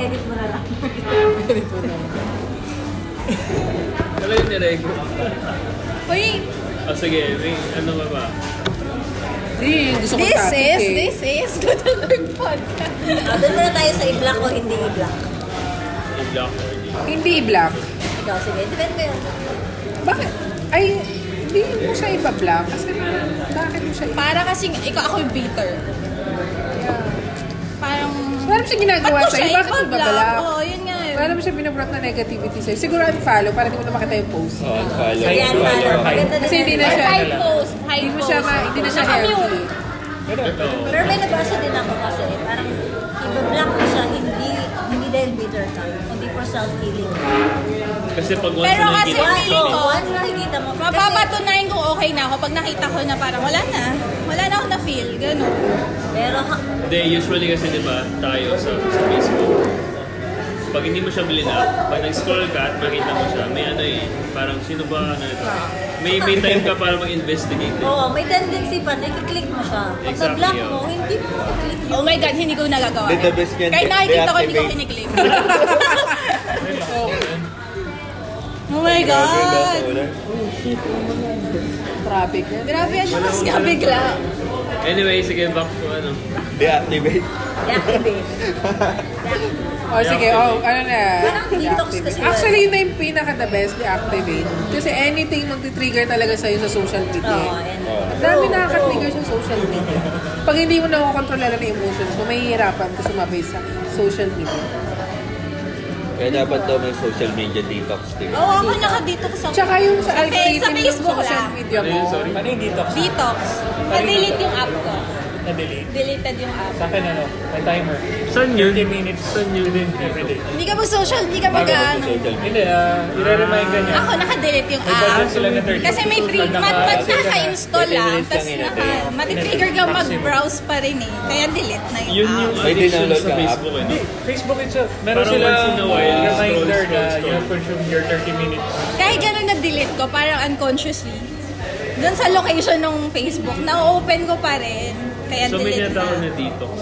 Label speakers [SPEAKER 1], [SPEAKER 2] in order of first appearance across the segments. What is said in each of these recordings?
[SPEAKER 1] Edit mo na lang.
[SPEAKER 2] Wala yung nirego.
[SPEAKER 3] Uy,
[SPEAKER 2] O ah, sige, may ano ba ba?
[SPEAKER 4] Hindi, gusto ko
[SPEAKER 3] this
[SPEAKER 4] topic
[SPEAKER 3] is,
[SPEAKER 4] eh.
[SPEAKER 3] this is Good Alert Podcast.
[SPEAKER 1] Ah, Doon muna tayo sa i-block o hindi i-block.
[SPEAKER 2] I-block or di.
[SPEAKER 4] Hindi black.
[SPEAKER 1] Ikaw, sige. Depende yun.
[SPEAKER 4] Bakit? Ay, hindi mo siya ipa-black. Kasi parang, bakit mo siya ipa
[SPEAKER 3] Para kasing, ikaw ako yung bitter. Parang,
[SPEAKER 4] Wala mo siya ginagawa
[SPEAKER 3] Ba't ko
[SPEAKER 4] sa'yo.
[SPEAKER 3] siya
[SPEAKER 4] Bakit mo
[SPEAKER 3] ipa-block?
[SPEAKER 4] babala?
[SPEAKER 3] Oo, yun nga eh.
[SPEAKER 4] Wala mo siya binabrat na negativity sa'yo. Siguro unfollow para hindi mo na makita yung post.
[SPEAKER 2] Oh, unfollow.
[SPEAKER 1] Sige, ano
[SPEAKER 2] Unfollow.
[SPEAKER 1] pala. Maganda
[SPEAKER 4] Kasi
[SPEAKER 1] din.
[SPEAKER 4] hindi na
[SPEAKER 3] Or
[SPEAKER 4] siya.
[SPEAKER 3] high post, high
[SPEAKER 4] Hindi mo
[SPEAKER 3] post.
[SPEAKER 4] siya, ma- hindi na siya
[SPEAKER 3] Nakamute.
[SPEAKER 4] healthy.
[SPEAKER 2] Ito.
[SPEAKER 1] Pero may nabasa din ako kasi eh, parang i-block mo siya hindi hindi dahil bitter ka, kundi for self-healing. oh,
[SPEAKER 2] Kasi pag once
[SPEAKER 3] Pero
[SPEAKER 2] na
[SPEAKER 3] kasi
[SPEAKER 2] nakikita
[SPEAKER 3] feeling
[SPEAKER 2] ko,
[SPEAKER 3] ko,
[SPEAKER 1] Once nakikita mo, kasi-
[SPEAKER 3] Mapapatunayan kung okay na ako pag nakita ko na parang wala na. Wala na ako na-feel. Ganun.
[SPEAKER 1] Pero ha-
[SPEAKER 2] Hindi, usually kasi di ba tayo sa, sa Facebook, pag hindi mo siya bilinap, pag nag-scroll ka at makita mo siya, may ano eh, parang sino ba ano ito? May, may time ka para mag-investigate eh.
[SPEAKER 1] oo, oh, may tendency pa, nakiklik mo siya. Pag
[SPEAKER 2] Exactly, oh.
[SPEAKER 1] sa-block
[SPEAKER 2] oo.
[SPEAKER 1] mo, hindi mo nakiklik
[SPEAKER 3] Oh my God, hindi ko nagagawa.
[SPEAKER 5] Did the best yan,
[SPEAKER 3] Kahit
[SPEAKER 5] they-
[SPEAKER 3] nakikita ko, hindi ko
[SPEAKER 5] they
[SPEAKER 3] kiniklik. oh my God!
[SPEAKER 4] Traffic na.
[SPEAKER 3] Grabe, ano mas nga bigla.
[SPEAKER 2] Anyway, sige, back to ano.
[SPEAKER 5] De-activate.
[SPEAKER 1] Deactivate.
[SPEAKER 4] O sige, oh, ano na.
[SPEAKER 1] Parang detox kasi
[SPEAKER 4] Deactivate.
[SPEAKER 1] yun.
[SPEAKER 4] Actually, yun na yung pinaka the best, deactivate. Kasi anything magti-trigger talaga sa'yo sa social media.
[SPEAKER 1] Oo, and
[SPEAKER 4] Ang dami nakaka-trigger sa social media. Pag hindi mo nakokontrolala ng emotions mo, mahihirapan ka sumabay sa social media.
[SPEAKER 5] Kaya dapat daw may social media detox din.
[SPEAKER 3] Oo, Oh, ako nakadito ko sa...
[SPEAKER 4] Tsaka yung sa
[SPEAKER 3] Sa fe- sa
[SPEAKER 4] algorithm ng
[SPEAKER 3] Facebook
[SPEAKER 4] social
[SPEAKER 3] lang.
[SPEAKER 4] media
[SPEAKER 2] Ano yun,
[SPEAKER 4] mo,
[SPEAKER 2] sorry?
[SPEAKER 6] Ano yung detox?
[SPEAKER 3] Detox. Na-delete yung app ko.
[SPEAKER 6] Na-delete.
[SPEAKER 3] Deleted yung app.
[SPEAKER 6] Sa akin ano, may timer.
[SPEAKER 2] Saan yun?
[SPEAKER 6] 30 minutes.
[SPEAKER 2] Saan yun din?
[SPEAKER 6] Everyday.
[SPEAKER 3] Hindi ka mag-social, hindi ka mag
[SPEAKER 5] Bago ako
[SPEAKER 3] ano.
[SPEAKER 5] sa social media.
[SPEAKER 6] Hindi ah, i-remind ka niya.
[SPEAKER 3] Ako, nakadelete yung
[SPEAKER 6] Iba
[SPEAKER 3] app.
[SPEAKER 6] din sila na 30.
[SPEAKER 3] Kasi may trigger, pag, pag naka-install ah,
[SPEAKER 5] Definitely
[SPEAKER 3] tapos
[SPEAKER 5] siyang
[SPEAKER 3] naka,
[SPEAKER 5] ina-delete.
[SPEAKER 3] matitrigger ka
[SPEAKER 6] Maximum.
[SPEAKER 3] mag-browse pa rin eh. Kaya delete na yung
[SPEAKER 2] Yun yung
[SPEAKER 3] app.
[SPEAKER 5] May
[SPEAKER 2] addiction
[SPEAKER 5] dinownload
[SPEAKER 2] sa
[SPEAKER 5] ka app?
[SPEAKER 2] Facebook eh. no?
[SPEAKER 6] Hindi, Facebook itself. Meron
[SPEAKER 2] Parang
[SPEAKER 6] silang
[SPEAKER 2] once in a while,
[SPEAKER 6] uh,
[SPEAKER 2] scroll,
[SPEAKER 6] reminder
[SPEAKER 2] scroll,
[SPEAKER 6] na
[SPEAKER 2] scroll.
[SPEAKER 6] you have consumed your 30 minutes.
[SPEAKER 3] Kahit gano'n na-delete ko, parang unconsciously. Doon sa location ng Facebook, na-open ko pa rin. Kaya
[SPEAKER 2] So may
[SPEAKER 3] delete
[SPEAKER 2] tinatawag
[SPEAKER 3] na.
[SPEAKER 2] na detox.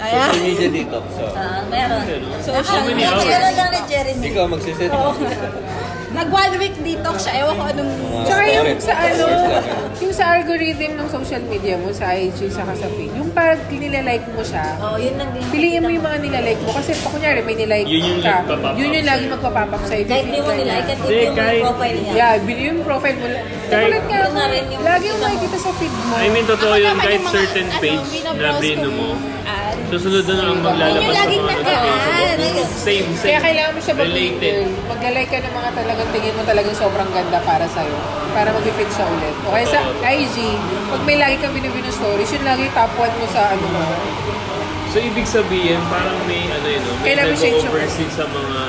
[SPEAKER 3] Ayan.
[SPEAKER 5] Social media detox. oh. So.
[SPEAKER 1] ah, meron.
[SPEAKER 3] Social
[SPEAKER 2] many
[SPEAKER 3] media.
[SPEAKER 2] hours?
[SPEAKER 1] Nakakilala lang ni Jeremy.
[SPEAKER 5] Ikaw magsiset.
[SPEAKER 3] Oo. Nag one week detox siya. Ewan ko anong...
[SPEAKER 5] Mga
[SPEAKER 4] Tsaka yung
[SPEAKER 5] stories,
[SPEAKER 4] sa ano,
[SPEAKER 5] stories lang yun.
[SPEAKER 4] yung sa algorithm ng social media mo, sa IG, saka sa Facebook, yung pag nilalike mo siya,
[SPEAKER 1] Oo, Oh, yun lang din.
[SPEAKER 4] piliin mo yung mga nilalike mo. Kasi pag kunyari may nilike
[SPEAKER 2] Yun yung
[SPEAKER 4] ka,
[SPEAKER 2] nagpa-pop
[SPEAKER 4] yun
[SPEAKER 2] up
[SPEAKER 4] yung lagi
[SPEAKER 2] sa'yo.
[SPEAKER 4] magpa-pop up sa'yo.
[SPEAKER 1] Kahit di mo
[SPEAKER 4] Ganyan.
[SPEAKER 1] nilike, kahit
[SPEAKER 2] Hindi,
[SPEAKER 1] hindi mo
[SPEAKER 2] kahit-
[SPEAKER 1] yung profile niya.
[SPEAKER 4] Yeah, bilhin yung profile mo. Kamulat nga,
[SPEAKER 1] Yun na rin yung-
[SPEAKER 4] lagi yung makikita sa feed mo.
[SPEAKER 2] I mean, totoo
[SPEAKER 3] Ako
[SPEAKER 2] yun,
[SPEAKER 3] naman
[SPEAKER 2] kahit
[SPEAKER 3] yung mga,
[SPEAKER 2] certain
[SPEAKER 3] ano,
[SPEAKER 2] page na
[SPEAKER 3] binabrowse
[SPEAKER 2] brino
[SPEAKER 3] ko
[SPEAKER 2] mo,
[SPEAKER 3] yung ad.
[SPEAKER 2] susunod na lang ang maglalabas
[SPEAKER 3] Yun yung
[SPEAKER 2] sa
[SPEAKER 3] laging Ah,
[SPEAKER 2] mga
[SPEAKER 3] nag-aad.
[SPEAKER 2] Same, same.
[SPEAKER 4] Kaya kailangan mo siya
[SPEAKER 2] Related.
[SPEAKER 4] mag-girl. Mag-like ka ng mga talagang tingin mo talagang sobrang ganda para sa'yo. Para mag-fit siya ulit. O kaya sa
[SPEAKER 2] Oo.
[SPEAKER 4] IG, pag may lagi kang binibino stories, yun lagi yung top 1 mo sa ano mo.
[SPEAKER 2] So, ibig sabihin, parang may, ano yun, no? may
[SPEAKER 4] Kailangan siya
[SPEAKER 2] nag-oversee sa mga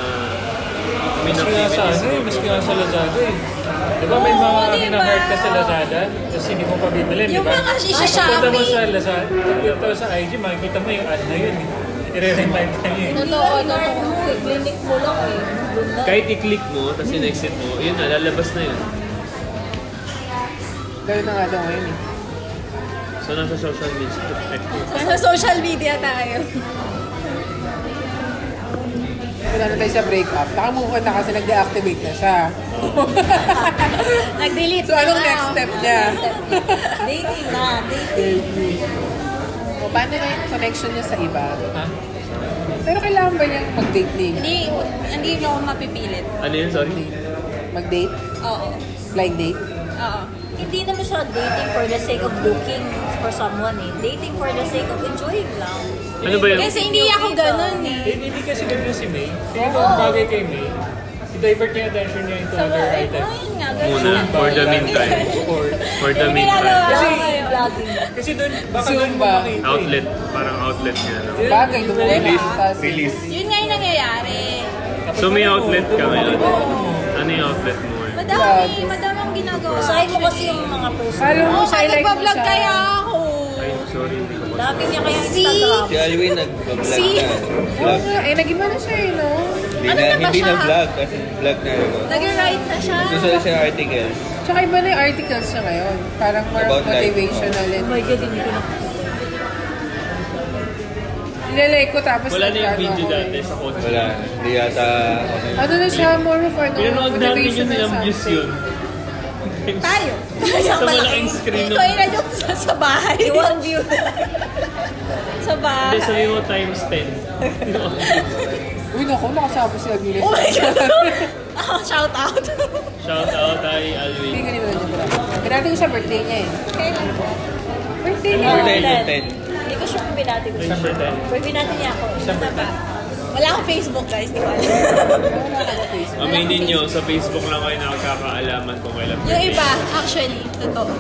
[SPEAKER 2] may
[SPEAKER 6] Maski nga sa
[SPEAKER 2] activities mga ganun.
[SPEAKER 6] ano eh, maski nga sa Lazada eh. Di ba may
[SPEAKER 3] Oo,
[SPEAKER 6] mga
[SPEAKER 3] di ba?
[SPEAKER 6] hinahart ka sa Lazada, tapos hindi mo pa bibili, di
[SPEAKER 3] Yung
[SPEAKER 6] ba?
[SPEAKER 3] mga
[SPEAKER 6] Punta mo
[SPEAKER 3] isa-shopping.
[SPEAKER 6] sa Lazada, punta mo sa IG, makikita mo yung ad na yun eh. I-remind ka niya eh.
[SPEAKER 3] Totoo, totoo.
[SPEAKER 1] Ano, eh, clinic mo lang eh. Doon lang.
[SPEAKER 2] Kahit i-click mo, tapos
[SPEAKER 3] Hmm.
[SPEAKER 2] in-exit mo, yun na, lalabas na yun.
[SPEAKER 4] Ganun na nga daw ngayon eh.
[SPEAKER 2] So, nasa social media.
[SPEAKER 3] Sa social media tayo.
[SPEAKER 4] Wala na tayo sa breakup. Nakamove on na kasi nag-deactivate na siya.
[SPEAKER 3] Nag-delete.
[SPEAKER 4] So, anong
[SPEAKER 3] na.
[SPEAKER 4] next step niya?
[SPEAKER 1] Dating na, dating.
[SPEAKER 4] O, paano na yung connection niya sa iba?
[SPEAKER 6] Ha?
[SPEAKER 4] Pero kailangan ba niyang mag-date ni?
[SPEAKER 3] Hindi, hindi niyo ako mapipilit.
[SPEAKER 2] Ano yun, sorry?
[SPEAKER 4] Mag-date?
[SPEAKER 3] Oo.
[SPEAKER 4] Blind date?
[SPEAKER 3] Oo.
[SPEAKER 1] Hindi naman siya dating for the sake of looking for someone eh. Dating for the sake of enjoying lang.
[SPEAKER 2] Ano ba yun?
[SPEAKER 3] Kasi hindi ako ganun eh.
[SPEAKER 6] Eh, hindi kasi ganun si May. Hindi ko ang bagay kay May. I-divert niya yung attention niya into
[SPEAKER 3] So,
[SPEAKER 6] other
[SPEAKER 3] eh,
[SPEAKER 6] item.
[SPEAKER 3] oh, yun nga, ganun
[SPEAKER 2] Muna, for the meantime.
[SPEAKER 6] Or,
[SPEAKER 2] For the
[SPEAKER 3] Yung
[SPEAKER 2] meantime.
[SPEAKER 3] ginagawa
[SPEAKER 6] Kasi-
[SPEAKER 3] ko ngayon.
[SPEAKER 1] Vlogging.
[SPEAKER 6] kasi doon, baka
[SPEAKER 4] Zumba.
[SPEAKER 6] doon mo makita eh.
[SPEAKER 2] Outlet, parang outlet nga. No?
[SPEAKER 6] Yun,
[SPEAKER 4] Bagay,
[SPEAKER 6] yun,
[SPEAKER 4] dumawa
[SPEAKER 6] yun.
[SPEAKER 4] Tapos-
[SPEAKER 5] Release.
[SPEAKER 3] Yun nga yung nangyayari.
[SPEAKER 6] Tapos
[SPEAKER 2] So, may
[SPEAKER 6] ano,
[SPEAKER 2] outlet ka
[SPEAKER 6] doon mo
[SPEAKER 2] ngayon.
[SPEAKER 6] makita yung ano mo.
[SPEAKER 2] Ano yung outlet mo? eh?
[SPEAKER 3] Madami, madami ang ginagawa.
[SPEAKER 1] Usahin mo kasi yung mga personal.
[SPEAKER 4] Alam mo
[SPEAKER 3] Oo,
[SPEAKER 4] siya,
[SPEAKER 3] kaya
[SPEAKER 4] like mo
[SPEAKER 3] nagpa-vlog
[SPEAKER 4] siya.
[SPEAKER 3] kaya ako.
[SPEAKER 2] Ay, sorry, hindi ko ma-
[SPEAKER 1] Lagi niya kaya Instagram.
[SPEAKER 5] Si Alwin nag-vlog na.
[SPEAKER 3] See?
[SPEAKER 4] Oo
[SPEAKER 5] Vlog.
[SPEAKER 4] nga, eh, nag-iba na siya eh, no?
[SPEAKER 5] Hindi
[SPEAKER 3] Ano
[SPEAKER 5] na,
[SPEAKER 3] na ba
[SPEAKER 5] hindi
[SPEAKER 3] siya?
[SPEAKER 5] na vlog kasi vlog na yun.
[SPEAKER 3] Nag-write na siya.
[SPEAKER 5] Susunod siya ng articles.
[SPEAKER 4] Tsaka iba na yung articles niya ngayon. Parang more
[SPEAKER 5] About life.
[SPEAKER 4] motivational and...
[SPEAKER 1] Oh my God, hindi ko na.
[SPEAKER 4] Nilalike ko tapos
[SPEAKER 2] Wala na yung
[SPEAKER 4] nag-ano
[SPEAKER 2] video
[SPEAKER 4] ako eh.
[SPEAKER 2] dati sa podcast.
[SPEAKER 5] Wala. Hindi yata... ano yun.
[SPEAKER 4] Ano na siya, more of ano,
[SPEAKER 2] Pinanood natin yun
[SPEAKER 4] motivation na
[SPEAKER 2] nilang views
[SPEAKER 4] something.
[SPEAKER 2] yun.
[SPEAKER 3] Tayo.
[SPEAKER 2] Sa malaking screen
[SPEAKER 3] Ito
[SPEAKER 2] nung...
[SPEAKER 3] ay nandiyo sa, sa bahay.
[SPEAKER 1] Iwan view.
[SPEAKER 3] sa
[SPEAKER 2] Hindi, sabi
[SPEAKER 3] bahay.
[SPEAKER 2] mo times 10.
[SPEAKER 4] Uy, naku, nakasabi si Aguiles.
[SPEAKER 3] Oh my God. Ah, Shout out.
[SPEAKER 2] Shout out kay
[SPEAKER 4] Hindi
[SPEAKER 2] Alwin.
[SPEAKER 4] ko naman na pala. Pinati ko siya birthday niya eh.
[SPEAKER 1] Kailan po?
[SPEAKER 4] Birthday niya.
[SPEAKER 5] Birthday niya, 10.
[SPEAKER 1] Hindi ko sure kung binati ko siya.
[SPEAKER 2] December 10.
[SPEAKER 1] Pero binati niya ako. Isa pa.
[SPEAKER 3] Wala akong Facebook guys, di ba? Wala akong Facebook.
[SPEAKER 2] Aminin nyo, sa Facebook lang kayo nakakaalaman kung kailan
[SPEAKER 3] Yung
[SPEAKER 2] birthday.
[SPEAKER 3] iba, actually, totoo.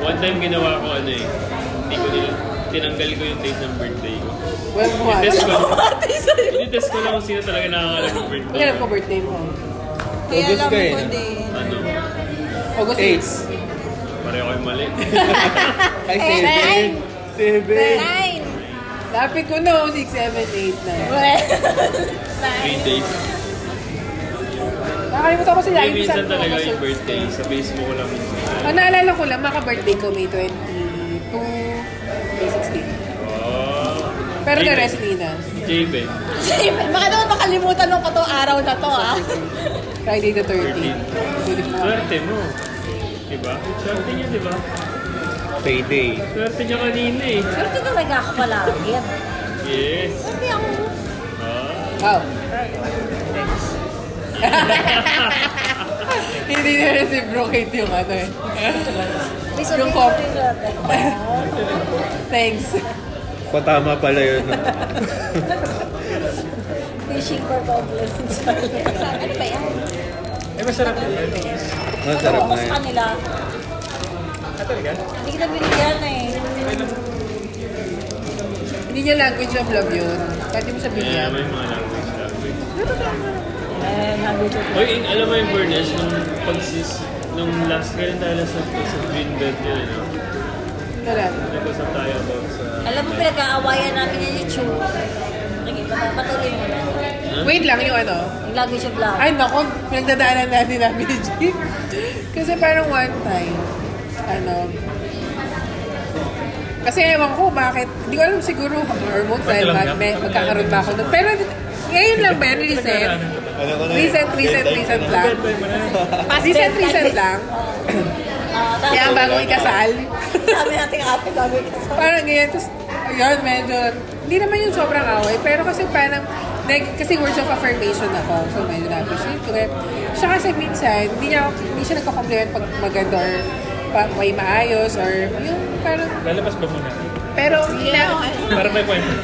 [SPEAKER 2] One time ginawa ko ano eh. Hindi ko nila, tinanggal ko yung date ng birthday ko.
[SPEAKER 4] Walang buwan.
[SPEAKER 2] Test ko.
[SPEAKER 3] Pati sa'yo.
[SPEAKER 2] Tinitest ko lang kung sino talaga nakakalam ng birthday.
[SPEAKER 4] Kailan ko birthday mo?
[SPEAKER 3] Kaya
[SPEAKER 5] August
[SPEAKER 3] alam
[SPEAKER 5] ka eh,
[SPEAKER 3] ko
[SPEAKER 5] no?
[SPEAKER 3] din.
[SPEAKER 2] Ano,
[SPEAKER 4] August 8.
[SPEAKER 5] Eight.
[SPEAKER 2] pareho kayong mali.
[SPEAKER 5] Ay,
[SPEAKER 3] Eh,
[SPEAKER 5] seven.
[SPEAKER 3] nine.
[SPEAKER 5] Seven.
[SPEAKER 3] Nine.
[SPEAKER 4] Lapit ko na, 6, 7, 8, 9.
[SPEAKER 3] Well,
[SPEAKER 2] Three
[SPEAKER 3] nine.
[SPEAKER 2] days.
[SPEAKER 4] Nakalimutan ko si
[SPEAKER 2] Hindi
[SPEAKER 4] Lagi ko
[SPEAKER 2] minsan
[SPEAKER 4] sabi ko
[SPEAKER 2] talaga
[SPEAKER 4] August
[SPEAKER 2] yung birthday. Sa Facebook ko lang minsan.
[SPEAKER 4] 8. Ang naalala ko lang, maka-birthday ko May 22, May 16.
[SPEAKER 2] Oh.
[SPEAKER 4] Pero the
[SPEAKER 2] Javen.
[SPEAKER 4] rest, hindi na.
[SPEAKER 2] Javen.
[SPEAKER 3] Same. Baka naman makalimutan nung katong araw na to, ah.
[SPEAKER 4] Friday the 13th.
[SPEAKER 2] 13.
[SPEAKER 4] Sulit na.
[SPEAKER 2] Swerte mo. Diba? Swerte niya, diba?
[SPEAKER 5] Payday.
[SPEAKER 2] Swerte niya kanina eh.
[SPEAKER 1] Swerte talaga ako palagi.
[SPEAKER 2] Yes.
[SPEAKER 1] Swerte ako.
[SPEAKER 2] Ah.
[SPEAKER 4] Wow. Hindi na reciprocate yung ano eh.
[SPEAKER 1] May sabihin
[SPEAKER 4] Yung
[SPEAKER 1] ko
[SPEAKER 4] cop.
[SPEAKER 1] rin swerte ko.
[SPEAKER 4] Thanks.
[SPEAKER 5] Patama pala yun. no?
[SPEAKER 1] Fishing for compliments.
[SPEAKER 3] Ano ba yan?
[SPEAKER 6] Eh, masarap yun.
[SPEAKER 5] Masarap na
[SPEAKER 1] Sa
[SPEAKER 5] yun.
[SPEAKER 1] kanila.
[SPEAKER 6] Ah, talaga?
[SPEAKER 1] Hindi kita binigyan eh.
[SPEAKER 4] Hindi niya language of love yun. Pwede mo sabihin
[SPEAKER 2] Yeah,
[SPEAKER 4] yan.
[SPEAKER 2] may mga language language.
[SPEAKER 1] Eh, nabi ko.
[SPEAKER 2] Oy, in- alam mo yung fairness, nung pagsis, nung last kailan tayo last nag sa green belt yun, ano?
[SPEAKER 4] Wala.
[SPEAKER 2] Nag-usap tayo about sa...
[SPEAKER 1] Alam mo, pinag-aawayan namin yan ni Chu. Sige, patuloy mo na.
[SPEAKER 4] Wait lang yung ano.
[SPEAKER 1] Yung language of love.
[SPEAKER 4] Ay nako, pinagdadaanan natin namin ni Jeep. Kasi parang one time, ano, kasi ewan ko bakit, hindi ko alam siguro hormones dahil
[SPEAKER 6] Pagkalam
[SPEAKER 4] mag,
[SPEAKER 6] niya.
[SPEAKER 4] may, magkakaroon ba ako nun. Pero ngayon lang ba, yan, recent?
[SPEAKER 5] Alam ko na yun.
[SPEAKER 4] Recent, recent, recent lang. Recent, recent lang.
[SPEAKER 1] Ah, tapos,
[SPEAKER 4] Kaya bago ikasal.
[SPEAKER 1] sabi natin ate, bago ikasal.
[SPEAKER 4] Parang ganyan, tapos yun, medyo, hindi naman yung sobrang away, pero kasi parang, nag, kasi words of affirmation ako, so medyo na-appreciate ko. Kaya- Siya kasi minsan, hindi, niya, hindi siya nagko-compliment pag maganda or pa, may maayos or yung parang,
[SPEAKER 6] Lalabas ba muna?
[SPEAKER 4] pero ina,
[SPEAKER 6] Para may kwento.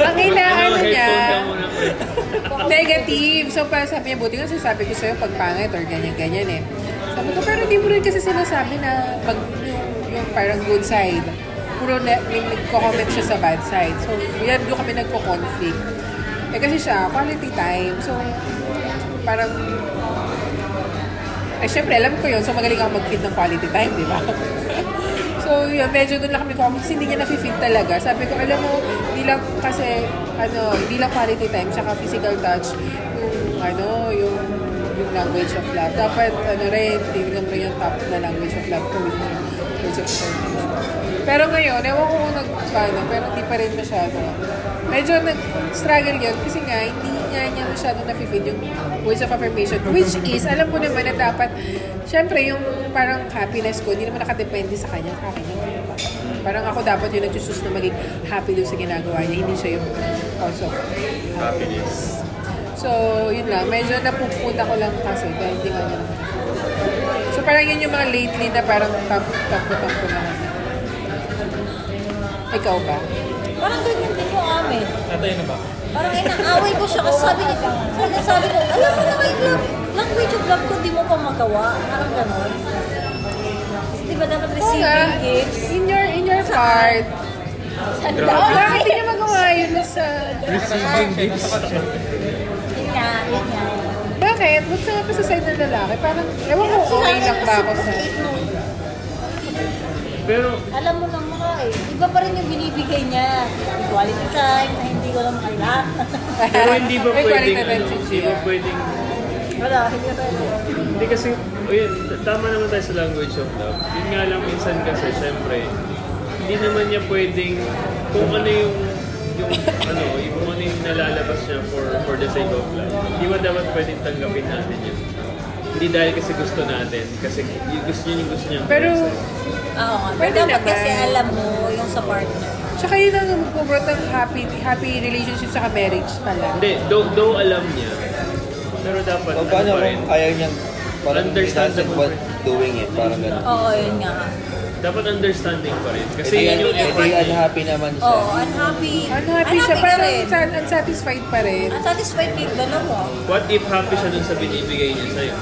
[SPEAKER 4] ang inaano ano niya,
[SPEAKER 2] headphone Ano, ka muna. pre.
[SPEAKER 4] negative. So parang sabi niya, buti nga sinasabi ko sa'yo pag pangit or ganyan-ganyan eh. Sabi ko, pero hindi mo rin kasi sinasabi na pag yung, yung parang good side, puro na, yung nagko-comment siya sa bad side. So, yan doon kami nagko-conflict. Eh kasi siya, quality time. So, parang, eh syempre alam ko yun. So, magaling ako mag-feed ng quality time, di ba? so, yun, medyo doon lang kami conflict. Kasi hindi niya nafe-feed talaga. Sabi ko, alam mo, hindi lang kasi, ano, hindi lang quality time, tsaka physical touch, yung, ano, yung, yung language of love. Dapat, ano rin, tingnan mo rin yung top na language of love ko yung words of affirmation. Pero ngayon, ewan ko kung nagpaano, pero hindi pa rin masyado. Medyo nag-struggle yun kasi nga, hindi nga niya masyado nafe-feed yung words of affirmation. Which is, alam ko naman na dapat, syempre, yung parang happiness ko, hindi naman nakadepende sa kanya, sa akin yun. Parang ako dapat yung nagsusus na maging happy doon sa ginagawa niya, hindi siya yung cause of happiness. So, yun lang. Medyo napupunta ko lang kasi dahil hindi nga niya naman. So, parang yun yung mga lately na parang tap-tap na tap ko na. Ikaw ba?
[SPEAKER 1] Parang ganyan din yung amin.
[SPEAKER 6] Natay na ano ba?
[SPEAKER 1] Parang inaaway ko siya kasi sabi niya, kaya sabi ko, alam mo naman yung love, language of love ko, di mo pa magawa. Parang gano'n. Kasi di ba dapat
[SPEAKER 4] Oo nga.
[SPEAKER 1] receiving gifts?
[SPEAKER 4] In your, in your heart. Oo, bakit hindi niya magawa yun sa...
[SPEAKER 6] Receiving gifts.
[SPEAKER 1] Yun nga, yun nga.
[SPEAKER 4] Bakit? Ba't sa pa sa side ng lalaki? Parang, ewan ko, okay lang ba ako sa...
[SPEAKER 2] Pero,
[SPEAKER 1] Alam mo lang maka eh. Iba pa rin yung binibigay niya. Quality time na hindi ko lang kailangan.
[SPEAKER 2] pero hindi ba
[SPEAKER 4] May
[SPEAKER 2] pwedeng,
[SPEAKER 4] quality
[SPEAKER 2] ano,
[SPEAKER 4] time si
[SPEAKER 2] hindi
[SPEAKER 4] Gia.
[SPEAKER 2] ba pwedeng,
[SPEAKER 1] Wala, hindi ko pwede.
[SPEAKER 2] hindi kasi, oh o yun, t- tama naman tayo sa language of love. Yun nga lang minsan kasi, syempre, hindi naman niya pwedeng kung ano yung yung ano, yung kung ano yung nalalabas niya for for the sake of life. Hindi mo dapat pwedeng tanggapin natin yun. Hindi dahil kasi gusto natin, kasi yung gusto niya yung gusto niya.
[SPEAKER 4] Pero,
[SPEAKER 1] Oo nga. Pero
[SPEAKER 4] Pwede
[SPEAKER 1] dapat
[SPEAKER 4] naman.
[SPEAKER 1] kasi alam mo yung sa partner.
[SPEAKER 4] tsaka yun ang magbabrot ng happy, happy relationship sa marriage pala.
[SPEAKER 2] hindi, though, though alam niya, pero dapat
[SPEAKER 5] O
[SPEAKER 2] ano
[SPEAKER 5] paano
[SPEAKER 2] pa rin.
[SPEAKER 5] kung ayaw niyang parang he doesn't
[SPEAKER 2] Understandable.
[SPEAKER 5] want doing it, parang gano'n.
[SPEAKER 1] Oo, yun nga.
[SPEAKER 2] Dapat understanding pa rin. Kasi
[SPEAKER 5] Eh,
[SPEAKER 2] yun yung
[SPEAKER 5] eh,
[SPEAKER 2] effort
[SPEAKER 5] di
[SPEAKER 2] niya.
[SPEAKER 5] unhappy naman siya.
[SPEAKER 1] Oo, unhappy.
[SPEAKER 4] Unhappy Ano, siya,
[SPEAKER 1] Ano, ka
[SPEAKER 4] parang
[SPEAKER 1] rin.
[SPEAKER 4] sa- unsatisfied pa rin.
[SPEAKER 1] Unsatisfied ka ba mo?
[SPEAKER 2] What if happy siya dun sa binibigay niya sa'yo?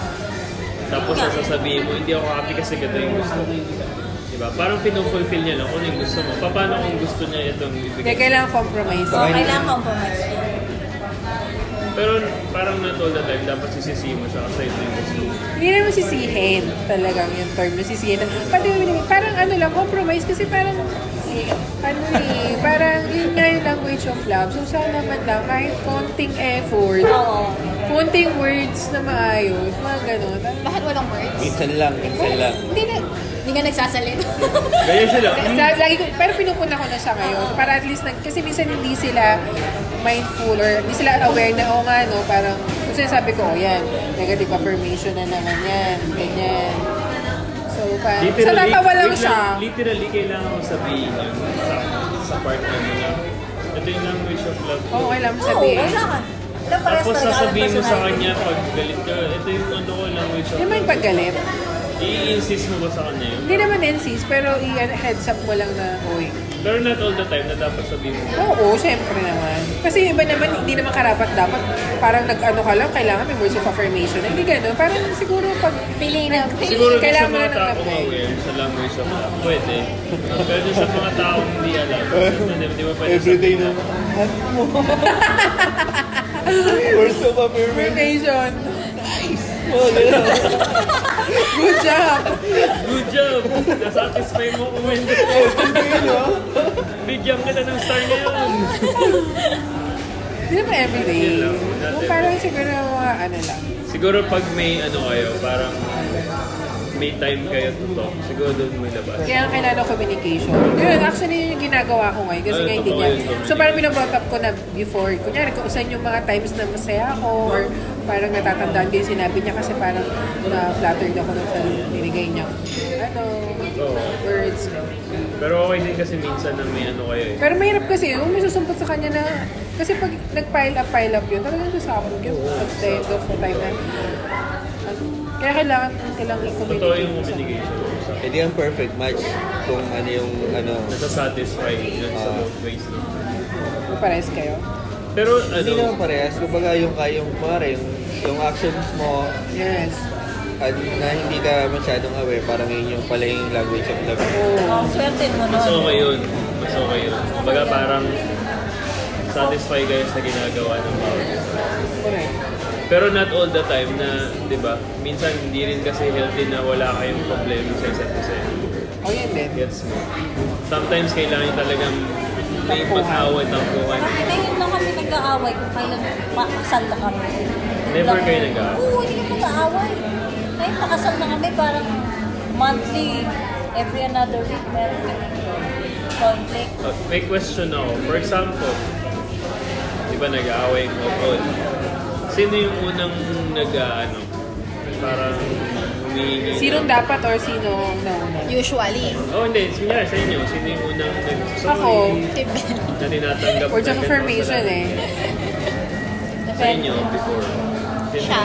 [SPEAKER 2] Tapos sasabihin mo, hindi ako happy kasi ganito yung gusto ko. Diba? Parang pinufulfill niya lang kung ano yung gusto mo. Paano kung gusto niya itong
[SPEAKER 4] Kaya
[SPEAKER 2] ibigay?
[SPEAKER 4] kailangan compromise.
[SPEAKER 1] Oo, kailangan compromise.
[SPEAKER 2] Pero parang not all the time, dapat sisisihin mo siya kasi ito yung gusto mo.
[SPEAKER 4] Hindi naman sisihin talagang yung term na sisihin. Pati yung- parang ano lang, compromise kasi parang eh, ano eh, parang yun nga yung language of love. So sana man lang, kahit konting effort,
[SPEAKER 1] Oo.
[SPEAKER 4] konting words na maayos, mga ganun.
[SPEAKER 3] Bakit walang words?
[SPEAKER 5] Minsan lang, minsan lang.
[SPEAKER 4] Hindi na,
[SPEAKER 3] Hindi ka nagsasalita.
[SPEAKER 2] Ganyan sila.
[SPEAKER 4] La- lagi ko, pero pinupuna ko na siya ngayon. Para at least, nag, kasi minsan hindi sila mindful or hindi sila aware na, oo nga, no, parang, kung sinasabi ko, oh yan, negative affirmation na naman yan, ganyan. So, parang, sa tatawa lang
[SPEAKER 2] wait
[SPEAKER 4] siya.
[SPEAKER 2] Literally, kailangan mo sabihin yun sa, sa partner mo na ito yung language of love.
[SPEAKER 4] Oo, kailangan mo
[SPEAKER 1] Oo,
[SPEAKER 4] sabihin.
[SPEAKER 1] kailangan. Alam, parehas
[SPEAKER 2] Tapos
[SPEAKER 1] talaga ang
[SPEAKER 2] sasabihin mo sa
[SPEAKER 1] personality.
[SPEAKER 2] kanya pag galit ka, ito yung ano ko, language of
[SPEAKER 4] Hindi naman
[SPEAKER 2] love.
[SPEAKER 4] paggalit.
[SPEAKER 2] I-insist mo ba sa kanya yun?
[SPEAKER 4] Hindi naman NCs, pero i-heads up mo lang na, oy,
[SPEAKER 2] Pero not all the time na dapat sabihin mo.
[SPEAKER 4] Oo, syempre naman. Kasi yung iba naman, hindi naman karapat dapat. Parang nag-ano ka lang, kailangan may words of affirmation. Hindi ganun. Parang siguro pag... Pili na.
[SPEAKER 2] Siguro din sa
[SPEAKER 4] kailangan mo
[SPEAKER 2] mga
[SPEAKER 4] na ng
[SPEAKER 2] taong
[SPEAKER 4] apply.
[SPEAKER 2] aware sa language of love, pwede. Pero dun sa mga taong hindi alam, hindi di ba pwede
[SPEAKER 5] Everyday
[SPEAKER 2] sabihin
[SPEAKER 5] na. Mahal mo. We're so affirmation.
[SPEAKER 4] Affirmation.
[SPEAKER 5] Oh, ganun.
[SPEAKER 4] Good job.
[SPEAKER 2] Good job! Nasatisfy mo ko when Bigyan kita ng star ngayon.
[SPEAKER 4] Hindi naman everyday. Yung parang siguro mga ano lang.
[SPEAKER 2] Siguro pag may ano kayo, parang may time kayo to talk, siguro doon may labas.
[SPEAKER 4] Kaya ang kailangan ng communication. Yun, actually yun yung ginagawa ko ngayon. Kasi
[SPEAKER 2] Ay,
[SPEAKER 4] nga hindi
[SPEAKER 2] totoo
[SPEAKER 4] niya.
[SPEAKER 2] yun, totoo
[SPEAKER 4] So
[SPEAKER 2] yun.
[SPEAKER 4] parang binabot up ko na before. Kunyari, kung saan yung mga times na masaya ako or parang natatandaan ko yung sinabi niya kasi parang na-flattered ako nung sa binigay niya. Ano,
[SPEAKER 2] Oo.
[SPEAKER 4] words.
[SPEAKER 2] Pero okay din kasi minsan na may ano kayo eh.
[SPEAKER 4] Pero mahirap kasi yun. Kung may susumpot sa kanya na kasi pag nag-pile up, pile up yun, talagang sasabog yun. At the end of the time na ano, kaya kailangan, kailangan
[SPEAKER 2] Totoo yung
[SPEAKER 4] i-communicate. sa-
[SPEAKER 2] communication.
[SPEAKER 5] Eh di ang perfect match kung ano yung ano.
[SPEAKER 2] Nasasatisfy yun sa both ways. no?
[SPEAKER 4] Pares kayo.
[SPEAKER 2] Pero ano,
[SPEAKER 5] Hindi naman parehas. Kumbaga yung kayong pare, yung, yung actions mo
[SPEAKER 4] Yes.
[SPEAKER 5] at na hindi ka masyadong aware, parang yun yung pala yung language of love.
[SPEAKER 1] Oo, swerte mo nun.
[SPEAKER 2] mas okay yun. Mas okay yun. Kumbaga parang satisfy kayo sa ginagawa ng bawat isa.
[SPEAKER 4] Correct.
[SPEAKER 2] Pero not all the time na, di ba, minsan hindi rin kasi healthy na wala kayong problema sa isa't isa.
[SPEAKER 4] O Oh, yun din.
[SPEAKER 2] Gets mo? Sometimes kailangan talagang may
[SPEAKER 4] Tampuhan.
[SPEAKER 2] pag-away, ano. tampuhan.
[SPEAKER 1] Bakit ngayon lang kami nag-aaway kung kailan makasal na kami?
[SPEAKER 2] Never
[SPEAKER 1] Lang-
[SPEAKER 2] kayo nag-aaway?
[SPEAKER 1] Oo, hindi kami nag-aaway. Ngayon, makasal na kami parang monthly, every another week meron kami conflict.
[SPEAKER 2] Uh, may question ako. For example, di ba nag-aaway yung couple? Sino yung unang nag-ano? Parang humihingi? ng-
[SPEAKER 4] Sinong dapat or sino ang nauna?
[SPEAKER 3] Usually.
[SPEAKER 2] Oh, hindi. Kunyari sa inyo, sino yung unang nag-sorry
[SPEAKER 4] Ako.
[SPEAKER 2] na tinatanggap?
[SPEAKER 4] Words of
[SPEAKER 2] na ganun sa
[SPEAKER 4] affirmation
[SPEAKER 2] lahat?
[SPEAKER 4] eh.
[SPEAKER 2] Sa inyo, before. Sino?
[SPEAKER 3] Siya.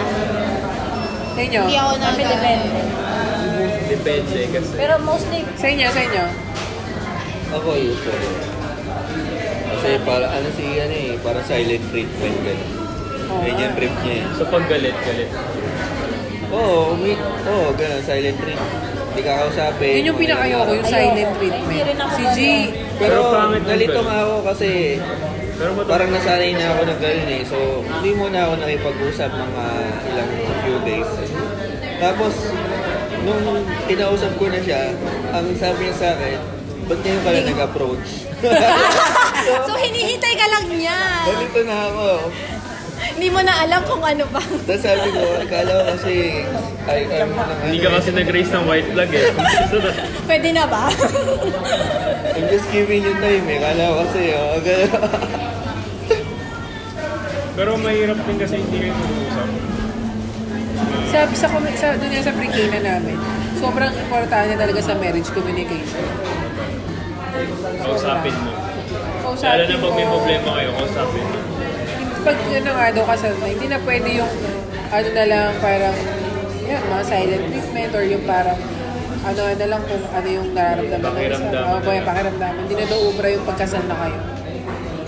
[SPEAKER 4] Sa inyo?
[SPEAKER 3] Hindi ako na...
[SPEAKER 1] Kami depende.
[SPEAKER 2] Depende kasi.
[SPEAKER 1] Pero mostly,
[SPEAKER 4] Sa inyo, sa inyo.
[SPEAKER 5] Ako usually. Kasi para ano si ano eh, parang silent treatment ganun.
[SPEAKER 4] Oo.
[SPEAKER 5] Yun yung trip niya eh.
[SPEAKER 2] so pag galit, galit.
[SPEAKER 5] Oo, may, oo, ganun, silent trip. Hindi ka
[SPEAKER 4] Yun
[SPEAKER 5] kausapin.
[SPEAKER 4] yung
[SPEAKER 5] mga
[SPEAKER 4] pinakayoko, yung
[SPEAKER 1] Ayoko.
[SPEAKER 4] silent
[SPEAKER 1] Ay, hindi
[SPEAKER 4] treatment.
[SPEAKER 1] rin ako
[SPEAKER 4] Si G,
[SPEAKER 5] ganun.
[SPEAKER 2] Pero
[SPEAKER 5] Pero,
[SPEAKER 2] pangit yung
[SPEAKER 5] nalito
[SPEAKER 2] ganun.
[SPEAKER 5] nga ako kasi
[SPEAKER 2] Pero
[SPEAKER 5] parang
[SPEAKER 2] matapos.
[SPEAKER 5] nasanay na ako ng ganun eh. So, hindi muna ako nakipag-usap mga ilang few days. Tapos, nung kinausap ko na siya, ang sabi niya sa akin, ba't ngayon pala nag-approach?
[SPEAKER 3] So, hinihintay ka lang niya.
[SPEAKER 5] Nalito na ako.
[SPEAKER 3] Hindi mo na alam kung ano ba.
[SPEAKER 5] Tapos sabi ko, akala ko kasi, ay, ano lang,
[SPEAKER 2] Hindi ka kasi nag-raise ng white flag eh.
[SPEAKER 3] Pwede na ba?
[SPEAKER 5] I'm just giving you time eh. Akala ko kasi, oh, gano'n.
[SPEAKER 6] Pero mahirap din kasi hindi kayo mag-uusap.
[SPEAKER 4] Sa, sa, commu- sa, dun yan sa pre na namin, sobrang importante talaga sa marriage communication.
[SPEAKER 2] Kausapin mo. Lalo
[SPEAKER 4] Kausapin
[SPEAKER 2] na pag may
[SPEAKER 4] mo.
[SPEAKER 2] problema kayo, kausapin mo.
[SPEAKER 4] pag ano nga daw kasama, hindi na pwede yung ano na lang parang yun, mga silent treatment or yung parang ano na lang kung ano yung nararamdaman ng isa.
[SPEAKER 2] Pakiramdaman.
[SPEAKER 4] Oo, boy, pakiramdaman. Hindi na daw ubra yung pagkasal na kayo.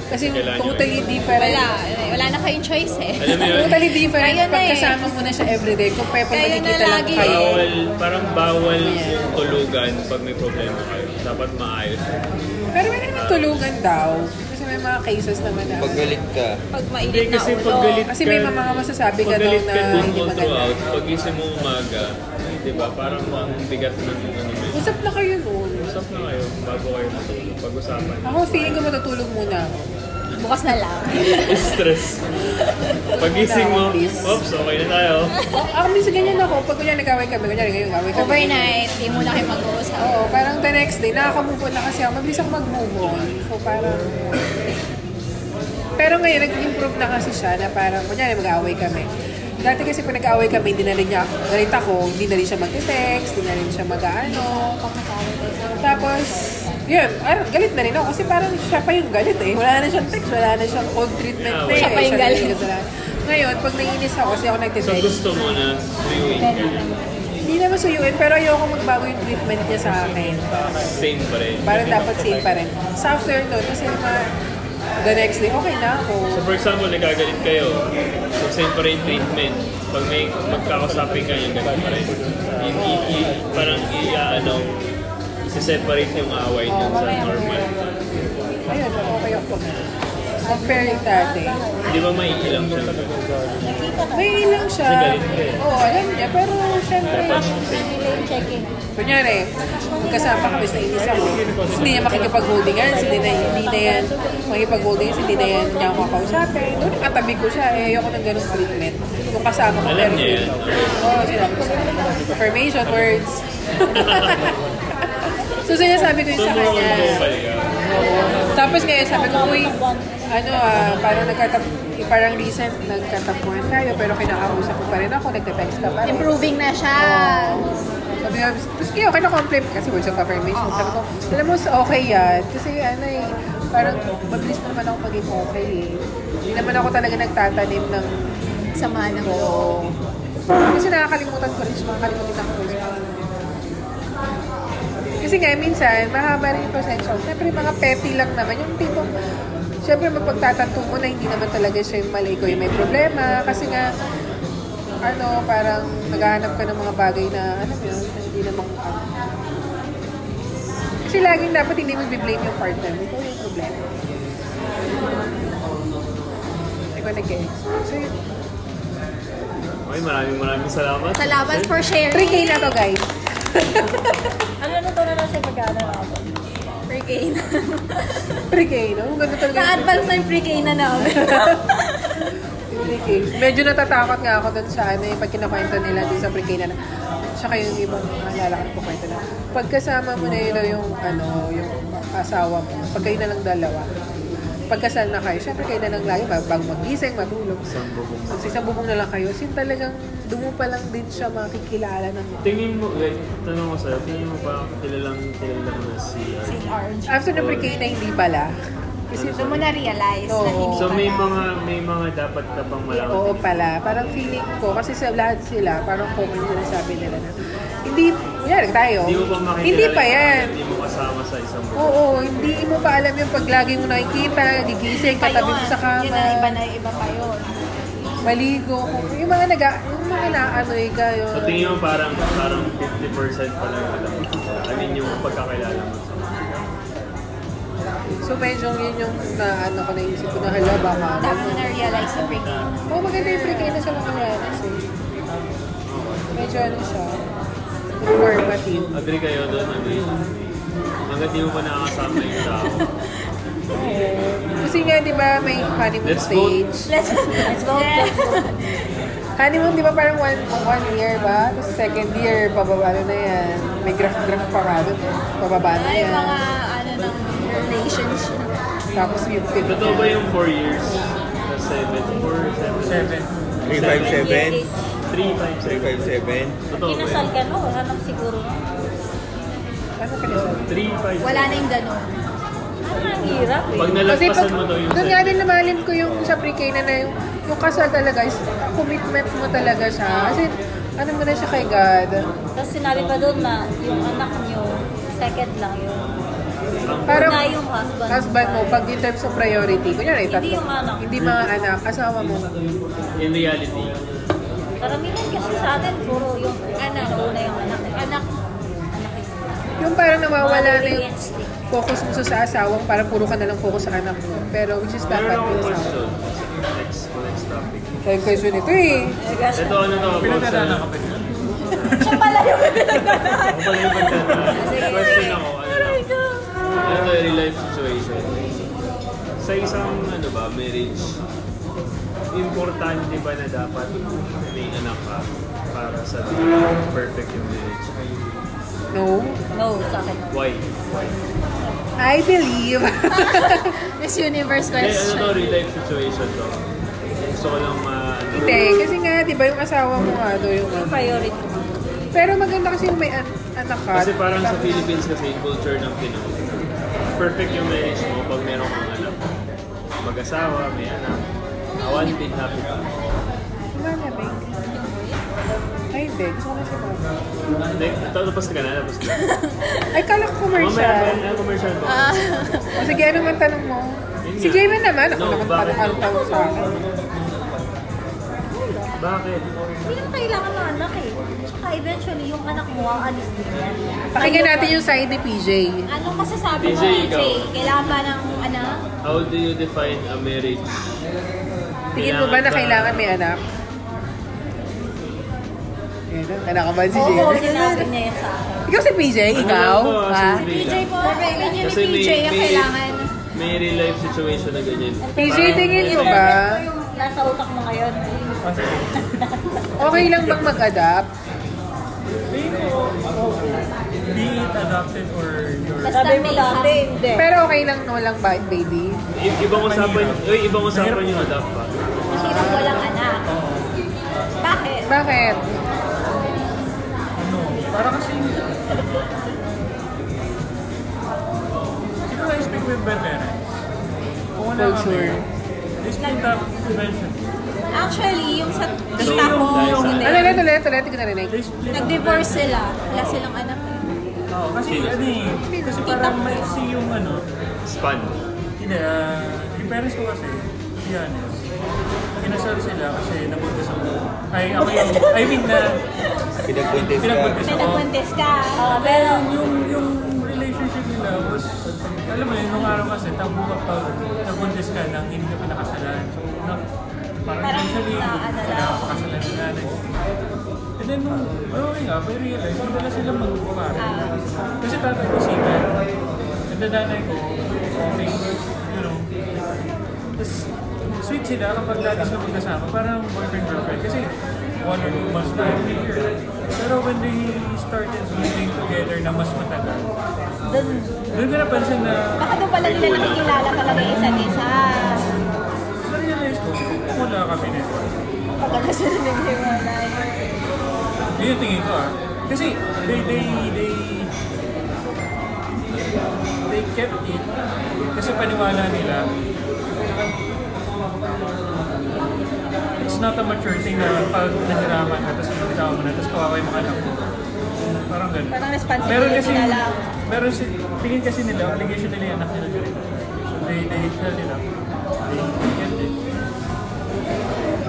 [SPEAKER 4] Kasi
[SPEAKER 2] Kailangan
[SPEAKER 4] totally different.
[SPEAKER 3] wala. Wala na kayong choice eh.
[SPEAKER 2] Alam mo yun?
[SPEAKER 4] Totally different.
[SPEAKER 3] Kaya na eh.
[SPEAKER 4] Pagkasama mo na siya everyday. Kung pepa
[SPEAKER 3] Kaya na
[SPEAKER 4] nakikita lang
[SPEAKER 3] lagi
[SPEAKER 4] kayo.
[SPEAKER 3] eh.
[SPEAKER 2] Bawal, parang bawal
[SPEAKER 4] Yeah.
[SPEAKER 2] tulugan pag may problema kayo. Dapat maayos.
[SPEAKER 4] Pero may nagtulungan daw. Kasi may mga cases naman na.
[SPEAKER 5] Pag galit ka,
[SPEAKER 3] Pag
[SPEAKER 6] Hindi
[SPEAKER 3] mainit na
[SPEAKER 6] kasi pag
[SPEAKER 3] ulo.
[SPEAKER 6] galit
[SPEAKER 4] Kasi may mga masasabi ka
[SPEAKER 2] Pag
[SPEAKER 4] daw
[SPEAKER 2] galit
[SPEAKER 4] na
[SPEAKER 2] ka doon
[SPEAKER 4] hindi
[SPEAKER 2] all
[SPEAKER 4] maganda.
[SPEAKER 2] throughout, pag isip mo umaga, eh, di ba, parang ang bigat ng ano mo. yun.
[SPEAKER 4] Usap na kayo noon.
[SPEAKER 2] Usap na kayo bago kayo matulog. Pag-usapan.
[SPEAKER 4] Ako feeling ko matutulog muna ako.
[SPEAKER 3] Bukas na lang.
[SPEAKER 2] Stress. Pagising mo, oops, okay na tayo.
[SPEAKER 4] Ako Ah, minsan ganyan ako. Pag kunyari nag-away kami, kunyari ngayon nag-away kami.
[SPEAKER 3] Overnight, hindi mo na kayo mag-uusap. Oh,
[SPEAKER 4] Oo, parang the next day, nakaka-move on na kasi ako. Mabilis ako mag-move on. So parang... Pero ngayon, nag-improve na kasi siya na parang, kunyari mag-away kami. Dati kasi pag nag-away kami, hindi na rin niya, galit ako, hindi na rin siya mag-text, hindi na rin siya mag-ano. Tapos, yun, ar- galit na rin ako kasi parang siya pa yung galit eh. Wala na siyang text, wala na siyang cold treatment na eh.
[SPEAKER 2] Siya
[SPEAKER 3] pa
[SPEAKER 4] na
[SPEAKER 3] yung
[SPEAKER 4] rin
[SPEAKER 3] galit.
[SPEAKER 4] kasalanan. Ngayon, pag naiinis ako, kasi ako
[SPEAKER 2] So
[SPEAKER 4] nagte-text.
[SPEAKER 2] gusto mo na suyuin ka niya.
[SPEAKER 4] Hindi naman suyuin, pero ayoko magbago yung treatment niya sa akin.
[SPEAKER 2] Same pa rin.
[SPEAKER 4] Parang dapat same pa rin. Sa after nun, kasi ma, the next day, okay na
[SPEAKER 2] So
[SPEAKER 4] ako.
[SPEAKER 2] for example, nagagalit kayo. So same pa rin treatment. Pag may magkakasapin kayo, ganun pa rin. I- i- i- parang i-ano, isa-separate yung away dun sa normal.
[SPEAKER 4] Ayun, okay ako. Comparing dati.
[SPEAKER 2] Di ba maiilang siya na ganun?
[SPEAKER 4] May ilang siya. Oo, alam niya. Pero syempre,
[SPEAKER 1] Yung checking.
[SPEAKER 4] kunyari, magkasama kami sa inis ako. Hindi niya makikipag-holding hands, hindi na, hindi na yan makikipag-holding hands, hindi na yan niya ako kakausapin. Doon nakatabi ko siya, eh, ayoko ng ganun treatment. Kung kasama ko,
[SPEAKER 2] Alam niya yan.
[SPEAKER 4] Oo, sinabi ko sa'yo. Affirmation words. so, sinasabi ko yun
[SPEAKER 2] So
[SPEAKER 4] sa
[SPEAKER 2] more on
[SPEAKER 4] kanya.
[SPEAKER 2] vocal ka.
[SPEAKER 4] Tapos ngayon, sabi ko, uy, ano ah, parang nagkatap, parang recent nagkatapuan tayo, pero kinakausap ko pa rin ako, nagte-text ka pa rin.
[SPEAKER 3] Improving na siya.
[SPEAKER 4] Sabi ko, sige, okay na complain kasi words of affirmation. Sabi ko, alam mo, okay yan. Kasi ano eh, parang mabilis naman ako maging okay eh. Hindi naman ako talaga nagtatanim ng
[SPEAKER 3] Sama na mo.
[SPEAKER 4] Oo. Kasi nakakalimutan ko rin siya, makakalimutan ko rin siya. Kasi nga, minsan, mahaba rin yung pasensya. ko. Siyempre, mga petty lang naman. Yung tipong, siyempre, mapagtatanto mo na hindi naman talaga siya yung mali ko yung may problema. Kasi nga, ano, parang naghahanap ka ng mga bagay na, ano yun, na hindi naman ano. Kasi laging dapat hindi mo blame yung partner. mo. Ikaw yung problema. Ikaw nag-gets. So, yun.
[SPEAKER 2] Okay, maraming maraming salamat.
[SPEAKER 3] Salamat for sharing.
[SPEAKER 4] 3K na to, guys.
[SPEAKER 1] Ang ano to na lang sa pagkakalaman.
[SPEAKER 3] Pre-K na.
[SPEAKER 4] Pre-K, no? Ang Ganda talaga.
[SPEAKER 3] Na-advance na yung pre-K na namin.
[SPEAKER 4] yung pre-K. Medyo natatakot nga ako dun sa ano, yung pag kinakwento nila dun sa pre-K na Tsaka yung ibang malalakad ko kwento na. Pagkasama mo na yun daw yung, ano, yung asawa mo, pag kayo na lang dalawa, pagkasal na kayo, syempre kayo na lang layo, bag- bago magising, matulog. Isang bubong. Isang bubong na lang kayo. Sin talagang dumo pa lang din siya makikilala ng
[SPEAKER 2] Tingin mo, wait, tanong ko sa'yo, tingin mo ba kilalang kilalang na si RJ?
[SPEAKER 4] After na pre-K na hindi pala. Kasi
[SPEAKER 3] Doon mo na-realize na
[SPEAKER 4] Oo.
[SPEAKER 3] hindi
[SPEAKER 2] So may
[SPEAKER 3] pala.
[SPEAKER 2] mga may mga dapat ka pang
[SPEAKER 4] Oo
[SPEAKER 2] malaman.
[SPEAKER 4] pala, parang feeling ko, kasi sa lahat sila, parang common yung sinasabi nila na, hindi, yan, tayo.
[SPEAKER 2] Hindi mo pa makikilala.
[SPEAKER 4] Hindi pa
[SPEAKER 2] yung
[SPEAKER 4] yan.
[SPEAKER 2] mga Hindi mo kasama sa isang buhay.
[SPEAKER 4] Oo, hindi mo pa alam yung pag lagi mo nakikita, gigising,
[SPEAKER 3] Pa
[SPEAKER 4] katabi mo
[SPEAKER 3] yun.
[SPEAKER 4] sa
[SPEAKER 3] Yun na, iba
[SPEAKER 4] kama,
[SPEAKER 3] na iba pa yun.
[SPEAKER 4] maligo, yung mga naga, yung mga naanoy ka, yung,
[SPEAKER 2] So tingin mo parang parang 50% pa lang alam mo. I mean yung pagkakilala mo sa mga.
[SPEAKER 4] so medyo yun yung na ano ko naisip ko na hala, baka, ano."
[SPEAKER 3] Dapat mo na-realize yung pre-K.
[SPEAKER 4] Oo, maganda yung pre-K na sa mga nanas eh. Medyo ano siya, informative.
[SPEAKER 2] Agree kayo doon, agree. Hanggat di mo pa nakakasama yung tao.
[SPEAKER 4] So Kasi nga, di ba, may honeymoon
[SPEAKER 2] Let's
[SPEAKER 4] stage.
[SPEAKER 1] Let's, let's go.
[SPEAKER 4] Honeymoon, di ba, parang one, one year ba? Tapos second year, pababa na, na yan. May graph-graph pa nga doon. Pababa na
[SPEAKER 3] Ay,
[SPEAKER 4] yan.
[SPEAKER 3] mga ano ng relationship.
[SPEAKER 4] Tapos yung pin.
[SPEAKER 2] Totoo ba yung 4 years? 7, 4, 7,
[SPEAKER 6] Seven.
[SPEAKER 2] 3, 5, 7.
[SPEAKER 5] 357? 357?
[SPEAKER 2] Totoo ba
[SPEAKER 1] Kinasal
[SPEAKER 2] yun?
[SPEAKER 1] ka, no? Wala nang siguro. Ano,
[SPEAKER 4] Ano ka nila?
[SPEAKER 2] 3, 5,
[SPEAKER 3] Wala na yung ganun.
[SPEAKER 1] ang hirap eh.
[SPEAKER 2] Pag nalagpasan mo daw yung
[SPEAKER 4] doon nga
[SPEAKER 2] seven.
[SPEAKER 4] din namahalin ko yung sa pre-K na na yung, yung kasal talaga is commitment mo talaga siya. Kasi ano mo na siya kay God.
[SPEAKER 1] Tapos sinabi pa doon na yung anak niyo, second lang yun.
[SPEAKER 4] Parang
[SPEAKER 1] Una yung husband.
[SPEAKER 4] husband mo, pag in terms of priority, kunyari,
[SPEAKER 1] Hindi
[SPEAKER 4] tatlo.
[SPEAKER 1] yung anak.
[SPEAKER 4] Hindi mga anak, asawa mo.
[SPEAKER 2] In reality,
[SPEAKER 1] Karamihan kasi sa atin, puro yung anak. Una yung anak. Anak. Anak yun.
[SPEAKER 4] Yung parang nawawala na yung
[SPEAKER 1] Convenience thing.
[SPEAKER 4] focus mo sa asawang, parang puro ka na lang focus sa anak mo. Pero which is
[SPEAKER 2] meron
[SPEAKER 4] dapat
[SPEAKER 2] akong
[SPEAKER 4] yung asawa.
[SPEAKER 2] question. Next, next topic.
[SPEAKER 4] Kaya question ito eh.
[SPEAKER 1] Oh my gosh.
[SPEAKER 2] Ito ano to about sa...
[SPEAKER 6] Pinagdadaanan ka ba yun?
[SPEAKER 1] Siya pala yung pinagdadaan.
[SPEAKER 2] Ako pala yung magdadaan. Question ako, ano lang. Ano to, real life situation? Sa isang, ano ba, marriage, importante ba na dapat may anak ka para sa perfect yung marriage?
[SPEAKER 4] No.
[SPEAKER 1] No, sa akin.
[SPEAKER 2] Why? Why?
[SPEAKER 4] I believe.
[SPEAKER 3] Miss Universe
[SPEAKER 2] Eh, ano to,
[SPEAKER 3] question.
[SPEAKER 2] real life situation to? Gusto ko lang ma... ano-
[SPEAKER 4] Hindi. Kasi nga, di ba yung asawa mo nga ano yung
[SPEAKER 1] Yung priority.
[SPEAKER 4] Pero maganda kasi yung may an- anak ka.
[SPEAKER 2] Kasi parang sa
[SPEAKER 4] Diba?
[SPEAKER 2] Philippines kasi culture ng Pinoy. Perfect yung marriage mo pag meron kang anak. Mag-asawa, may anak. Ah, One big happy ka.
[SPEAKER 4] Wala ba yun? Ay, hindi. Gusto ko na siya ba?
[SPEAKER 2] Like, tapos ka na, tapos ka.
[SPEAKER 4] Ay, kala ko
[SPEAKER 2] Mamaya,
[SPEAKER 4] commercial.
[SPEAKER 2] ano commercial ba?
[SPEAKER 3] Ah,
[SPEAKER 4] O sige, ano man tanong mo?
[SPEAKER 2] Yun
[SPEAKER 4] Si
[SPEAKER 2] nga.
[SPEAKER 4] Jamin naman. Ako
[SPEAKER 2] No,
[SPEAKER 4] naman
[SPEAKER 2] bakit?
[SPEAKER 4] parang ano tanong sa akin.
[SPEAKER 2] Bakit?
[SPEAKER 1] Hindi naman kailangan ng anak eh. Tsaka eventually, yung anak mo, aalis din Ano yan.
[SPEAKER 4] Pakinggan natin yung side ni PJ.
[SPEAKER 1] Ano
[SPEAKER 3] anong masasabi mo,
[SPEAKER 2] PJ,
[SPEAKER 3] PJ?
[SPEAKER 2] ikaw.
[SPEAKER 1] eh,
[SPEAKER 3] Kailangan ba ng anak?
[SPEAKER 2] How do you define a marriage?
[SPEAKER 4] Tingin mo ba na kailangan may anak? Ayan, Kinakabahan si
[SPEAKER 1] Oo,
[SPEAKER 4] Jamin.
[SPEAKER 1] sinabi niya yan sa akin.
[SPEAKER 4] Ikaw si PJ, ikaw.
[SPEAKER 2] Ano lang to,
[SPEAKER 4] ha?
[SPEAKER 2] si
[SPEAKER 3] PJ po, opinion ni
[SPEAKER 2] Kasi may-
[SPEAKER 3] PJ ang
[SPEAKER 2] may-
[SPEAKER 3] kailangan.
[SPEAKER 2] May real life situation na ganyan.
[SPEAKER 4] PJ, tingin mo
[SPEAKER 2] mo
[SPEAKER 4] ba?
[SPEAKER 1] Yung nasa utak mo ngayon.
[SPEAKER 4] Okay lang bang mag-adapt?
[SPEAKER 6] Be it adopted or your...
[SPEAKER 3] Basta
[SPEAKER 1] Sabi mo
[SPEAKER 3] may
[SPEAKER 1] dati,
[SPEAKER 3] isang-
[SPEAKER 1] hindi.
[SPEAKER 4] Pero okay lang no lang ba, baby?
[SPEAKER 2] I- ibang usapan, uy, ibang usapan yung adapt pa.
[SPEAKER 3] Mahirap walang anak. Bakit?
[SPEAKER 4] Bakit?
[SPEAKER 6] Ano? Para kasi... Siguro I speak with my parents. Kung wala
[SPEAKER 4] Culture.
[SPEAKER 6] kami, they speak that convention.
[SPEAKER 3] Actually, yung sa
[SPEAKER 2] So,
[SPEAKER 3] tita ko,
[SPEAKER 2] dahil sa-
[SPEAKER 3] hindi.
[SPEAKER 4] Ano ulit, ulit, ulit, hindi ko narinig.
[SPEAKER 6] They split up.
[SPEAKER 3] Nag-divorce sila. Wala silang anak. eh.
[SPEAKER 6] Oo, kasi ano eh, kasi parang maiksi yung ano,
[SPEAKER 2] Span.
[SPEAKER 6] hindi, ah, yung parents ko kasi, to be honest, kinasal sila kasi nabuntis ako. Ay, ako yung, I mean na,
[SPEAKER 5] Pinagbuntis ka.
[SPEAKER 6] pinagbuntis ako.
[SPEAKER 3] Pinagbuntis ka.
[SPEAKER 1] Ah, pero,
[SPEAKER 6] Yung, yung relationship nila was, alam mo yun, nung araw kasi, tabo ka pag nabuntis ka nang hindi ka pa nakasalan. So, na, parang
[SPEAKER 3] Parang
[SPEAKER 6] usually,
[SPEAKER 3] na- ano lang.
[SPEAKER 6] nakapakasalan na nanay. And then, nung, ano growing up, I realized, hindi na sila magkukumarin. Kasi tatay ko singer. And the nanay ko, okay, you know. Tapos, sweet sila kapag lagi sila magkasama. Parang boyfriend-girlfriend. Kasi, one or two months na every year. Pero when they started living together na mas matagal,
[SPEAKER 1] dun,
[SPEAKER 6] doon ko napansin na
[SPEAKER 3] Baka doon pala nila nakikilala talaga yung isa't isa.
[SPEAKER 6] na-realize ko, siguro kung wala kami nito.
[SPEAKER 3] Pagkala sila naghiwalay.
[SPEAKER 6] Yun yung tingin ko ah. Kasi, they, they, they, they kept it kasi paniwala nila it's not a mature thing na pag nahiraman ka, tapos magkakawa mo na, tapos kawawa yung mga anak mo. Parang ganun.
[SPEAKER 3] Parang
[SPEAKER 6] Meron
[SPEAKER 3] responsibility
[SPEAKER 6] kasi,
[SPEAKER 3] na lang.
[SPEAKER 6] meron si, piling kasi nila, allegation nila yung anak nila ganun. So they, they tell nila, they get it.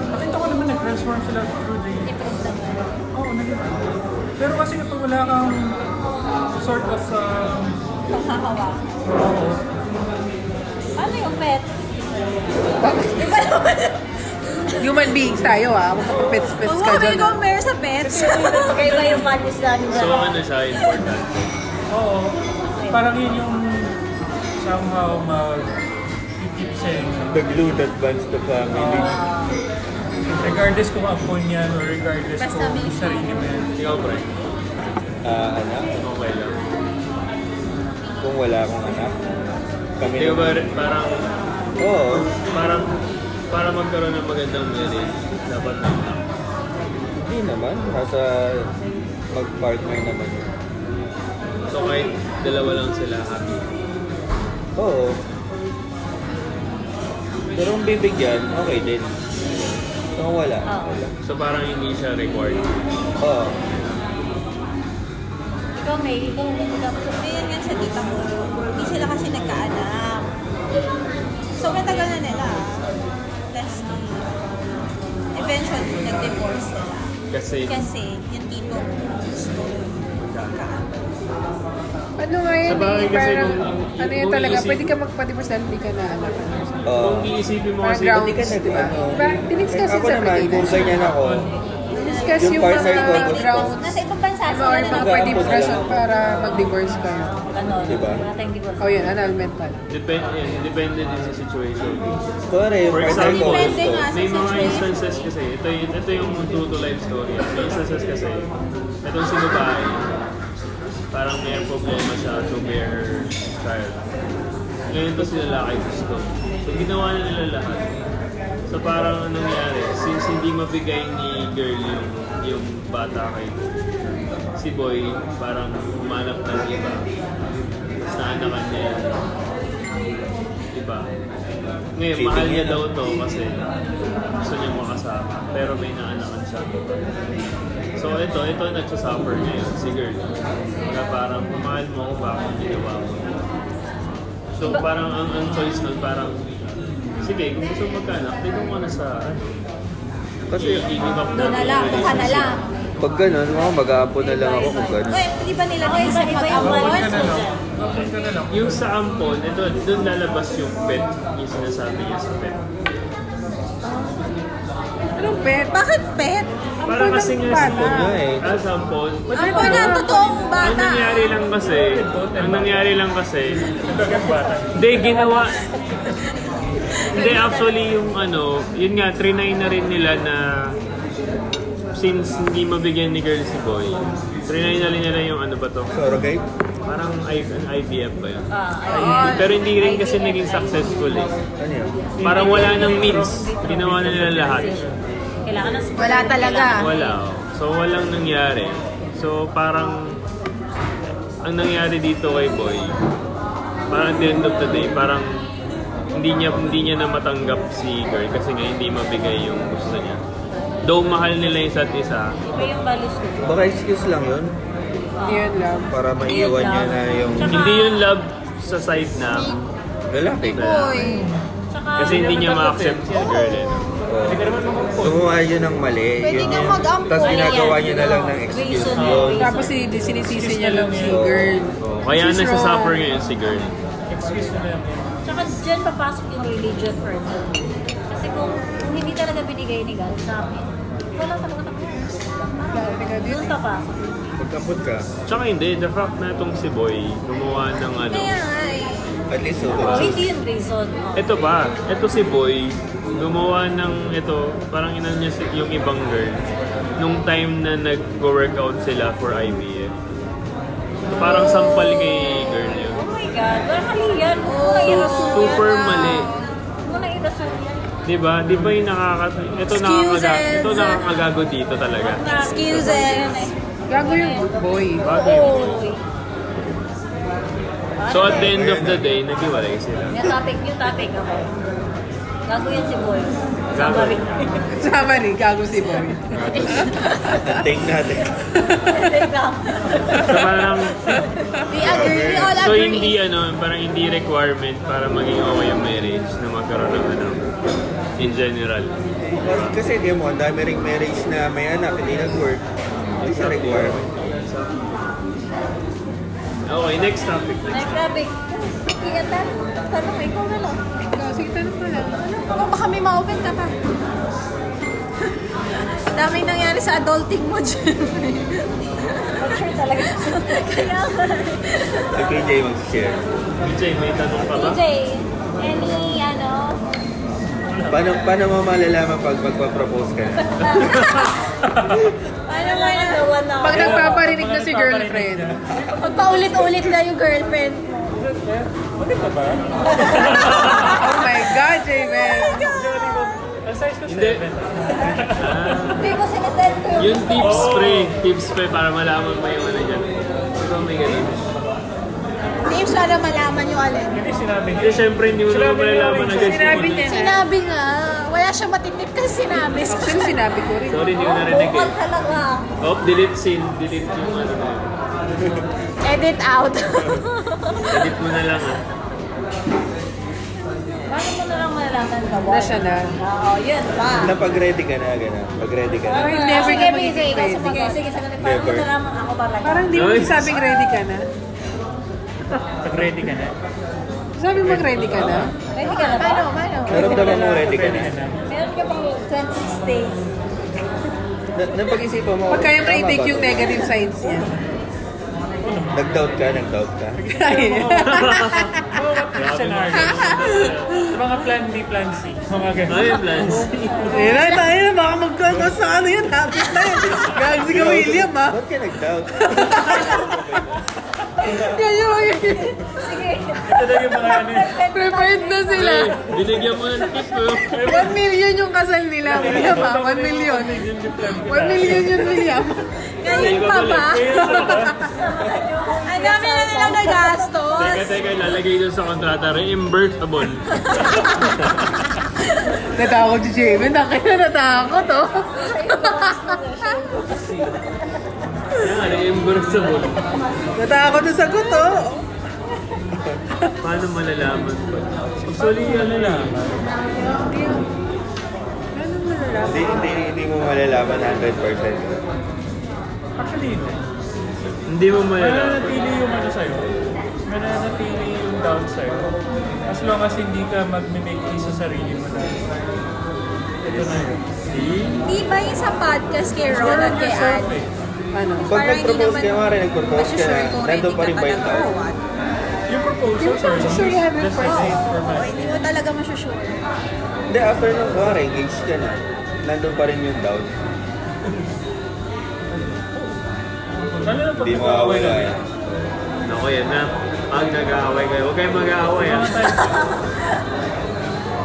[SPEAKER 6] Nakita ko naman nag-transform sila through the Oo, oh, Pero kasi kapag wala kang sort of um,
[SPEAKER 3] Itong hahawa.
[SPEAKER 1] ano yung pet?
[SPEAKER 4] Human beings tayo ah. Huwag ka pets-pets
[SPEAKER 3] Huwag
[SPEAKER 4] ka
[SPEAKER 3] mo kami
[SPEAKER 4] dyan. ah.
[SPEAKER 3] compare sa pets.
[SPEAKER 1] Kayo ba yung manis na
[SPEAKER 2] So, ano siya, important.
[SPEAKER 6] oo, parang yun yung somehow mag you keep saying uh,
[SPEAKER 5] The glue that binds the family.
[SPEAKER 6] regardless kung apo niyan or regardless
[SPEAKER 3] Basta
[SPEAKER 6] kung
[SPEAKER 3] may-
[SPEAKER 6] sarili mo yan. Ikaw ba?
[SPEAKER 5] Ah, anak,
[SPEAKER 2] Okay lang.
[SPEAKER 5] kung wala akong anak, kami
[SPEAKER 2] Hindi ba parang,
[SPEAKER 5] Oo.
[SPEAKER 2] parang, para magkaroon ng magandang marriage, dapat na
[SPEAKER 5] Hindi naman. Nasa pag-partner naman yun.
[SPEAKER 2] So kahit dalawa lang sila happy.
[SPEAKER 5] Oo. Pero kung bibigyan, okay din. Kung wala, wala.
[SPEAKER 2] So parang hindi siya required.
[SPEAKER 5] Oo.
[SPEAKER 3] Ikaw, May, ikaw hindi ka gusto. Ngayon yan sa tita ko. Hindi sila kasi nagkaanak. So, matagal na nila. That's the... Eventually, nag-divorce sila.
[SPEAKER 2] Kasi,
[SPEAKER 3] Kasi, yung tito ko gusto magkaanak.
[SPEAKER 4] Ano nga yan
[SPEAKER 2] Sa bagay
[SPEAKER 4] eh,
[SPEAKER 2] kasi
[SPEAKER 4] parang,
[SPEAKER 2] kung-
[SPEAKER 4] ano yan
[SPEAKER 2] kung
[SPEAKER 4] talaga,
[SPEAKER 2] iisip-
[SPEAKER 4] pwede ka magpa-divorce dahil hindi ka na anak.
[SPEAKER 5] Oo.
[SPEAKER 2] kung iisipin mo
[SPEAKER 4] Parang
[SPEAKER 2] kasi,
[SPEAKER 4] ground,
[SPEAKER 5] Hindi ka nag-
[SPEAKER 4] di ba?
[SPEAKER 5] ano.
[SPEAKER 4] Parang diniscuss
[SPEAKER 5] Ako
[SPEAKER 4] yun sa
[SPEAKER 5] naman, kung
[SPEAKER 4] Pilipinas.
[SPEAKER 5] ganyan ako,
[SPEAKER 4] Discuss
[SPEAKER 5] Yung
[SPEAKER 4] yung
[SPEAKER 5] partner ko,
[SPEAKER 4] mga
[SPEAKER 5] gusto.
[SPEAKER 4] grounds.
[SPEAKER 1] Nasa ibang bansa
[SPEAKER 4] Ano
[SPEAKER 1] sila
[SPEAKER 4] or
[SPEAKER 1] na
[SPEAKER 4] mga
[SPEAKER 5] Mag-aampon
[SPEAKER 4] pwede
[SPEAKER 5] na lang
[SPEAKER 4] reason
[SPEAKER 5] ako.
[SPEAKER 4] para mag-divorce ka.
[SPEAKER 1] Ganon.
[SPEAKER 5] Diba?
[SPEAKER 1] Mga tayong divorce.
[SPEAKER 4] O yun, ano, annulment pala.
[SPEAKER 2] depend, yun, depende din sa situation.
[SPEAKER 5] sorry,
[SPEAKER 2] For
[SPEAKER 5] partner ko
[SPEAKER 2] example,
[SPEAKER 3] Depende
[SPEAKER 5] gusto.
[SPEAKER 3] nga sa
[SPEAKER 2] may mga
[SPEAKER 3] situation.
[SPEAKER 2] instances kasi, ito, y- ito yung true to life story. May instances kasi, itong si babae, parang may problema siya to bear her child. Ngayon to si lalaki gusto. So ginawa na nila lahat. So parang anong nangyari, since hindi mabigay ni girl yung, yung bata kay si boy, parang humanap ng iba. Tapos naanakan niya yun. Diba? Ngayon,
[SPEAKER 5] Cheating
[SPEAKER 2] mahal niya
[SPEAKER 5] yan,
[SPEAKER 2] daw to kasi gusto niya makasama. Pero may naanakan siya. So ito, ito ang nagsasuffer ngayon, si girl. Na parang, mahal mo ko bakit ginawa mo. So parang ang, ang choice nun, parang, sige, kung gusto mo magkaanak, tignan mo na sa, ano,
[SPEAKER 5] Kasi,
[SPEAKER 2] i-give up
[SPEAKER 3] Doon na
[SPEAKER 2] namin
[SPEAKER 3] lang,
[SPEAKER 2] yung
[SPEAKER 3] doon ka na lang.
[SPEAKER 5] pag ganun, mga mag-aapon na lang ako kung ganun.
[SPEAKER 3] Well, di ba nila naisip
[SPEAKER 1] iba yung
[SPEAKER 3] mag-ampon?
[SPEAKER 1] bansa dyan.
[SPEAKER 6] Bakit ka na lang?
[SPEAKER 2] Yung sa ampon, ito, doon lalabas yung pet, yung sinasabi niya sa pet.
[SPEAKER 4] Ano, pet?
[SPEAKER 3] Bakit pet?
[SPEAKER 2] Para kasi nga ampon
[SPEAKER 4] bata.
[SPEAKER 5] Yun nga eh.
[SPEAKER 2] As ampon, Ano?
[SPEAKER 3] Ampon ang totoong
[SPEAKER 2] ang
[SPEAKER 3] bata.
[SPEAKER 2] nangyari lang kasi, ang nangyari lang kasi,
[SPEAKER 6] Talagang bata.
[SPEAKER 2] hindi, ginawa, hindi, actually, yung ano, yun nga, trinay na rin nila na since hindi mabigyan ni girl si boy, trinay na rin nila yung ano ba to,
[SPEAKER 5] Surrogate?
[SPEAKER 2] parang I- IVF ba yun?
[SPEAKER 1] Ah,
[SPEAKER 2] Pero hindi rin kasi naging successful eh.
[SPEAKER 5] Ano yun?
[SPEAKER 2] Parang wala ng means, ginawa na nila lahat.
[SPEAKER 1] Kailangan ng
[SPEAKER 3] Wala talaga.
[SPEAKER 2] Wala. oh. So walang nangyari. So parang ang nangyari dito kay Boy, parang at the end of the day, parang hindi niya hindi niya na matanggap si girl kasi nga hindi mabigay yung gusto niya. Though mahal nila yung isa't isa,
[SPEAKER 1] Iba yung values ko.
[SPEAKER 5] Baka excuse lang yun
[SPEAKER 4] Yun lang.
[SPEAKER 5] para maiwan niya na yung
[SPEAKER 2] hindi yung love sa side na
[SPEAKER 5] lalaki.
[SPEAKER 2] na-
[SPEAKER 1] Tsaka,
[SPEAKER 2] kasi hindi niya ma-accept si girl. Eh.
[SPEAKER 5] Oo. Gumawa yun ng mali.
[SPEAKER 3] Pwede
[SPEAKER 5] yun
[SPEAKER 3] kang
[SPEAKER 5] yun.
[SPEAKER 3] mag-ampon.
[SPEAKER 5] Tapos ginagawa niya na lang ng excuse
[SPEAKER 1] Reason
[SPEAKER 5] yun.
[SPEAKER 1] yun.
[SPEAKER 4] Tapos si- sinisisi niya lang si girl.
[SPEAKER 2] So, kaya
[SPEAKER 4] She's
[SPEAKER 2] nagsasuffer
[SPEAKER 4] wrong.
[SPEAKER 2] ngayon si girl.
[SPEAKER 6] Excuse na lang yun.
[SPEAKER 1] Tsaka dyan papasok yung religion for me. Kasi kung, kung hindi talaga binigay ni God sa amin, wala talaga kami. Doon papasok.
[SPEAKER 5] Magkapot ka.
[SPEAKER 2] Tsaka hindi, the fact na itong si Boy gumawa ng ano,
[SPEAKER 3] Kaya nga eh.
[SPEAKER 5] At least so.
[SPEAKER 1] Oh, hindi yung reason. Oh.
[SPEAKER 2] Ito ba? Ito si Boy, gumawa ng ito, parang inan niya si, yung ibang girl nung time na nag-workout sila for IVF. So, parang sampal kay girl yun.
[SPEAKER 1] Oh my God, wala kami yan. Oh, nairasol yan.
[SPEAKER 2] Super mali.
[SPEAKER 1] Kung nairasol yan.
[SPEAKER 2] Di ba? Di ba yung nakaka... Ito nakakaga...
[SPEAKER 3] Excuses.
[SPEAKER 2] Ito nakakagago dito talaga.
[SPEAKER 3] Excuses.
[SPEAKER 4] Gago yung good boy.
[SPEAKER 2] Bakit?
[SPEAKER 1] Oh.
[SPEAKER 2] So at the end of the day, naghiwalay sila.
[SPEAKER 1] Yung topic, yung topic ako. Gago yan si Boy.
[SPEAKER 2] Gago.
[SPEAKER 1] Sama rin.
[SPEAKER 4] Sama rin, gago si boy.
[SPEAKER 5] Take natin.
[SPEAKER 2] So parang...
[SPEAKER 3] We agree. We all
[SPEAKER 2] So
[SPEAKER 3] agree.
[SPEAKER 2] hindi ano, parang hindi requirement para maging okay yung marriage na magkaroon ng anak. In general.
[SPEAKER 5] Kasi di mo, ang dami ring marriage na may anak, hindi nag-work. Hindi sa requirement.
[SPEAKER 2] Okay, next topic.
[SPEAKER 1] Ay, grabe. Kaya tanong, tanong, ikaw na lang.
[SPEAKER 4] Ikaw, Sige, tanong mo lang.
[SPEAKER 3] Ano, baka, baka may ma-open ka pa. Daming nangyari sa adulting mo, Jeffrey.
[SPEAKER 1] Sure talaga. Kaya nga.
[SPEAKER 5] Si PJ mag-share.
[SPEAKER 2] Jay, may tanong ka ba?
[SPEAKER 1] PJ, any, ano,
[SPEAKER 5] Paano, paano mo malalaman pag magpa-propose ka na?
[SPEAKER 1] Ano man na one hour.
[SPEAKER 4] Pag nagpaparinig na si girlfriend.
[SPEAKER 1] Pag paulit-ulit na yung girlfriend mo.
[SPEAKER 6] Maganda ba?
[SPEAKER 4] Oh my God, Javen!
[SPEAKER 6] Journey ko. Ang size ko
[SPEAKER 2] Hindi.
[SPEAKER 6] 7.
[SPEAKER 1] Hindi ko sinasend ko yung
[SPEAKER 2] Yung
[SPEAKER 1] gusto ko.
[SPEAKER 2] tips
[SPEAKER 6] Oo.
[SPEAKER 2] pre, tips pre para malaman mo yung ano dyan. Ikaw may ganun.
[SPEAKER 3] Names para malaman yung alin.
[SPEAKER 6] Hindi sinabi
[SPEAKER 2] Hindi,
[SPEAKER 6] niya.
[SPEAKER 2] syempre hindi mo naman
[SPEAKER 6] Sinabi niya
[SPEAKER 2] malalaman
[SPEAKER 6] rin
[SPEAKER 2] na
[SPEAKER 6] siya.
[SPEAKER 2] guys.
[SPEAKER 4] Sinabi niya na.
[SPEAKER 3] Sinabi nga, wala siyang matitip kasi sinabi.
[SPEAKER 4] Actually, sinabi ko rin.
[SPEAKER 2] Sorry, hindi ko
[SPEAKER 1] Oh,
[SPEAKER 2] narinig eh.
[SPEAKER 1] Vocal talaga ako.
[SPEAKER 2] Oh, delete scene. Delete yung ano. na yun.
[SPEAKER 3] Edit out.
[SPEAKER 2] Edit mo na lang ah.
[SPEAKER 1] Paano mo na lang malalaman ka ba?
[SPEAKER 4] Na siya na.
[SPEAKER 1] Oo, yun pa.
[SPEAKER 5] Na pag-ready ka na, gano'n. Pag-ready ka na.
[SPEAKER 4] Parang never
[SPEAKER 1] Sige,
[SPEAKER 4] ka
[SPEAKER 1] sige,
[SPEAKER 4] magiging
[SPEAKER 1] ikaw
[SPEAKER 4] ready.
[SPEAKER 1] sumagot. Sige, sige, Paano mo
[SPEAKER 5] Never.
[SPEAKER 1] nalaman ako ba like?
[SPEAKER 4] Parang hindi mo sabing ready ka na.
[SPEAKER 6] Pag-ready ka na.
[SPEAKER 4] Sabi mo ready ka na.
[SPEAKER 1] Ready ka na ba?
[SPEAKER 3] Paano, paano?
[SPEAKER 5] Naramdaman mo ready ka na.
[SPEAKER 1] Meron ka pang 26 days.
[SPEAKER 5] Na- Napag-isipan mo.
[SPEAKER 4] Pag kaya mo
[SPEAKER 5] tama
[SPEAKER 4] i-take
[SPEAKER 5] ba
[SPEAKER 4] yung
[SPEAKER 5] to?
[SPEAKER 4] negative signs niya.
[SPEAKER 5] Nag-doubt ka, nag-doubt ka.
[SPEAKER 6] Oh, what the scenario? Mga plan B, plan C. Mga
[SPEAKER 2] Ano
[SPEAKER 6] ganun.
[SPEAKER 2] yung plans?
[SPEAKER 4] Ayun na, tayo na. Baka magkakos sa ano yun. Happy na yun. Gagawin si William, ah. ha?
[SPEAKER 5] Ba't ka nag-doubt?
[SPEAKER 4] Yan yung
[SPEAKER 1] Sige.
[SPEAKER 6] Ito daw yung mga ano. eh.
[SPEAKER 4] Prepared na sila.
[SPEAKER 2] Binigyan mo ng tip oh. bro.
[SPEAKER 4] 1 million yung kasal nila, William, ha? 1 million. 1 million yung William.
[SPEAKER 3] Ngayon
[SPEAKER 2] Iba
[SPEAKER 3] pa
[SPEAKER 2] pala.
[SPEAKER 3] ba? Ang dami na nilang
[SPEAKER 2] Teka,
[SPEAKER 3] nagastos.
[SPEAKER 2] teka, lalagay doon sa kontrata. Reimbursable.
[SPEAKER 4] Natakot si Jamin. Nakita natakot, oh.
[SPEAKER 2] Yan nga, reimbursable.
[SPEAKER 4] Natakot ang sagot, oh.
[SPEAKER 2] Paano malalaman pa? Usually, ano lang.
[SPEAKER 4] Ano malalaman?
[SPEAKER 5] Hindi, hindi, hindi mo malalaman 100%.
[SPEAKER 6] Actually, hindi.
[SPEAKER 2] Hindi mo malalaman.
[SPEAKER 6] Mananatili yung ano sa'yo. Mananatili yung doubt sa'yo. As long as hindi ka mag-make sa sarili mo na. Ito na yun.
[SPEAKER 2] See?
[SPEAKER 3] Di ba yung sa podcast kay Ron at kay Ann?
[SPEAKER 6] Yourself eh.
[SPEAKER 4] Ano?
[SPEAKER 5] Pag nag-propose ka, mara nag-propose ka na,
[SPEAKER 3] masusure kung ready
[SPEAKER 5] nandun pa
[SPEAKER 3] ka
[SPEAKER 5] rin ba yung
[SPEAKER 3] talaga
[SPEAKER 5] doubt?
[SPEAKER 3] or what.
[SPEAKER 6] Yung proposal,
[SPEAKER 4] Yung proposal,
[SPEAKER 6] sorry,
[SPEAKER 4] you haven't
[SPEAKER 6] just for
[SPEAKER 4] proposed.
[SPEAKER 6] sake for
[SPEAKER 3] Oo,
[SPEAKER 6] my-
[SPEAKER 3] hindi mo talaga masusure.
[SPEAKER 5] Hindi, after nung mara, engaged ka na, nandun pa rin yung doubt.
[SPEAKER 6] Lalo na pag
[SPEAKER 5] Hindi mo ah. awala yan.
[SPEAKER 6] nag-aaway lang.
[SPEAKER 2] Ako yan na. Pag nag-aaway kayo, huwag kayong mag-aaway ah.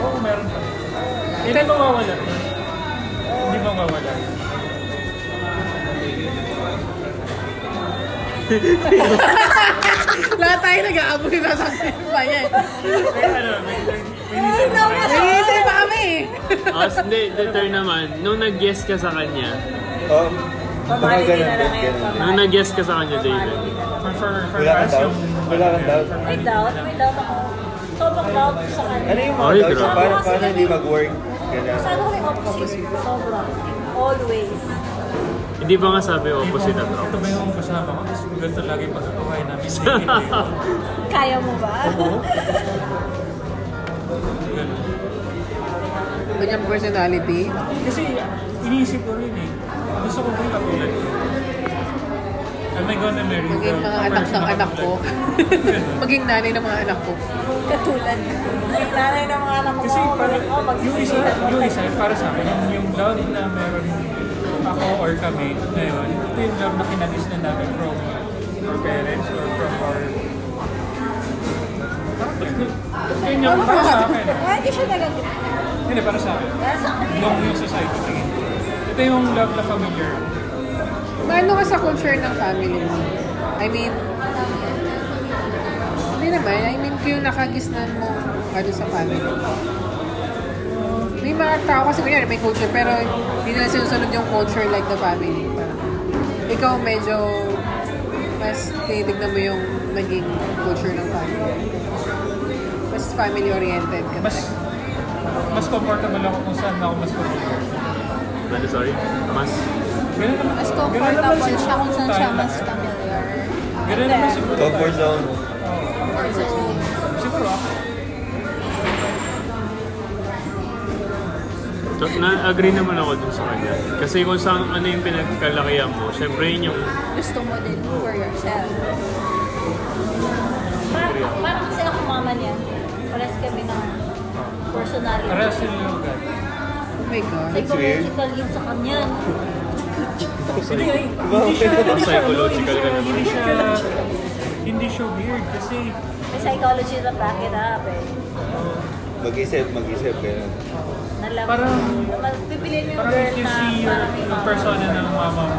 [SPEAKER 6] Oo, meron pa. Hindi mawawala. Hindi mawawala.
[SPEAKER 4] Lahat tayo nag-aabot sa sakin pa yan.
[SPEAKER 6] May ano, may
[SPEAKER 1] Ay, naman.
[SPEAKER 4] Nangihintay pa kami, eh.
[SPEAKER 2] As hindi, the turn naman, nung nag-guess ka sa kanya,
[SPEAKER 5] Oh, baka
[SPEAKER 1] Formality
[SPEAKER 5] ganun
[SPEAKER 1] na
[SPEAKER 5] din,
[SPEAKER 1] lang ngayon.
[SPEAKER 5] ganun din.
[SPEAKER 2] nung nag-guess ka sa kanya, David,
[SPEAKER 6] for, for, for
[SPEAKER 5] Wala kang
[SPEAKER 6] us,
[SPEAKER 5] doubt?
[SPEAKER 6] yung...
[SPEAKER 5] Wala kang doubt?
[SPEAKER 1] May doubt, may doubt ako. Sobrang doubt sa kanya.
[SPEAKER 5] Ano yung mga
[SPEAKER 2] Ay,
[SPEAKER 5] doubts?
[SPEAKER 2] grabe.
[SPEAKER 5] Paano, paano hindi mag-work? Ganun.
[SPEAKER 1] Masyado ko yung opposite. Sobrang. Always.
[SPEAKER 2] hindi ba nga sabi opposite ang
[SPEAKER 6] Ito
[SPEAKER 2] ako?
[SPEAKER 6] ba yung kasama ko? Tapos ganito lagi pag-away namin. Hindi, hindi.
[SPEAKER 1] Kaya mo ba?
[SPEAKER 6] Ganun.
[SPEAKER 4] Ganyang personality.
[SPEAKER 6] Kasi iniisip ko rin eh. Gusto ko rin katulad ko. Am I gonna marry
[SPEAKER 4] Maging
[SPEAKER 6] the
[SPEAKER 4] mga anak
[SPEAKER 6] person
[SPEAKER 4] ng
[SPEAKER 6] na
[SPEAKER 4] anak ko.
[SPEAKER 6] katulad
[SPEAKER 4] Maging nanay ng mga anak ko.
[SPEAKER 1] Katulad. Nanay ng mga anak mo.
[SPEAKER 6] Kasi para,
[SPEAKER 1] oh,
[SPEAKER 6] yung isa,
[SPEAKER 1] magsisihan mo
[SPEAKER 6] yung
[SPEAKER 1] kayo.
[SPEAKER 6] isa, para sa akin, yung love na meron ako or kami ngayon, ito yung love na kinalis na namin from our parents or from our... Yun yung para sa akin.
[SPEAKER 1] Why di siya nagalit?
[SPEAKER 6] Hindi, para sa akin.
[SPEAKER 1] Kaya sa akin.
[SPEAKER 6] Long yung society. tingin ko. Ito yung love na familiar.
[SPEAKER 4] Maano ka sa culture ng family mo? I mean, hindi naman. I mean, kung yung nakagisnan mo ano sa family mo. May mga tao kasi kunyari may culture pero hindi nila sinusunod yung culture like the family. Parang, Ikaw medyo mas tinitignan mo yung naging culture ng family. Mas family-oriented ka
[SPEAKER 6] Mas
[SPEAKER 4] talaga.
[SPEAKER 6] mas comfortable ako kung saan ako mas familiar.
[SPEAKER 2] Ano, sorry? Mas?
[SPEAKER 6] Ganun naman.
[SPEAKER 3] Mas
[SPEAKER 6] ganun naman
[SPEAKER 3] comfortable
[SPEAKER 6] siguro
[SPEAKER 3] siya kung saan siya
[SPEAKER 6] tayo
[SPEAKER 3] mas
[SPEAKER 6] lahat.
[SPEAKER 3] familiar.
[SPEAKER 6] Ganun naman siguro.
[SPEAKER 5] Comfort
[SPEAKER 6] tayo.
[SPEAKER 5] zone.
[SPEAKER 3] Or so,
[SPEAKER 6] Siguro ako.
[SPEAKER 2] So, na-agree naman ako dun sa kanya. Kasi kung saan ano yung pinagkalakihan mo, syempre yun yung
[SPEAKER 3] gusto mo din for yourself.
[SPEAKER 1] Parang, parang kasi ako mama niya. Pares kami ng first personality.
[SPEAKER 6] Parehas sila yung ugat.
[SPEAKER 4] Oh my God.
[SPEAKER 1] Psychological yun sa kanya. Hindi, ay,
[SPEAKER 6] Hindi siya,
[SPEAKER 2] Diba?
[SPEAKER 6] hindi siya, ano,
[SPEAKER 2] Psychological ka naman.
[SPEAKER 6] hindi siya, hindi siya weird kasi
[SPEAKER 1] May psychology na back it up eh.
[SPEAKER 5] Mag-isip, mag-isip. Ganun.
[SPEAKER 1] Nalam,
[SPEAKER 6] Parang-
[SPEAKER 1] mas pipiliin mo yung
[SPEAKER 6] parang if
[SPEAKER 1] girl
[SPEAKER 6] you
[SPEAKER 1] na
[SPEAKER 6] see your,
[SPEAKER 1] parang may
[SPEAKER 6] yung
[SPEAKER 1] mga-
[SPEAKER 6] persona ng mama mo,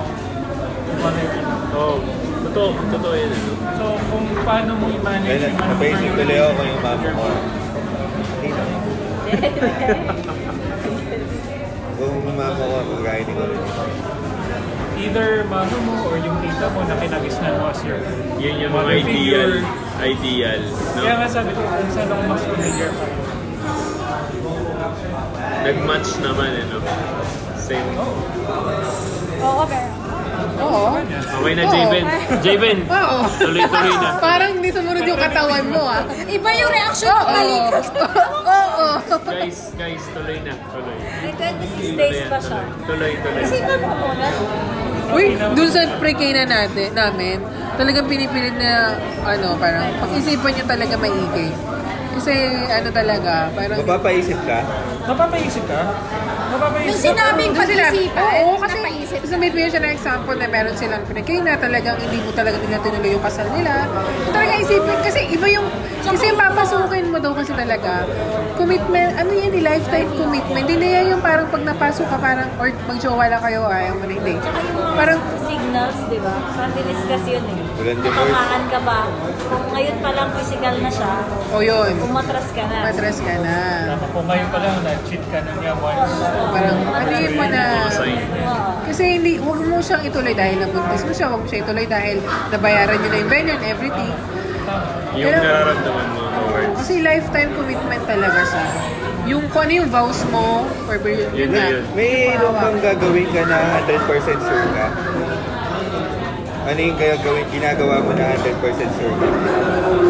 [SPEAKER 6] kung ano yun.
[SPEAKER 2] Oo, Oh, totoo, totoo yan. Ano?
[SPEAKER 6] So, kung paano mo
[SPEAKER 5] Dahil
[SPEAKER 6] i-manage yung ano
[SPEAKER 5] napaisip tuloy ako yung mama ko. Hindi na. Kung mama ko, magkain ko rin.
[SPEAKER 6] Either mama mo or yung tita mo na kinagisnan mo as your
[SPEAKER 2] Yun yung mga
[SPEAKER 6] mother
[SPEAKER 2] ideal,
[SPEAKER 6] figure.
[SPEAKER 2] ideal, no?
[SPEAKER 6] Kaya nga sabi ko, kung saan ako mas familiar pa.
[SPEAKER 2] Nag-match naman, ano? Same.
[SPEAKER 3] Oo, pero...
[SPEAKER 4] Oo.
[SPEAKER 2] Okay na,
[SPEAKER 4] Oo.
[SPEAKER 2] Javen.
[SPEAKER 1] Oh.
[SPEAKER 2] Javen!
[SPEAKER 4] Oo.
[SPEAKER 2] Tuloy-tuloy na.
[SPEAKER 4] Parang hindi sumunod yung katawan mo ah.
[SPEAKER 3] Iba yung reaction ng
[SPEAKER 4] Oo.
[SPEAKER 3] palikot.
[SPEAKER 4] Oo.
[SPEAKER 2] Guys, guys, tuloy na. Tuloy.
[SPEAKER 1] May 26 days pa siya.
[SPEAKER 2] Tuloy, tuloy.
[SPEAKER 1] Isipan mo muna.
[SPEAKER 4] Uy, dun sa pre-K na natin, namin, talagang pinipilit na, ano, parang, pag-isipan niya talaga maigi. Kasi, ano talaga, parang...
[SPEAKER 5] Mapapaisip ka?
[SPEAKER 6] Napapaisip ka?
[SPEAKER 3] May
[SPEAKER 6] Napapaisip ka?
[SPEAKER 3] sinabing
[SPEAKER 4] Kasi sila-
[SPEAKER 3] pag-isipan.
[SPEAKER 4] Oo, kasi
[SPEAKER 3] napaisip.
[SPEAKER 4] kasi may bigyan siya ng example na meron silang pinag-K na talagang hindi mo talaga nila tinuloy yung kasal nila. So, talaga isipin, kasi iba yung, kasi yung papasukin mo daw kasi talaga, commitment, ano yan, eh, lifetime commitment. Hindi na yan yung parang pag napasok ka, parang, or mag-jowa lang kayo, ayaw mo na hindi.
[SPEAKER 1] Tsaka yung mga
[SPEAKER 4] Parang,
[SPEAKER 1] signals, di ba? Mabilis kasi yun eh.
[SPEAKER 5] Walang divorce.
[SPEAKER 1] Natamaan ka ba? Kung ngayon pa lang physical na siya,
[SPEAKER 4] o yun,
[SPEAKER 1] umatras ka na.
[SPEAKER 4] matras ka na.
[SPEAKER 6] Tama, kung ngayon pa lang, na-cheat ka na niya once.
[SPEAKER 4] Parang, ano yun mo na,
[SPEAKER 1] Oo.
[SPEAKER 4] Kasi hindi, huwag mo siyang ituloy dahil nabuntis mo siya, huwag mo siya ituloy dahil nabayaran niyo na yung venue and everything.
[SPEAKER 2] Yung
[SPEAKER 4] Pero-
[SPEAKER 2] nararamdaman mo, no words.
[SPEAKER 4] Kasi lifetime commitment talaga siya. Yung kung ano yung vows mo, or yun,
[SPEAKER 2] Yun
[SPEAKER 4] yun
[SPEAKER 2] na
[SPEAKER 4] na.
[SPEAKER 2] yun.
[SPEAKER 5] May ano bang gagawin ka na 100% sure ka? Ano yung gagawin, ginagawa mo na 100% sure ka?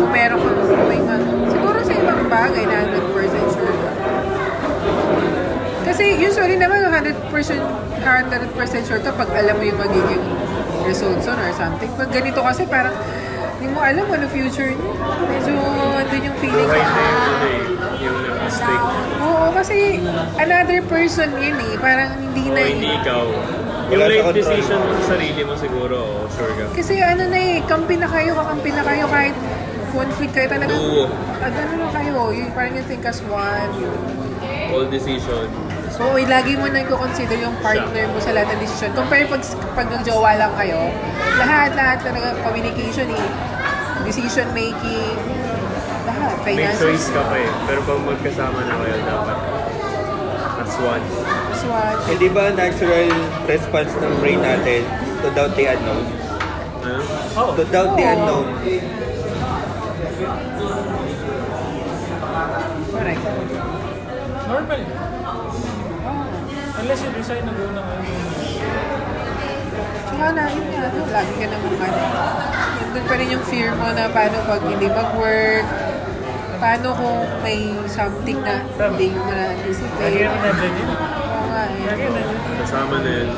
[SPEAKER 4] Kung meron kang kung may mga, siguro sa ibang bagay na 100% sure ka. Kasi usually naman 100%, 100% sure ka pag alam mo yung magiging results on or something. Pag ganito kasi parang hindi mo alam ano future niya. Medyo andun yung feeling
[SPEAKER 2] Buhay
[SPEAKER 4] na,
[SPEAKER 2] na yun, ano eh. Yung nag-mistake.
[SPEAKER 4] Oo, kasi another person yun eh. Parang hindi
[SPEAKER 2] O
[SPEAKER 4] na eh.
[SPEAKER 2] hindi ikaw. Yung
[SPEAKER 5] Wala sa
[SPEAKER 2] life
[SPEAKER 5] control.
[SPEAKER 2] decision mo sa sarili mo siguro, oh, sure ka.
[SPEAKER 4] Kasi ano na eh, kampi na kayo, kakampi na kayo kahit conflict kayo talaga.
[SPEAKER 2] Duo.
[SPEAKER 4] At ano na kayo, you, parang you think as one.
[SPEAKER 2] All decision.
[SPEAKER 4] So, eh, lagi mo na i-consider yung partner mo sa lahat ng decision. Compare pag, pag nagjowa lang kayo, lahat-lahat talaga communication eh. Decision making, lahat.
[SPEAKER 2] May
[SPEAKER 4] Finances,
[SPEAKER 2] choice ka pa eh. Pero pag magkasama na kayo, dapat. That's one.
[SPEAKER 4] as one.
[SPEAKER 5] Hindi Eh, ba natural response ng brain natin to doubt the unknown?
[SPEAKER 2] Ano?
[SPEAKER 6] Oh,
[SPEAKER 5] To doubt the unknown.
[SPEAKER 4] Correct.
[SPEAKER 6] Normal.
[SPEAKER 4] Oh.
[SPEAKER 6] Unless you decide na gawin ng ano.
[SPEAKER 4] Tsaka na, yun nga, ano, lagi ka naman ano. Doon pa rin yung fear mo na paano pag hindi mag-work, paano kung may something na hindi mo na
[SPEAKER 6] Lagi
[SPEAKER 4] anticipate.
[SPEAKER 6] na nandun yun.
[SPEAKER 4] Oo nga eh.
[SPEAKER 6] Lagi na nandun.
[SPEAKER 2] Kasama na yun.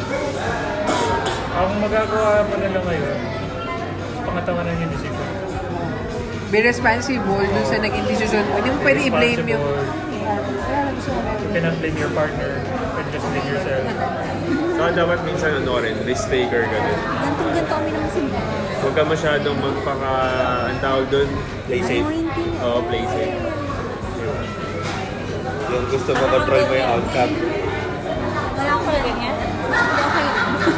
[SPEAKER 6] Ang magagawa mo na lang ngayon, pangatawanan yung isip mo.
[SPEAKER 4] Be responsible dun sa naging decision mo. Hindi mo pwede i-blame yung...
[SPEAKER 6] Responsible.
[SPEAKER 4] Kaya gusto ko na
[SPEAKER 6] You
[SPEAKER 4] yun.
[SPEAKER 6] cannot blame your partner, but just blame yourself.
[SPEAKER 2] Saka dapat minsan ano ka rin, risk taker ka din.
[SPEAKER 3] Gantong ganto kami naman simba.
[SPEAKER 2] Huwag ka masyadong magpaka, ang tawag doon,
[SPEAKER 5] Play safe.
[SPEAKER 2] oh, play safe.
[SPEAKER 5] Yung gusto mo control mo yung outcome.
[SPEAKER 3] Wala akong ganyan. Okay.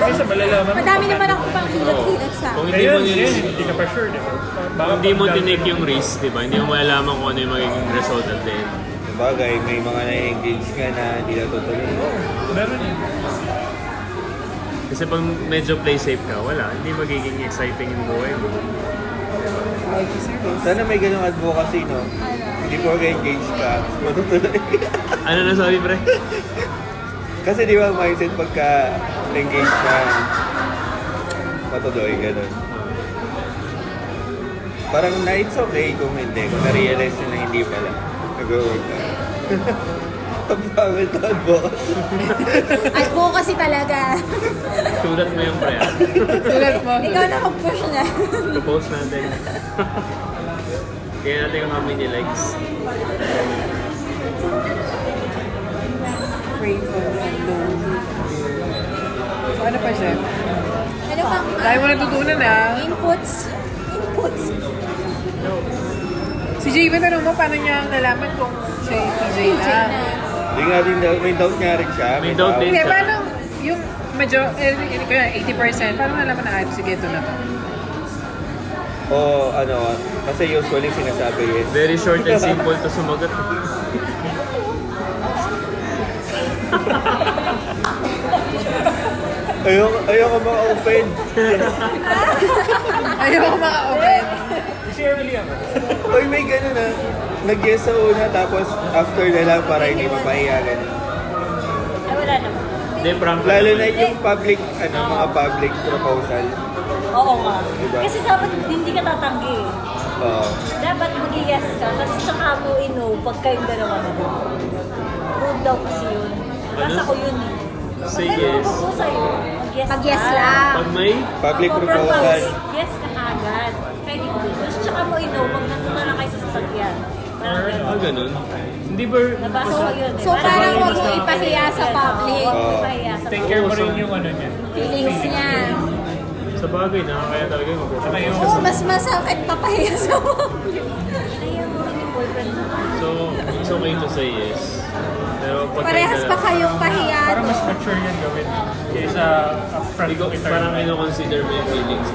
[SPEAKER 6] Kasi malalaman mo.
[SPEAKER 3] Madami naman ako pang hilot-hilot sa
[SPEAKER 2] Kung hindi mo
[SPEAKER 6] Ngayon,
[SPEAKER 2] nil-
[SPEAKER 6] yun, hindi ka pa sure, di ba? Baka
[SPEAKER 2] kung hindi mo
[SPEAKER 6] pag-
[SPEAKER 2] tinik yung risk, di ba? Hindi mo malalaman kung ano yung magiging result at the end.
[SPEAKER 5] Sabagay, may mga na-engage ka na hindi natutuloy.
[SPEAKER 6] Meron yun.
[SPEAKER 2] Kasi pag medyo play safe ka, wala. Hindi magiging exciting yung buhay mo.
[SPEAKER 5] Sana may ganung advocacy, no? Hindi po engage ka, matutuloy.
[SPEAKER 2] Ano na sabi, pre?
[SPEAKER 5] Kasi di ba mindset pagka engage ka, matutuloy, ganun. Parang na it's okay kung hindi, kung na-realize nyo na hindi pala. Nag-work ka. Ang pangit na advocacy.
[SPEAKER 3] Advocacy talaga.
[SPEAKER 2] Sulat mo yung pre. ah.
[SPEAKER 4] Tulad mo.
[SPEAKER 3] Ikaw na mag-push na.
[SPEAKER 2] Propose natin. Kaya natin kung how many likes.
[SPEAKER 4] Pray for unknown. So ano pa siya?
[SPEAKER 1] Ano pang
[SPEAKER 4] Dahil mo natutunan ah.
[SPEAKER 1] inputs? Inputs.
[SPEAKER 4] Si Jay ba tanong mo paano niya nalaman kung siya yung TJ na?
[SPEAKER 5] Hindi nga din daw, may doubt nga rin siya.
[SPEAKER 2] May doubt din.
[SPEAKER 4] Hindi, paano yung medyo, eh, yun ko yan, 80%, paano nalaman na, ay, sige, ito na to.
[SPEAKER 5] O ano, kasi usually sinasabi is,
[SPEAKER 2] Very short and simple to sumagot.
[SPEAKER 5] ayoko, ayoko maka-open.
[SPEAKER 4] Ayoko maka-open.
[SPEAKER 6] Shirley ako.
[SPEAKER 5] Uy, may ganun ah. Nag-yes sa una, tapos after na lang para hindi mapahiya ganun.
[SPEAKER 1] Ay, wala naman.
[SPEAKER 2] Hindi, prank lang
[SPEAKER 5] Lalo na
[SPEAKER 2] naman.
[SPEAKER 5] yung public, ano, mga public proposal.
[SPEAKER 1] Oo nga.
[SPEAKER 5] Diba?
[SPEAKER 1] Kasi dapat hindi ka tatanggi.
[SPEAKER 5] Oo.
[SPEAKER 1] Dapat mag-yes ka, tapos tsaka ako ino pag kayong dalawa na lang. Rude daw kasi yun. Nasa
[SPEAKER 2] Ano?
[SPEAKER 1] ko yun eh. Pag
[SPEAKER 2] Say
[SPEAKER 1] kayo
[SPEAKER 2] yes.
[SPEAKER 1] magpupo sa'yo, mag-yes ka.
[SPEAKER 3] Pag-yes lang.
[SPEAKER 2] Pag may,
[SPEAKER 5] public
[SPEAKER 1] Magpo-propose,
[SPEAKER 5] proposal.
[SPEAKER 1] Yes ka agad. Kahit hindi. Tapos tsaka mo ino pag natutunan na kayo sa sasakyan. Parang
[SPEAKER 2] ah,
[SPEAKER 1] ganun.
[SPEAKER 2] ganun. Hindi ba,
[SPEAKER 1] Nabasa ko yun eh.
[SPEAKER 3] So, parang
[SPEAKER 1] yun
[SPEAKER 3] huwag
[SPEAKER 1] gusto
[SPEAKER 3] mo
[SPEAKER 1] ko.
[SPEAKER 3] ipahiya sa
[SPEAKER 1] Yan,
[SPEAKER 3] public.
[SPEAKER 1] oo, Huwag mo ipahiya sa
[SPEAKER 6] Take
[SPEAKER 1] public.
[SPEAKER 6] care mo rin yung ano niya.
[SPEAKER 3] Feelings niya.
[SPEAKER 2] sa bagay, nakakaya talaga yung
[SPEAKER 6] Saka
[SPEAKER 2] mag-propose.
[SPEAKER 6] yung
[SPEAKER 3] Oo, mas masakit papahiya sa public.
[SPEAKER 1] Ayaw mo rin yung boyfriend mo.
[SPEAKER 2] So, it's okay to say yes. Pero pag
[SPEAKER 3] Parehas pa kayong
[SPEAKER 6] parang
[SPEAKER 3] pahiyado.
[SPEAKER 6] mas mature yun gawin kaysa upfront
[SPEAKER 2] Ikaw,
[SPEAKER 6] guitar.
[SPEAKER 2] parang ano- kinoconsider mo yung feelings.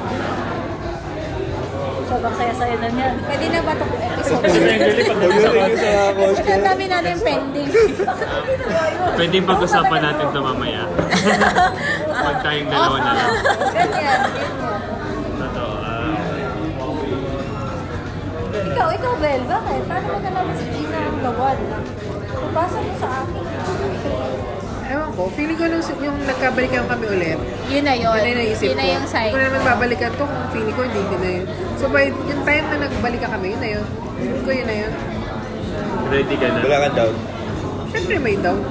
[SPEAKER 1] Sobrang saya-saya na niyan.
[SPEAKER 3] Pwede na ba itong episode?
[SPEAKER 6] Actually, pag
[SPEAKER 5] Huwag yun yung sa
[SPEAKER 3] Kasi
[SPEAKER 5] question.
[SPEAKER 3] ang dami natin pending.
[SPEAKER 2] Pwede yung pag-usapan natin ito mamaya. Pag tayong dalawa na lang.
[SPEAKER 3] Ganyan.
[SPEAKER 2] Totoo. ah,
[SPEAKER 1] Ikaw, ikaw, Bel, bakit? Paano mo nalaman si Gina ang the one? Pabasa mo sa akin.
[SPEAKER 4] Ewan ko, feeling ko nung, yung nagkabalikan kami ulit,
[SPEAKER 3] Yun na yun.
[SPEAKER 4] yun na yung naisip
[SPEAKER 3] Oh, Yun
[SPEAKER 4] ko.
[SPEAKER 3] na yung
[SPEAKER 4] Hindi
[SPEAKER 3] sign.
[SPEAKER 4] ko na naman babalikan to kung feeling ko hindi ko na yun. So, by yung time na nagbalikan kami, yun na yun. Feeling ko yun na yun.
[SPEAKER 2] Ready ka na.
[SPEAKER 5] Wala kang doubt.
[SPEAKER 4] Siyempre may doubt.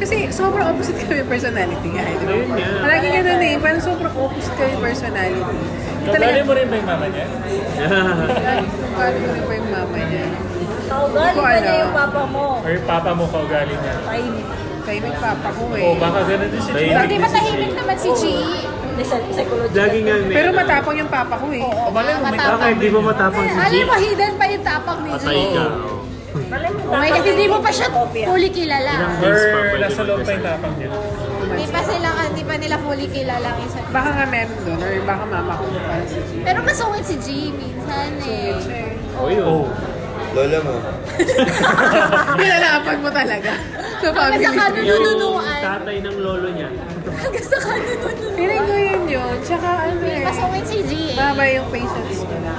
[SPEAKER 4] Kasi sobrang opposite kayo yung personality nga. eh, di ba?
[SPEAKER 2] Ayun nga.
[SPEAKER 4] Palagi ganun eh. Parang sobrang opposite kayo yung personality.
[SPEAKER 6] Kabali mo rin ba yung mama niya?
[SPEAKER 4] Paano ko rin pa yung mama niya?
[SPEAKER 1] Kaugali
[SPEAKER 4] Hindi ko
[SPEAKER 1] ka niya
[SPEAKER 4] alam.
[SPEAKER 1] yung papa mo.
[SPEAKER 6] Or yung papa mo kaugali niya?
[SPEAKER 1] Tahimik.
[SPEAKER 4] Kayo may papa ko eh.
[SPEAKER 6] Oo, baka ganun din si
[SPEAKER 2] Tahimik.
[SPEAKER 6] Jay.
[SPEAKER 3] Hindi matahimik naman si Chi.
[SPEAKER 1] Hindi, sa- psychological.
[SPEAKER 2] Lagi nga may...
[SPEAKER 4] Pero
[SPEAKER 2] ano,
[SPEAKER 4] matapang yung papa ko eh.
[SPEAKER 3] Oo,
[SPEAKER 6] Kabali mo may
[SPEAKER 3] matapang.
[SPEAKER 2] Bakit? Di ba matapang si
[SPEAKER 3] Alam
[SPEAKER 2] Jay?
[SPEAKER 3] mo, hidden pa yung tapang ni Chi.
[SPEAKER 2] Patay ka. oh.
[SPEAKER 1] Malay mo,
[SPEAKER 3] Okay, kasi hindi mo pa siya
[SPEAKER 4] ah.
[SPEAKER 1] Kopya.
[SPEAKER 3] fully kilala.
[SPEAKER 6] Or
[SPEAKER 2] Yes, pa, pwede
[SPEAKER 6] nasa loob pa
[SPEAKER 2] mag-decide.
[SPEAKER 6] yung tapang niya.
[SPEAKER 3] Hindi pa sila, hindi pa nila fully kilala ang isa't
[SPEAKER 4] Baka nga meron doon or baka mama ko para sa siya.
[SPEAKER 3] Pero masungit si G minsan eh.
[SPEAKER 2] Oh, yun.
[SPEAKER 5] Lola mo.
[SPEAKER 4] Pinalapag mo talaga. Sa
[SPEAKER 3] Hanggang sa
[SPEAKER 4] family.
[SPEAKER 2] Yung
[SPEAKER 3] kanununuan.
[SPEAKER 2] tatay ng lolo niya.
[SPEAKER 3] Hanggang sa kanununuan.
[SPEAKER 4] Feeling ko yun yun. Tsaka ano eh.
[SPEAKER 3] Masungit si G eh.
[SPEAKER 4] Baba yung patience ko na.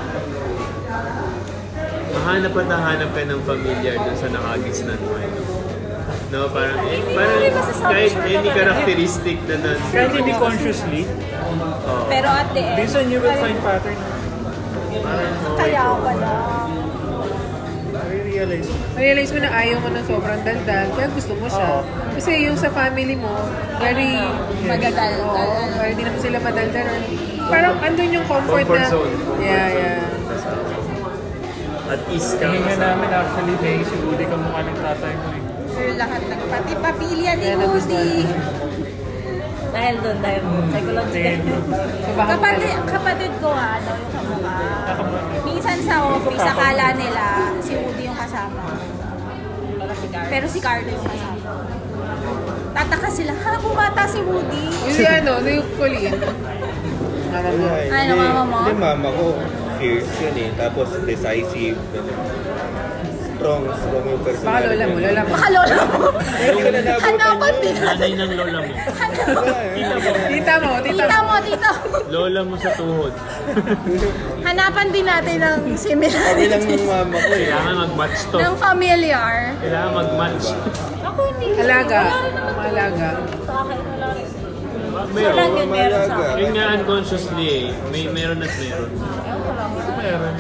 [SPEAKER 2] Mahanap at hahanap ka ng familiar dun sa nakagis na mo. eh. No, parang, eh, parang
[SPEAKER 1] rin masasabi
[SPEAKER 2] kahit
[SPEAKER 1] sure
[SPEAKER 2] any
[SPEAKER 1] naman.
[SPEAKER 2] characteristic na nun.
[SPEAKER 6] Kahit hindi consciously,
[SPEAKER 3] Pero at the end,
[SPEAKER 6] minsan you will find pattern.
[SPEAKER 3] kaya pala.
[SPEAKER 6] I-realize mo.
[SPEAKER 4] Realize mo na ayaw mo ng sobrang daldal, kaya gusto mo siya. Kasi yung sa family mo, very...
[SPEAKER 3] Magadal.
[SPEAKER 4] Oo, parang hindi naman sila madaldal. or- Parang andun yung comfort,
[SPEAKER 2] Comfort
[SPEAKER 4] na...
[SPEAKER 2] zone. Comfort
[SPEAKER 4] yeah,
[SPEAKER 2] zone.
[SPEAKER 4] yeah.
[SPEAKER 2] At ease ka.
[SPEAKER 6] Tingin namin actually, Day, si Woody kamukha ng tatay mo eh.
[SPEAKER 3] Pero lahat nagpati papilya ni
[SPEAKER 4] Kaya
[SPEAKER 3] Woody.
[SPEAKER 1] Dahil doon, dahil doon. Psychological.
[SPEAKER 4] So, baka
[SPEAKER 3] Kapatid, kapatid ko ha, daw yung kamukha. Minsan sa office, akala nila si Woody yung kasama. Pero si Carlo yung kasama. Tataka sila, ha, bumata si Woody.
[SPEAKER 4] Yung si ano, si Colleen. Mama mo.
[SPEAKER 5] Ay,
[SPEAKER 3] Ano,
[SPEAKER 5] hindi-
[SPEAKER 3] mama mo?
[SPEAKER 5] Hindi, mama ko. Fierce yun eh. Tapos decisive. ganun. Strong, strong yung personality.
[SPEAKER 4] Baka lola mo, lola mo.
[SPEAKER 3] Baka lola mo.
[SPEAKER 5] Hindi ko na
[SPEAKER 3] Hanapan
[SPEAKER 5] nabutan yun.
[SPEAKER 3] din.
[SPEAKER 2] Nanay ng lola mo.
[SPEAKER 5] Wala eh.
[SPEAKER 4] Tita mo, tita
[SPEAKER 3] Tita
[SPEAKER 4] mo.
[SPEAKER 3] mo, tita mo.
[SPEAKER 2] Lola mo sa tuhod.
[SPEAKER 3] Hanapan din natin ng
[SPEAKER 5] Sabi lang ng
[SPEAKER 3] similarities.
[SPEAKER 5] mama ko eh.
[SPEAKER 2] Kailangan mag-match to.
[SPEAKER 3] ng familiar.
[SPEAKER 2] Kailangan mag-match.
[SPEAKER 1] Ako hindi.
[SPEAKER 4] Alaga.
[SPEAKER 1] Wala rin naman to.
[SPEAKER 4] Alaga.
[SPEAKER 1] Sa akin, wala rin. So
[SPEAKER 2] Meron.
[SPEAKER 5] oh,
[SPEAKER 1] lang yun, meron sa akin.
[SPEAKER 2] Yun nga unconsciously eh. May meron at meron.
[SPEAKER 6] Meron.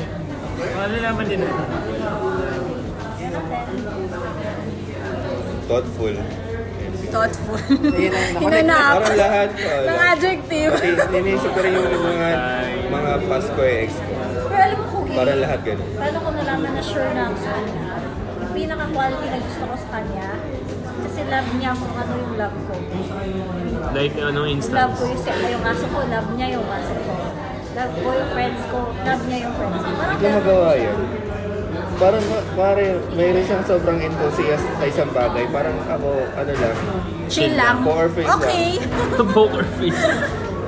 [SPEAKER 6] Ano naman din natin.
[SPEAKER 5] Thoughtful.
[SPEAKER 3] Thoughtful.
[SPEAKER 4] Ayun ang naku-
[SPEAKER 3] Hinanap.
[SPEAKER 5] Parang lahat. oh,
[SPEAKER 3] ng
[SPEAKER 5] lahat.
[SPEAKER 3] adjective.
[SPEAKER 5] Kasi
[SPEAKER 1] diba?
[SPEAKER 5] Ninisip ko rin yung mga, mga past ko eh, ex ko.
[SPEAKER 1] Pero alam mo, Kugi,
[SPEAKER 5] Parang lahat ganun.
[SPEAKER 1] paano ko nalaman na sure na ako sa kanya? pinaka-quality na gusto ko sa kanya, kasi love niya kung ano yung love ko.
[SPEAKER 2] Like, anong
[SPEAKER 1] Love
[SPEAKER 2] instance?
[SPEAKER 1] ko yung, se- yung aso ko, love niya yung aso ko. Love ko yung friends ko, love niya yung friends ko. Parang
[SPEAKER 5] Hindi ko
[SPEAKER 1] ganun.
[SPEAKER 5] magawa yun. Parang, ma- pare, mayroon siyang sobrang enthusiast sa isang bagay. Parang ako, ano lang.
[SPEAKER 1] Chill lang.
[SPEAKER 5] Poker face lang.
[SPEAKER 1] Okay.
[SPEAKER 2] Poker face.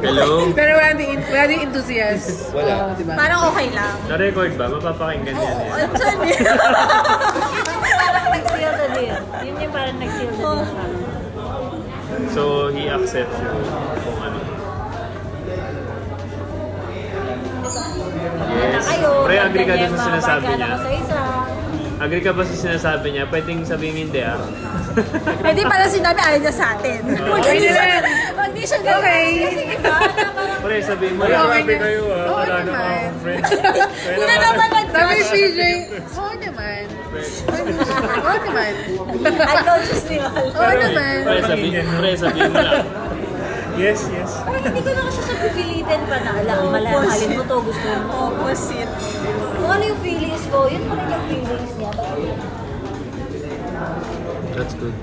[SPEAKER 2] Hello?
[SPEAKER 4] Pero wala din, wala din enthusiast.
[SPEAKER 5] Wala.
[SPEAKER 1] Ah,
[SPEAKER 4] Oo, diba?
[SPEAKER 3] Parang okay lang.
[SPEAKER 2] Na-record ba? Mapapakinggan
[SPEAKER 1] Oo,
[SPEAKER 2] yan eh.
[SPEAKER 1] actually. Yun yung parang nag-seal na din. Yun yung parang nag-seal na din sa akin.
[SPEAKER 2] So, he accepts you kung ano.
[SPEAKER 1] Na
[SPEAKER 2] Yes.
[SPEAKER 1] kayo,
[SPEAKER 2] Pre,
[SPEAKER 1] ganyan
[SPEAKER 2] agree ka
[SPEAKER 1] yan,
[SPEAKER 2] doon sa sinasabi
[SPEAKER 1] mababagan
[SPEAKER 2] niya.
[SPEAKER 1] ako sa isa.
[SPEAKER 2] Agree ka ba sa sinasabi niya? Pwedeng sabihin hindi ah.
[SPEAKER 3] Hindi pala sinabi ayaw niya sa atin.
[SPEAKER 4] Okay na lang.
[SPEAKER 1] Pag di siya ganyan,
[SPEAKER 4] Okay.
[SPEAKER 1] kasi iba na parang
[SPEAKER 2] Pre, sabihin mo
[SPEAKER 4] Okay.
[SPEAKER 2] na.
[SPEAKER 4] Grabe kayo, ah. Oo Wala na naman. akong
[SPEAKER 6] friends.
[SPEAKER 1] Hindi na naman
[SPEAKER 4] Sabi ni
[SPEAKER 1] nag-crush.
[SPEAKER 4] PJ, oo naman. Oo naman.
[SPEAKER 1] I don't just nila.
[SPEAKER 4] Oo naman.
[SPEAKER 2] Pre, sabihin, pre, sabihin mo na.
[SPEAKER 6] Yes, yes.
[SPEAKER 1] Parang hindi ko na kasi siya pipilitin pa na alam, malahalin mo to, gusto mo.
[SPEAKER 3] Opposite.
[SPEAKER 1] Kung ano yung feelings ko, yun pa rin yung feelings niya.
[SPEAKER 2] That's good.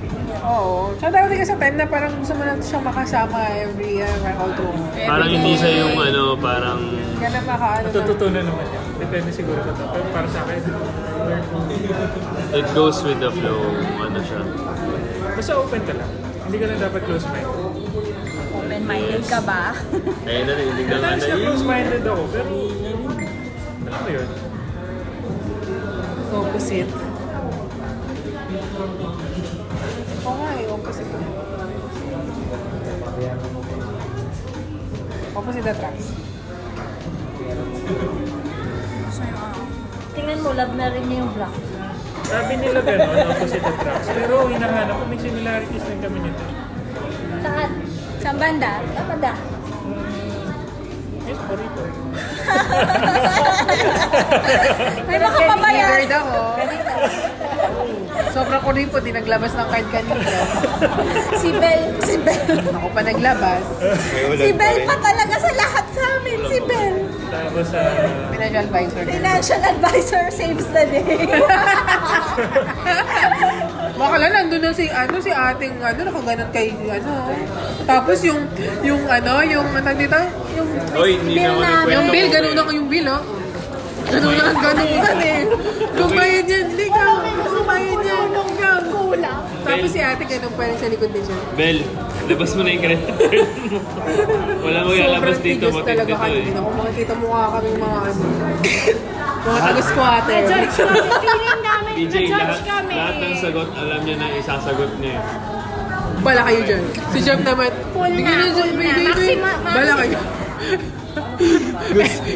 [SPEAKER 4] Oo. Tsaka dapat kasi sa time na parang gusto mo lang siyang makasama every year, right all through.
[SPEAKER 2] Parang hindi siya yung ano, parang...
[SPEAKER 4] Kaya na makaano na.
[SPEAKER 6] Matututunan naman yan. Depende siguro sa tao. Pero para sa akin,
[SPEAKER 2] It goes with the flow. Ano siya.
[SPEAKER 6] basta open ka lang. Hindi ka lang dapat close-minded.
[SPEAKER 3] Open-minded ka ba?
[SPEAKER 2] Ayun na, hindi ka nga
[SPEAKER 6] Sometimes na close-minded ako, pero alam mo yun.
[SPEAKER 4] Opposite. Oo nga eh, opposite. Opposite attracts.
[SPEAKER 1] Tingnan mo, love na rin niya yung black.
[SPEAKER 6] Sabi nila gano'n, opposite attracts. Pero hinahanap ko, may similarities din kami nito.
[SPEAKER 1] Saan?
[SPEAKER 3] Sa banda?
[SPEAKER 1] Lapada.
[SPEAKER 6] Yes, parito.
[SPEAKER 3] May makapabayan.
[SPEAKER 4] Nag-nerd ako. Sobrang ko rin po, di naglabas ng card kanina.
[SPEAKER 3] Si Bel. Si Bel.
[SPEAKER 4] Ako pa naglabas.
[SPEAKER 5] May ulan
[SPEAKER 3] Si
[SPEAKER 5] pa
[SPEAKER 3] Bel
[SPEAKER 5] rin.
[SPEAKER 3] pa talaga sa lahat sa amin. Si Bel.
[SPEAKER 6] Tapos ah, sa...
[SPEAKER 4] Financial advisor.
[SPEAKER 3] Financial advisor saves the day.
[SPEAKER 4] Baka lang nandun na si, ano, si ating, ano, nakaganan kay, ano. Tapos yung, yung, ano, yung, ano dito? Yung,
[SPEAKER 2] Oy, hindi na ako nagkwento.
[SPEAKER 4] yung bill,
[SPEAKER 2] ko,
[SPEAKER 4] ganun
[SPEAKER 2] pre.
[SPEAKER 4] ako yung bill, oh. Ganun lang, ganun lang eh. Kumayan yan, hindi ka. Kumayan yan, hindi ka. Tapos si ate ganun pa rin sa likod din siya.
[SPEAKER 2] Bel, labas mo na yung credit card mo. Wala mo ilalabas
[SPEAKER 4] Sobrang
[SPEAKER 2] dito,
[SPEAKER 4] tigas
[SPEAKER 2] matindi
[SPEAKER 4] talaga
[SPEAKER 2] to
[SPEAKER 4] kami.
[SPEAKER 2] eh.
[SPEAKER 4] Ako makikita mo nga kaming mga ano. Mga taga-squatter.
[SPEAKER 7] Feeling namin,
[SPEAKER 2] DJ,
[SPEAKER 7] na-judge
[SPEAKER 2] lahat,
[SPEAKER 7] kami.
[SPEAKER 2] lahat ng sagot, alam niya na isasagot niya eh.
[SPEAKER 4] Bala kayo dyan. Si Jeff naman.
[SPEAKER 7] Full na,
[SPEAKER 4] bigyan niyo dyan,
[SPEAKER 7] full na.
[SPEAKER 4] bigyan niyo.
[SPEAKER 7] Maxima- maxi-
[SPEAKER 4] Bala kayo.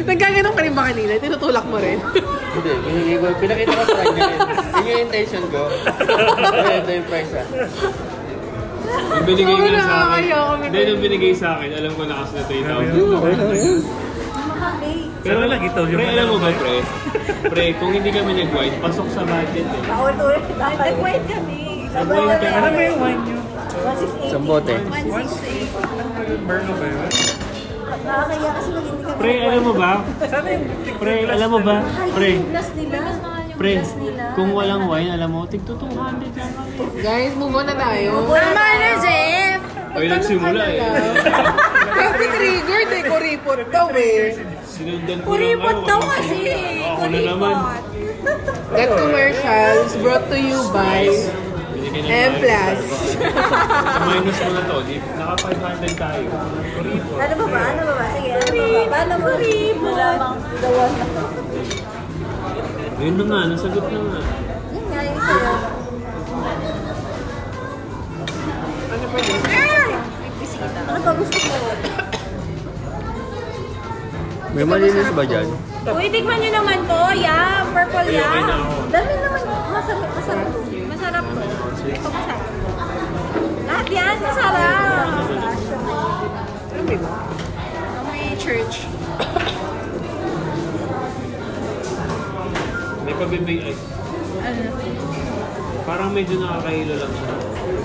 [SPEAKER 4] Nagkaganong ka rin ba kanina? Tinutulak mo rin.
[SPEAKER 5] Hindi, binigay ko. Pinakita ko sa kanya yun. Yun yung intention ko. Ayun, ito yung price ah.
[SPEAKER 2] Yung binigay
[SPEAKER 4] Ako
[SPEAKER 2] niya
[SPEAKER 4] na,
[SPEAKER 2] sa akin,
[SPEAKER 4] ayoko na.
[SPEAKER 2] hindi nung binigay sa akin, alam ko na kasi na 3,000.
[SPEAKER 5] Hindi
[SPEAKER 2] Pero
[SPEAKER 6] Sana lang ito, yung
[SPEAKER 2] pre, alam mo ba
[SPEAKER 6] ano,
[SPEAKER 2] pre? Pre, kung hindi kami nag-wine, pasok sa budget eh.
[SPEAKER 1] Paulit-ulit. Nag-wait kami.
[SPEAKER 2] Nag-wine kami.
[SPEAKER 6] Alam mo yung wine nyo?
[SPEAKER 1] 1,680.
[SPEAKER 5] Sa bote.
[SPEAKER 6] 168. Merlo ba yun?
[SPEAKER 1] Nakakaya kasi mag hindi kami.
[SPEAKER 2] Pre, alam mo ba?
[SPEAKER 6] Sana yung
[SPEAKER 2] Pre, alam mo ba?
[SPEAKER 1] Ay,
[SPEAKER 2] Pre,
[SPEAKER 1] yung glass nila.
[SPEAKER 2] pre,
[SPEAKER 1] Yung glass nila.
[SPEAKER 2] kung walang wine, alam mo, tigto 200 lang kami.
[SPEAKER 4] Guys, move on na tayo.
[SPEAKER 1] Wala na
[SPEAKER 3] Jeff!
[SPEAKER 2] Ay, nagsimula eh.
[SPEAKER 4] Kasi triggered eh, kuripot daw eh.
[SPEAKER 2] Sinundan ko ano, oh, lang
[SPEAKER 3] Kuripot
[SPEAKER 2] kayo.
[SPEAKER 3] daw kasi.
[SPEAKER 2] Ako na naman.
[SPEAKER 4] That commercial is brought to you by
[SPEAKER 2] Binigyan ng
[SPEAKER 4] M+. Plus.
[SPEAKER 2] Minus mo na to, di, naka 500 tayo.
[SPEAKER 1] Ano ba ba? Ano ba ba? Sige, ano ba ba? Paano mo? Malamang gawa na.
[SPEAKER 2] Yun na nga, nasagot na nga.
[SPEAKER 1] Yun nga yung sa'yo. Ano ba gusto mo?
[SPEAKER 5] May malinis ba dyan?
[SPEAKER 3] Uy, tikman nyo naman to. Yum! Purple
[SPEAKER 2] Ay, okay
[SPEAKER 3] yum!
[SPEAKER 2] na ako.
[SPEAKER 1] Dami naman. Masarap. Masarap.
[SPEAKER 3] Masarap to. Ito masarap. Lahat yan, masarap. May church.
[SPEAKER 2] May pabibig ay.
[SPEAKER 3] Ano?
[SPEAKER 2] Parang medyo nakakahilo lang siya.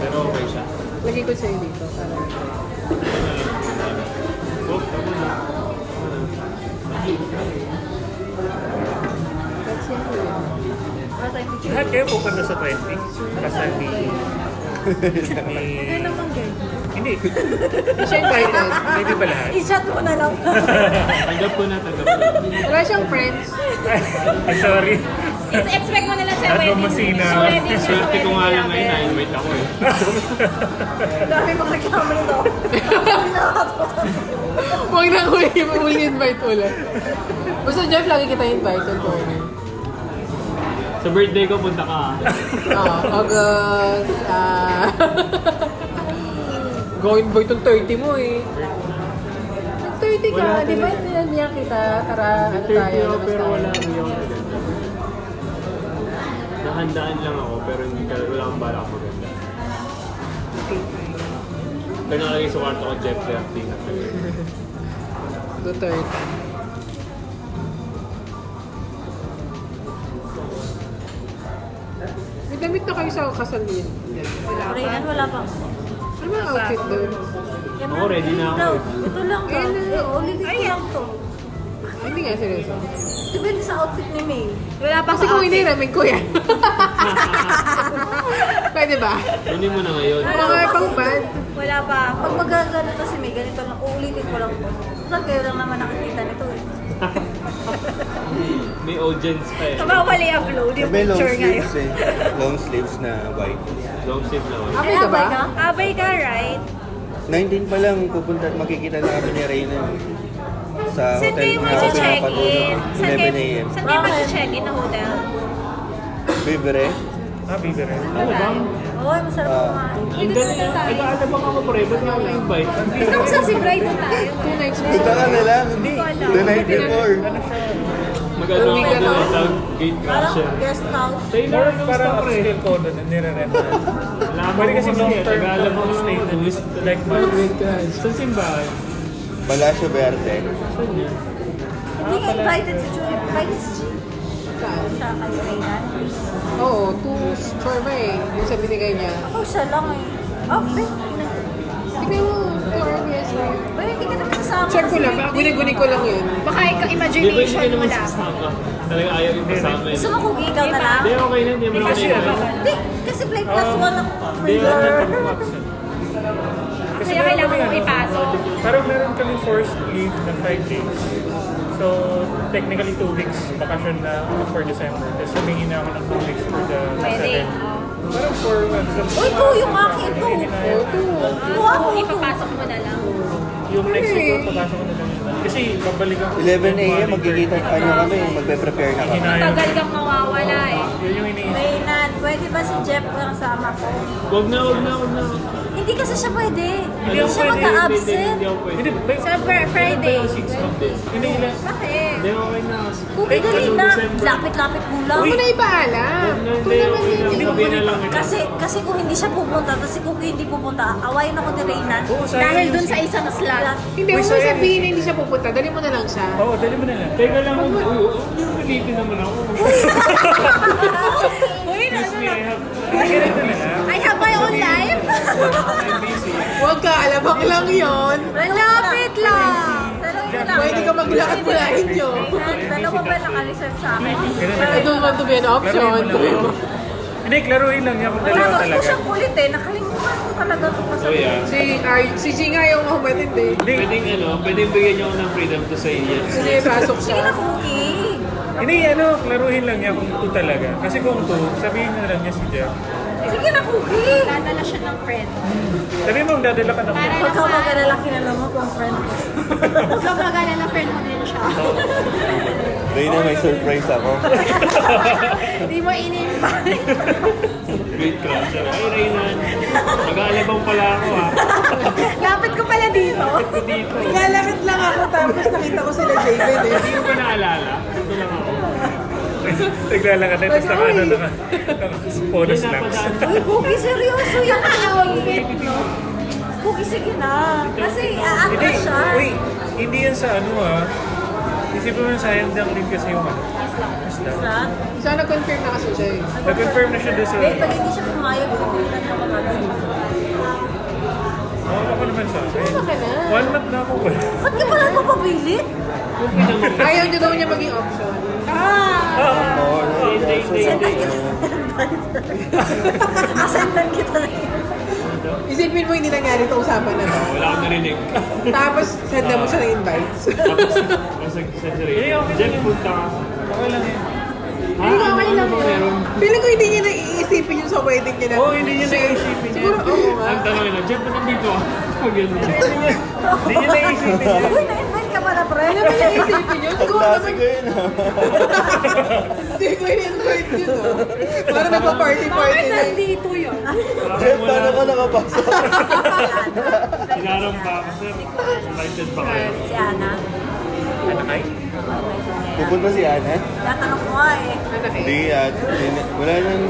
[SPEAKER 2] Pero okay siya.
[SPEAKER 4] Lagay ko sa'yo dito. parang-
[SPEAKER 2] Oh, tama na.
[SPEAKER 4] That's simple yun.
[SPEAKER 1] Wala tayong picture.
[SPEAKER 6] Lahat kayo pupunta sa 20. Kasi ni... ni...
[SPEAKER 1] Kaya naman ganyan.
[SPEAKER 6] Hindi.
[SPEAKER 4] Siya invited.
[SPEAKER 6] Hindi ba lahat?
[SPEAKER 1] I-shot mo na lang.
[SPEAKER 2] Tanggap ko na, tanggap ko na.
[SPEAKER 4] Wala siyang friends.
[SPEAKER 6] Ay, sorry.
[SPEAKER 3] It's expect mo na lang sa
[SPEAKER 6] At
[SPEAKER 3] wedding.
[SPEAKER 6] masina.
[SPEAKER 3] Sa wedding niya, sa
[SPEAKER 2] Swerte ko
[SPEAKER 3] wedding
[SPEAKER 2] nga lang ngayon,
[SPEAKER 3] namin.
[SPEAKER 2] na-invite ako eh.
[SPEAKER 1] Ang dami mga reklamo nito. Ang dami na
[SPEAKER 4] Huwag na eh, ko i-invite ulit. eh. Basta Jeff, lagi kita invited ko.
[SPEAKER 2] Sa birthday ko, punta ka. ah.
[SPEAKER 4] Oo, August. ah... Gawin ba itong 30 mo eh? Yung 30 ka, di ba niya kita? Tara, ano
[SPEAKER 2] Interview ako,
[SPEAKER 4] tayo, labas
[SPEAKER 2] pero
[SPEAKER 4] tayo.
[SPEAKER 2] wala hindi ako naganda. Nahandaan lang ako, pero hindi ka, wala akong balak maganda. Kaya nakalagay sa kwarto ko, Jeff Lefty.
[SPEAKER 4] Go 30. May damit na kayo sa kasal niya.
[SPEAKER 1] Reynan, wala pa.
[SPEAKER 4] Ano ba ang outfit doon?
[SPEAKER 1] Yan
[SPEAKER 2] Ako,
[SPEAKER 1] lang.
[SPEAKER 2] ready na ako
[SPEAKER 1] Daw,
[SPEAKER 2] eh.
[SPEAKER 1] Ito lang ba?
[SPEAKER 4] Ayun na.
[SPEAKER 1] Eh, only this lang to.
[SPEAKER 4] Hindi nga, seryoso.
[SPEAKER 1] Depende sa outfit ni May.
[SPEAKER 4] Wala pa Kasi kung hiniramin ko yan. Pwede ba?
[SPEAKER 2] Kunin mo na ngayon.
[SPEAKER 1] Ano
[SPEAKER 4] Mga pang band.
[SPEAKER 1] Wala pa. Pag magagano kasi May, ganito lang. Uulitin ko lang po. Saan kayo lang naman nakikita nito eh.
[SPEAKER 2] May audience pa eh.
[SPEAKER 1] Kabawal i-upload yung
[SPEAKER 5] May long
[SPEAKER 1] picture ngayon.
[SPEAKER 5] sleeves eh. Long sleeves na white.
[SPEAKER 2] Long sleeve na ako.
[SPEAKER 4] Abay ka ba?
[SPEAKER 1] Abay ka, right?
[SPEAKER 5] 19 pa lang pupunta at makikita na kami ni Reyna sa
[SPEAKER 3] Saan
[SPEAKER 5] hotel
[SPEAKER 3] kayo
[SPEAKER 5] na ako
[SPEAKER 3] mag-check-in? Saan kayo,
[SPEAKER 5] pinapatulog. 11 a.m.
[SPEAKER 3] saan kayo mag-check-in na hotel?
[SPEAKER 5] Bibere.
[SPEAKER 6] Ah, bibere.
[SPEAKER 2] Ano ba?
[SPEAKER 1] Oo, masarap
[SPEAKER 5] Ah.
[SPEAKER 1] kumain.
[SPEAKER 2] Ang galing. Nag-aalabang ako pre, ba't nga ako invite?
[SPEAKER 3] Gusto ko sa si Bright na tayo.
[SPEAKER 4] Two nights mo.
[SPEAKER 5] Punta ka na lang. Hindi. The night before.
[SPEAKER 2] Mag-ano ako doon, tag gate
[SPEAKER 1] Parang
[SPEAKER 2] crasher.
[SPEAKER 1] guest house.
[SPEAKER 2] Taylor,
[SPEAKER 6] Parang,
[SPEAKER 2] anong
[SPEAKER 6] parang
[SPEAKER 2] stop pre?
[SPEAKER 6] upscale ko na nire-rent. Pwede kasi long term
[SPEAKER 2] Nag-aalabang
[SPEAKER 6] stay
[SPEAKER 2] ako
[SPEAKER 6] dun. eh. Like months. Sa simbahan.
[SPEAKER 5] Palacio Verde.
[SPEAKER 1] Hindi ka invited si Julie. Invited si Julie.
[SPEAKER 4] Saan?
[SPEAKER 1] Siya kay Reynan.
[SPEAKER 4] Oo, two survey. Yung sa binigay niya.
[SPEAKER 1] Ako siya lang eh. Oh, babe.
[SPEAKER 4] Tignan mo, two RBS lang.
[SPEAKER 1] Babe, hindi ka naman sasama.
[SPEAKER 4] Check ko lang, baka guni-guni ko lang yun.
[SPEAKER 3] Baka ikaw
[SPEAKER 2] Hindi ko hindi
[SPEAKER 3] imagination mo
[SPEAKER 2] naman
[SPEAKER 3] lang.
[SPEAKER 2] sasama. Talaga ayaw yung kasama eh.
[SPEAKER 1] Gusto mo kung ikaw na lang?
[SPEAKER 2] Hindi, okay na. Hindi mo ako
[SPEAKER 6] Kasi ano,
[SPEAKER 2] na-invite.
[SPEAKER 1] Hindi, kasi play plus
[SPEAKER 2] Um,
[SPEAKER 1] one ako.
[SPEAKER 6] hindi ako nag-option.
[SPEAKER 3] Kaya
[SPEAKER 6] Kasi meron
[SPEAKER 3] kailangan
[SPEAKER 6] kami
[SPEAKER 3] mong
[SPEAKER 6] ano,
[SPEAKER 3] ipasok.
[SPEAKER 6] Parang meron kami forced leave na 5 days. So, technically 2 weeks vacation na for December. Tapos humingi na ako ng 2 weeks for the
[SPEAKER 3] Wedding.
[SPEAKER 6] 7. Parang 4 months.
[SPEAKER 1] Uy, two yung akin, two.
[SPEAKER 4] Oo, two.
[SPEAKER 1] Kuha ko.
[SPEAKER 3] Ipapasok mo na lang.
[SPEAKER 6] Yung next week, papasok ko na lang. yun. Kasi babalik ako.
[SPEAKER 5] 11 a.m. magkikita ano kami. Magpe-prepare na kami.
[SPEAKER 6] Hinayo.
[SPEAKER 3] Tagal kang mawawala eh.
[SPEAKER 6] Yun yung iniisip.
[SPEAKER 1] Reynan, pwede ba si Jeff lang sama ko?
[SPEAKER 2] Huwag na, huwag na, huwag na.
[SPEAKER 1] Hindi kasi siya pwede.
[SPEAKER 6] Hindi
[SPEAKER 1] Hindi
[SPEAKER 6] ako
[SPEAKER 1] siya
[SPEAKER 6] pwede,
[SPEAKER 2] Hindi,
[SPEAKER 1] mag-absent.
[SPEAKER 2] hindi ako pwede.
[SPEAKER 6] Hindi, ba-
[SPEAKER 3] Sa Fri- Friday.
[SPEAKER 6] ba yung six month? Hindi, ilan?
[SPEAKER 1] Bakit?
[SPEAKER 2] Hindi, okay na.
[SPEAKER 1] Kung dali na, lapit-lapit mo lang.
[SPEAKER 4] Huwag mo na ipaalam. Ito
[SPEAKER 2] Hindi,
[SPEAKER 4] naman
[SPEAKER 2] okay
[SPEAKER 4] yun.
[SPEAKER 2] na. Sabi na lang.
[SPEAKER 1] Kasi kasi kung hindi siya pupunta, kasi kung hindi pupunta, awayin ako ni Reynan.
[SPEAKER 6] Oo, sayang
[SPEAKER 1] Dahil
[SPEAKER 6] yung
[SPEAKER 1] dun sa
[SPEAKER 6] seat.
[SPEAKER 1] isang slot.
[SPEAKER 4] Hindi, huwag mo sabihin na hindi siya pupunta. Dali mo na lang siya.
[SPEAKER 6] Oo, dali mo na lang.
[SPEAKER 2] Teka lang, uy, uy, hindi mo pilitin naman ako.
[SPEAKER 1] Uy, ano
[SPEAKER 6] Excuse me, I have... Ay, ganito na lang.
[SPEAKER 1] I have my own life.
[SPEAKER 4] Huwag ka, alabang lang yon.
[SPEAKER 1] Malapit lang.
[SPEAKER 4] Pwede ka maglakad mula inyo.
[SPEAKER 1] Dalawa ba naka-reserve sa akin?
[SPEAKER 6] Ganito.
[SPEAKER 4] I don't want to be an option.
[SPEAKER 6] Laruin mo lang. Hindi, klaruin lang niya kung
[SPEAKER 1] Wala,
[SPEAKER 6] dalawa
[SPEAKER 1] gusto
[SPEAKER 6] talaga.
[SPEAKER 1] siyang kulit eh. Nakalimutan ko talaga kung
[SPEAKER 2] So
[SPEAKER 1] masabi.
[SPEAKER 2] yeah.
[SPEAKER 4] Si, ay, si Jing ayaw mo matindi.
[SPEAKER 2] Pwedeng ano, pwedeng bigyan niyo ako ng freedom to say yes.
[SPEAKER 4] Kasi pasok
[SPEAKER 1] Sige
[SPEAKER 4] siya.
[SPEAKER 1] na, cookie.
[SPEAKER 6] Hindi, ano, klaruhin lang niya kung 2 talaga. Kasi kung 2, sabihin niya lang niya si Jeff.
[SPEAKER 1] Sige na, cookie.
[SPEAKER 3] Dadala siya ng friend.
[SPEAKER 6] Sabihin mo, magdadala ka ng
[SPEAKER 3] Para
[SPEAKER 1] Huwag ka mag-alala, kilala mo kung friend ko.
[SPEAKER 3] Huwag kang mag-alala, friend mo din siya.
[SPEAKER 5] Reyna, may surprise ako.
[SPEAKER 3] Hindi mo in-invite.
[SPEAKER 2] Great crusher. Ay, Reynan. Nag-aalabang pala ako ah. ha.
[SPEAKER 3] Lapit ko pala dito.
[SPEAKER 4] Nilalakad lang ako tapos nakita ko sila Javen eh.
[SPEAKER 2] Hindi mo ba naalala? Ito lang ako.
[SPEAKER 6] Naglala ka na, tapos naka, ano, naka,
[SPEAKER 2] Hindi
[SPEAKER 6] bonus lang.
[SPEAKER 2] napadaan.
[SPEAKER 1] Uy, cookie, seryoso yan. Cookie, sige na. Kasi, aak
[SPEAKER 6] Hindi,
[SPEAKER 1] na siya.
[SPEAKER 6] wait, hindi yan sa ano ah. Isipin mo sayang lang din kasi yung ano. Islam.
[SPEAKER 1] Na?
[SPEAKER 4] Sana confirm na kasi siya eh.
[SPEAKER 6] Nag-confirm na siya doon sa...
[SPEAKER 1] Eh, pag hindi siya pumayag, kukulitan na ako.
[SPEAKER 6] Oo, ako naman sa akin.
[SPEAKER 4] Ano ka na?
[SPEAKER 6] One month na ako eh. ba?
[SPEAKER 1] Ba't ka pala magpapabilit?
[SPEAKER 2] Okay naman.
[SPEAKER 4] Ayaw niya daw niya maging option.
[SPEAKER 1] Ah!
[SPEAKER 5] Oo,
[SPEAKER 2] Hindi, hindi, hindi.
[SPEAKER 1] Ay, driver. Asan lang kita na yun?
[SPEAKER 4] Isipin mo, hindi nangyari itong usapan na to.
[SPEAKER 2] Wala akong narinig.
[SPEAKER 4] Tapos, send na mo siya ng invites.
[SPEAKER 2] Tapos, tapos nagsasaray.
[SPEAKER 6] Eh, okay.
[SPEAKER 2] Jeff, punta ka.
[SPEAKER 6] Okay lang yun.
[SPEAKER 2] Ha?
[SPEAKER 4] Hindi
[SPEAKER 2] Ano
[SPEAKER 4] okay
[SPEAKER 2] ano
[SPEAKER 4] lang
[SPEAKER 2] ba
[SPEAKER 4] yun.
[SPEAKER 2] meron?
[SPEAKER 4] Feeling ko hindi niya naiisipin yung sa wedding niya. na-
[SPEAKER 6] Oo, hindi niya
[SPEAKER 4] Sig-
[SPEAKER 6] naiisipin yun.
[SPEAKER 4] Siguro, oo nga.
[SPEAKER 2] Ang tanong nila, Jeff, ba't nandito ka? Pag ganun.
[SPEAKER 6] Hindi niya eh. naisipin yun.
[SPEAKER 1] Uy, na-invite ka pala, pre.
[SPEAKER 4] Alam mo niya isipin yun? Siguro naman,
[SPEAKER 5] Classic yun. ah.
[SPEAKER 4] hindi ko in-invite yun. oh. Parang nagpa-party-party na yun.
[SPEAKER 8] nandito yun?
[SPEAKER 5] Jeff, paano ka nakapasok?
[SPEAKER 2] Hinarang pa ako, sir. Invited pa kayo.
[SPEAKER 1] Si Ana. Oh
[SPEAKER 6] Ano kay?
[SPEAKER 5] Pupunta si Ana?
[SPEAKER 1] Tatanong ko nga eh.
[SPEAKER 4] Ano kayo?
[SPEAKER 5] Hindi at wala nang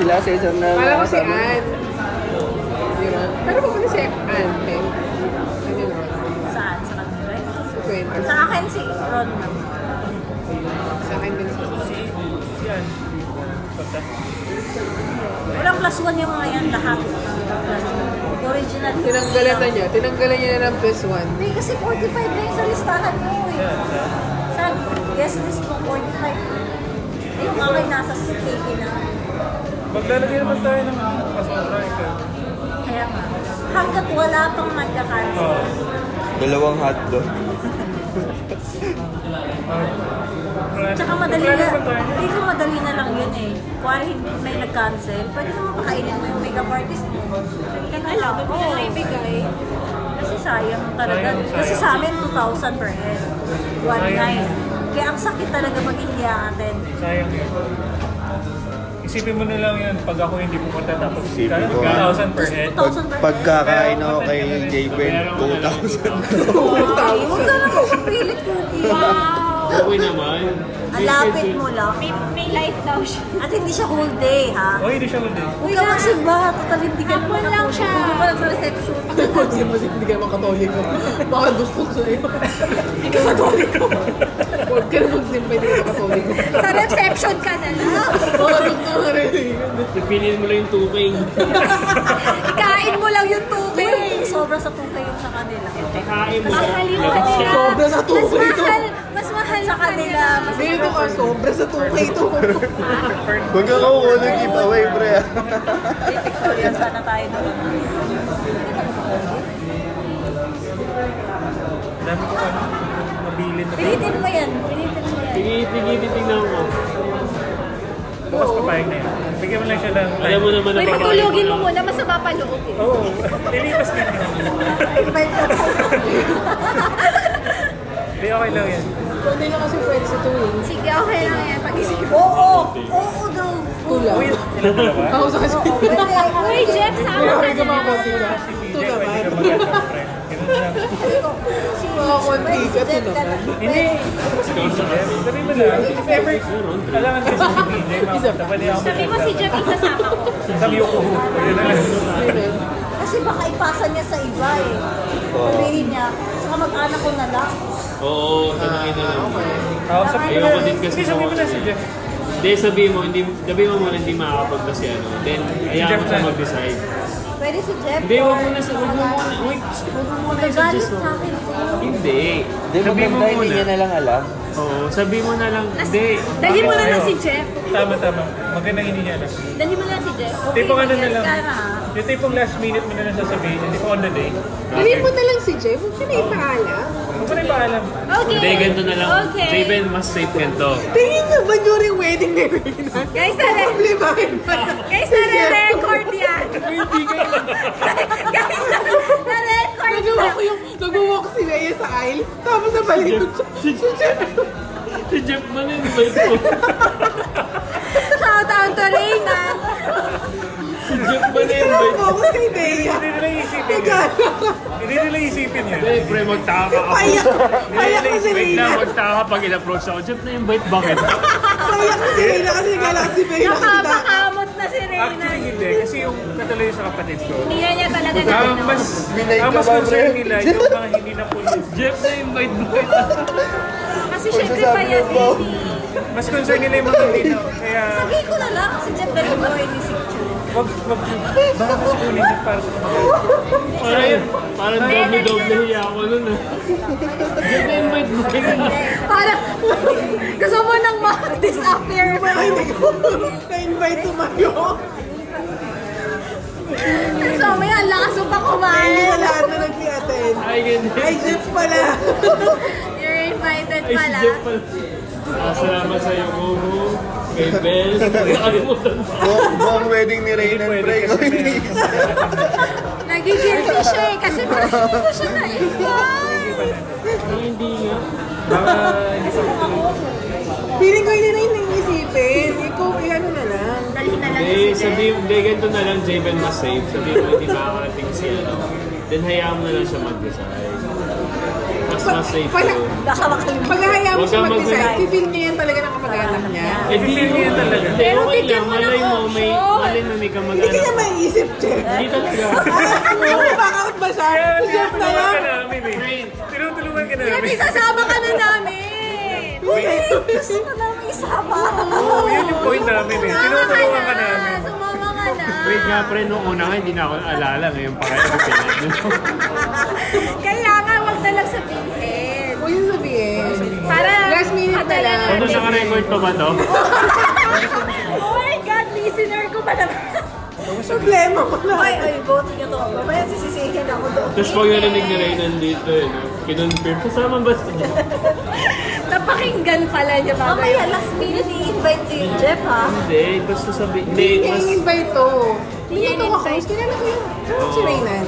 [SPEAKER 5] sila sa isang na
[SPEAKER 4] Kala ko si
[SPEAKER 5] kasama.
[SPEAKER 4] Ann. Diba? Pero pupunta si Ann, eh. Ano yun?
[SPEAKER 1] Saan? Sa kanila?
[SPEAKER 4] Kwento.
[SPEAKER 1] Sa akin si Ron naman.
[SPEAKER 4] Sa akin din siya.
[SPEAKER 6] Yan. Punta.
[SPEAKER 1] Walang plus one yung mga yan lahat. Plus one. Original.
[SPEAKER 4] Tinanggalan na niya. Tinanggalan niya na ng plus one.
[SPEAKER 1] Hindi kasi 45 na yung sa listahan mo eh. Sa guest list mo, 45. Eh, yung akin nasa 80 na.
[SPEAKER 6] Maglalagay naman tayo ng ano, passport record.
[SPEAKER 1] Kaya nga, hanggat wala pang nagka-cancel.
[SPEAKER 6] Oo.
[SPEAKER 5] Dalawang hotdog.
[SPEAKER 1] Tsaka madali na,
[SPEAKER 6] Maglalagay tayo.
[SPEAKER 1] hindi ko madali na lang yun eh. Kuwari hindi may nag-cancel, pwede mo mapakainin mo yung makeup artist mo. Pwede ka na lang. Oo, oh, ibigay. Kasi sayang talaga.
[SPEAKER 6] Sayang, sayang.
[SPEAKER 1] Kasi sa amin, 2,000 per head. One
[SPEAKER 6] Sayang.
[SPEAKER 1] night. Kaya ang sakit talaga pag hindi attend.
[SPEAKER 6] Sayang yun. Isipin mo na lang yun pag ako hindi pumunta tapos
[SPEAKER 5] Isipin
[SPEAKER 6] kaya
[SPEAKER 5] ko.
[SPEAKER 6] 1,000 per head.
[SPEAKER 1] 2,000 per head.
[SPEAKER 5] Pagkakain ako kay Jayben, 2,000.
[SPEAKER 1] Ay, Huwag ka lang magpapilit, Cookie. Wow!
[SPEAKER 2] Okay naman.
[SPEAKER 1] Alapit mo lang.
[SPEAKER 3] May, may life daw siya.
[SPEAKER 1] At hindi siya whole day, ha?
[SPEAKER 6] O, hindi siya ulit.
[SPEAKER 1] Huwag ka magsimba. Total, hindi ka naman lang siya. Huwag ka lang sa reception.
[SPEAKER 4] Kasi mas hindi ka makatolik ko. Baka gusto ko sa'yo. Ikaw katolik ko. Huwag ka na magsimpa, hindi ka katolik ko.
[SPEAKER 1] sa reception ka na lang.
[SPEAKER 4] Baka gusto ko rin.
[SPEAKER 2] Pipiliin mo lang yung tubig.
[SPEAKER 1] Ikain mo lang yung tubig. Sobra sa tubig yung sa kanila.
[SPEAKER 2] Kakain mo.
[SPEAKER 3] Kakalimutan
[SPEAKER 2] Labas
[SPEAKER 3] nila.
[SPEAKER 2] siya.
[SPEAKER 4] Sobra sa tukay ito.
[SPEAKER 1] mas mahal sa kanila. Mas
[SPEAKER 4] Dito ka, sobra sa tukay ito.
[SPEAKER 5] Huwag ka kukuha ng giveaway, pre. ah.
[SPEAKER 1] Victoria, sana tayo doon.
[SPEAKER 6] Dami ko ano, nabili na.
[SPEAKER 1] Pilitin mo yan. Pilitin mo yan.
[SPEAKER 2] Tigit, tigit, titignan mo.
[SPEAKER 6] Bukas papayag na yun. Bigyan mo lang siya ng
[SPEAKER 2] Alam mo naman na
[SPEAKER 3] Uy, patulogin mo muna, masama pa loob eh.
[SPEAKER 6] Oo. Nilipas din yun.
[SPEAKER 1] Invite ka tayo.
[SPEAKER 6] Hindi, okay lang yan.
[SPEAKER 4] Hindi na kasi friends ito eh.
[SPEAKER 3] Sige, okay lang yan. Pag-isip mo.
[SPEAKER 1] Oo. Oo daw.
[SPEAKER 4] Kulang.
[SPEAKER 6] Ilan dalawa?
[SPEAKER 4] Ako sa kasi.
[SPEAKER 3] Uy, Jeff, sama ka
[SPEAKER 4] Kaya ka mga
[SPEAKER 3] na.
[SPEAKER 4] konti lang. Ito
[SPEAKER 6] Hindi, pwede ka
[SPEAKER 4] naman.
[SPEAKER 6] magkakaroon, friend. Ganun lang.
[SPEAKER 4] Mga konti ka, ito naman.
[SPEAKER 6] Hindi. Sabi mo lang, if ever, alangan kasi si DJ, makakita pa niya ako.
[SPEAKER 3] Sabi mo si Jeff, isasama ko.
[SPEAKER 6] Sabi ko, oh, yun na lang.
[SPEAKER 1] Kasi baka ipasa niya sa iba eh. Sabihin niya, saka mag-anak ko na lang.
[SPEAKER 2] Oo, tanongin na lang.
[SPEAKER 6] Tapos Oh, sabi mo
[SPEAKER 2] Ayoko
[SPEAKER 6] lang,
[SPEAKER 2] din kasi
[SPEAKER 6] hindi, sabi mo
[SPEAKER 2] ako-
[SPEAKER 6] lang si Jeff.
[SPEAKER 2] Hindi, sabihin mo, hindi, sabihin mo muna hindi makakapagta si ano. Then, hayaan mo
[SPEAKER 6] Jeff
[SPEAKER 2] siya
[SPEAKER 6] na.
[SPEAKER 2] mag-decide.
[SPEAKER 1] Pwede si Jeff.
[SPEAKER 2] Hindi, huwag
[SPEAKER 1] or-
[SPEAKER 2] mo na sa, huwag mo muna, wait, huwag mo muna
[SPEAKER 1] Nagalit
[SPEAKER 2] i-suggest mo.
[SPEAKER 1] sa akin po.
[SPEAKER 2] Hindi.
[SPEAKER 5] Hindi,
[SPEAKER 2] Sabihin mo
[SPEAKER 5] maganda, hindi
[SPEAKER 2] muna.
[SPEAKER 5] niya na lang alam.
[SPEAKER 2] Oo, sabihin mo na lang, hindi.
[SPEAKER 3] Dali mo na lang si Jeff.
[SPEAKER 6] Tama, tama. Maganda hindi niya alam.
[SPEAKER 3] Dali mo na lang si Jeff.
[SPEAKER 6] Tipong ano na lang.
[SPEAKER 1] Yes, tama.
[SPEAKER 6] Yung tipong last minute mo na lang sasabihin, hindi ko on the day.
[SPEAKER 4] Bilhin mo na lang si Jeff. Huwag ka na ipaalam.
[SPEAKER 6] Huwag mo na ipaalam.
[SPEAKER 3] Okay.
[SPEAKER 2] Hindi, ganito na lang.
[SPEAKER 3] Okay.
[SPEAKER 2] Raven, mas safe ganito.
[SPEAKER 4] Tingin niyo ba during wedding na rin?
[SPEAKER 3] Guys, tara.
[SPEAKER 4] Problemahin pa na.
[SPEAKER 3] Guys, nare-record yan. Guys, nare-record
[SPEAKER 4] Nagawa
[SPEAKER 3] yan.
[SPEAKER 4] ko yung, nag-walk si Rhea sa aisle, tapos nabalito siya. Si Jeff.
[SPEAKER 2] Si Jeff ba na invite mo?
[SPEAKER 3] Shout out to Reyna.
[SPEAKER 2] Si Jeff ba na invite
[SPEAKER 4] Tinanong ko
[SPEAKER 2] mo?
[SPEAKER 4] ako si Rhea.
[SPEAKER 6] Hindi nila isipin yun.
[SPEAKER 4] Nagala ka.
[SPEAKER 6] Hindi nila isipin yun.
[SPEAKER 2] Hindi, pre, magtaka ako.
[SPEAKER 4] Payak. Payak ko si
[SPEAKER 2] Wait
[SPEAKER 4] Rhea.
[SPEAKER 2] lang, magtaka pag in-approach ako. Jeff na invite, bakit?
[SPEAKER 4] Payak ko si Rhea kasi nagala ko si Rhea.
[SPEAKER 3] Nakapakamot na si Reyna.
[SPEAKER 6] Actually, hindi. Kasi yung katuloy sa kapatid ko,
[SPEAKER 3] Hindi na niya talaga
[SPEAKER 6] ang
[SPEAKER 3] na.
[SPEAKER 6] mas,
[SPEAKER 5] Binay
[SPEAKER 6] ang
[SPEAKER 5] ka
[SPEAKER 6] mas
[SPEAKER 5] ba,
[SPEAKER 6] concern
[SPEAKER 5] pre?
[SPEAKER 6] nila yung mga hindi na pulis.
[SPEAKER 2] Jeff na invite, bakit?
[SPEAKER 3] Kasi syempre pa yan. eh.
[SPEAKER 6] Mas concern nila yung mga hindi na. Kaya,
[SPEAKER 1] Sabihin ko na lang si Jeff dahil ko ay ni si Chun.
[SPEAKER 6] wag, wag, baka mas kunin yung para sa mga.
[SPEAKER 2] Parang, parang doble-doble hiya ako nun ah. Jeff na invite mo.
[SPEAKER 1] Para gusto mo nang ma-disappear mo.
[SPEAKER 4] Ay, nag- sabay tumayo.
[SPEAKER 3] So, may ang lakas mo pa
[SPEAKER 4] Ay,
[SPEAKER 3] kumain.
[SPEAKER 4] lahat na nag-attend.
[SPEAKER 9] Ay, ganun.
[SPEAKER 4] Ay, Jeff pala.
[SPEAKER 3] You're invited
[SPEAKER 9] Ay, si
[SPEAKER 3] pala.
[SPEAKER 9] Jeff pala. Ah, salamat sa iyo, Momo. Kay Bel. Nakalimutan ba?
[SPEAKER 5] Buong, buong wedding ni Rain and Bray.
[SPEAKER 3] Nagigilty siya eh, kasi parang hindi ko siya na-invite.
[SPEAKER 9] Ay, hindi nga. Baka hindi pa
[SPEAKER 4] Piling ko hindi na yun naisipin. Ikaw, eh, ano na lang.
[SPEAKER 3] Dalhin na lang
[SPEAKER 2] Hindi,
[SPEAKER 3] si Jeff.
[SPEAKER 2] sabi, hindi, ganito na lang, Javen mas safe. Sabi mo, hindi makakarating siya, ano. Then, hayaan mo na lang siya mag-design. Mas mas safe
[SPEAKER 4] Pala,
[SPEAKER 2] yun.
[SPEAKER 3] Baka makalimutan.
[SPEAKER 4] pag hayaan mo
[SPEAKER 2] Huwag
[SPEAKER 4] siya
[SPEAKER 2] kang
[SPEAKER 4] mag-decide,
[SPEAKER 2] mag-decide.
[SPEAKER 4] pipil niya yan talaga ng kamag-anak niya.
[SPEAKER 2] Eh, di
[SPEAKER 6] Feel niya talaga.
[SPEAKER 2] Hindi,
[SPEAKER 3] Pero
[SPEAKER 2] okay
[SPEAKER 3] bigyan
[SPEAKER 2] lang.
[SPEAKER 3] mo ng
[SPEAKER 2] Malay mo, may,
[SPEAKER 3] option.
[SPEAKER 2] malay mo, may
[SPEAKER 4] Hindi ka na
[SPEAKER 2] kamag-anak.
[SPEAKER 4] maiisip, Jeff.
[SPEAKER 2] Hindi talaga.
[SPEAKER 4] Ano ba, out ba siya? Si Jeff na lang.
[SPEAKER 6] Tinutulungan ka namin eh. Tinutulungan ka
[SPEAKER 3] Kasi
[SPEAKER 6] namin.
[SPEAKER 3] sasama ka na namin. Uy, gusto ko na isama.
[SPEAKER 6] Oo, yun yung point namin eh. Tinutulungan ka namin.
[SPEAKER 3] Sumama ka na.
[SPEAKER 2] Wait nga, pre, nung una nga, hindi na ako naalala. Ngayon pa kaya pipilit.
[SPEAKER 3] Kaya nga, wag na lang sabihin.
[SPEAKER 4] Huwag yung sabihin.
[SPEAKER 3] Para
[SPEAKER 4] Last minute na lang.
[SPEAKER 2] Ano naka-record pa ba to?
[SPEAKER 3] oh my God, listener ko pa naman.
[SPEAKER 4] Problema ko na.
[SPEAKER 3] Ay, ay, boto niyo to. Mamaya sisisihin ako doon.
[SPEAKER 2] Tapos pag narinig ni Ray nandito, eh, no? kinonfirm. Kasama ba siya?
[SPEAKER 3] Napakinggan pala niya ba? Mamaya, last minute i-invite si Jeff, ha?
[SPEAKER 2] Hindi, basta sabi. Hindi,
[SPEAKER 4] Hindi niya
[SPEAKER 2] mas...
[SPEAKER 4] in-invite to.
[SPEAKER 3] Hindi
[SPEAKER 4] Hindi
[SPEAKER 3] niya
[SPEAKER 4] to ako. Kinala ko yung yung
[SPEAKER 6] Oh.
[SPEAKER 4] si Reynan.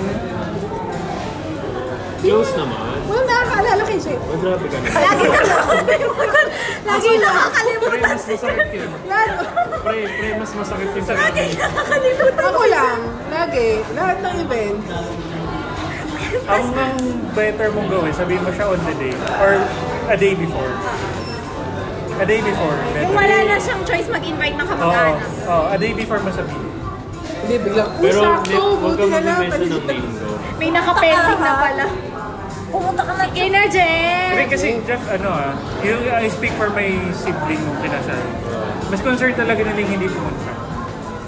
[SPEAKER 2] Close naman.
[SPEAKER 4] Walang nakakaalala kay Jeff.
[SPEAKER 2] Oh, grabe ka na.
[SPEAKER 3] Lagi na nakakalimutan. Lagi na nakakalimutan.
[SPEAKER 6] Mas masakit yun.
[SPEAKER 4] Lalo.
[SPEAKER 6] Pre, pre, mas masakit yun sa
[SPEAKER 3] Lagi na nakakalimutan.
[SPEAKER 4] Ako lang. Lagi. Lahat ng event.
[SPEAKER 6] Ang ang better mong gawin, sabihin mo siya on the day. Or a day before. A day before.
[SPEAKER 3] Kung
[SPEAKER 6] better.
[SPEAKER 3] wala na siyang choice mag-invite ng
[SPEAKER 6] Oo, oh,
[SPEAKER 3] kamag-anak.
[SPEAKER 6] a day before mo sabihin.
[SPEAKER 4] Hindi, biglang. Uy,
[SPEAKER 2] Pero
[SPEAKER 4] sakto.
[SPEAKER 2] Jeff, huwag
[SPEAKER 4] Buti
[SPEAKER 2] kang
[SPEAKER 4] na lang.
[SPEAKER 2] mag-mesa ng
[SPEAKER 4] Palitan.
[SPEAKER 2] linggo.
[SPEAKER 3] May naka-pending na pala.
[SPEAKER 1] Pumunta ka na
[SPEAKER 3] Okay na, Jeff!
[SPEAKER 6] Hindi kasi Jeff, ano ah, yung I speak for my sibling nung kinasal. Mas concerned talaga nila yung hindi pumunta.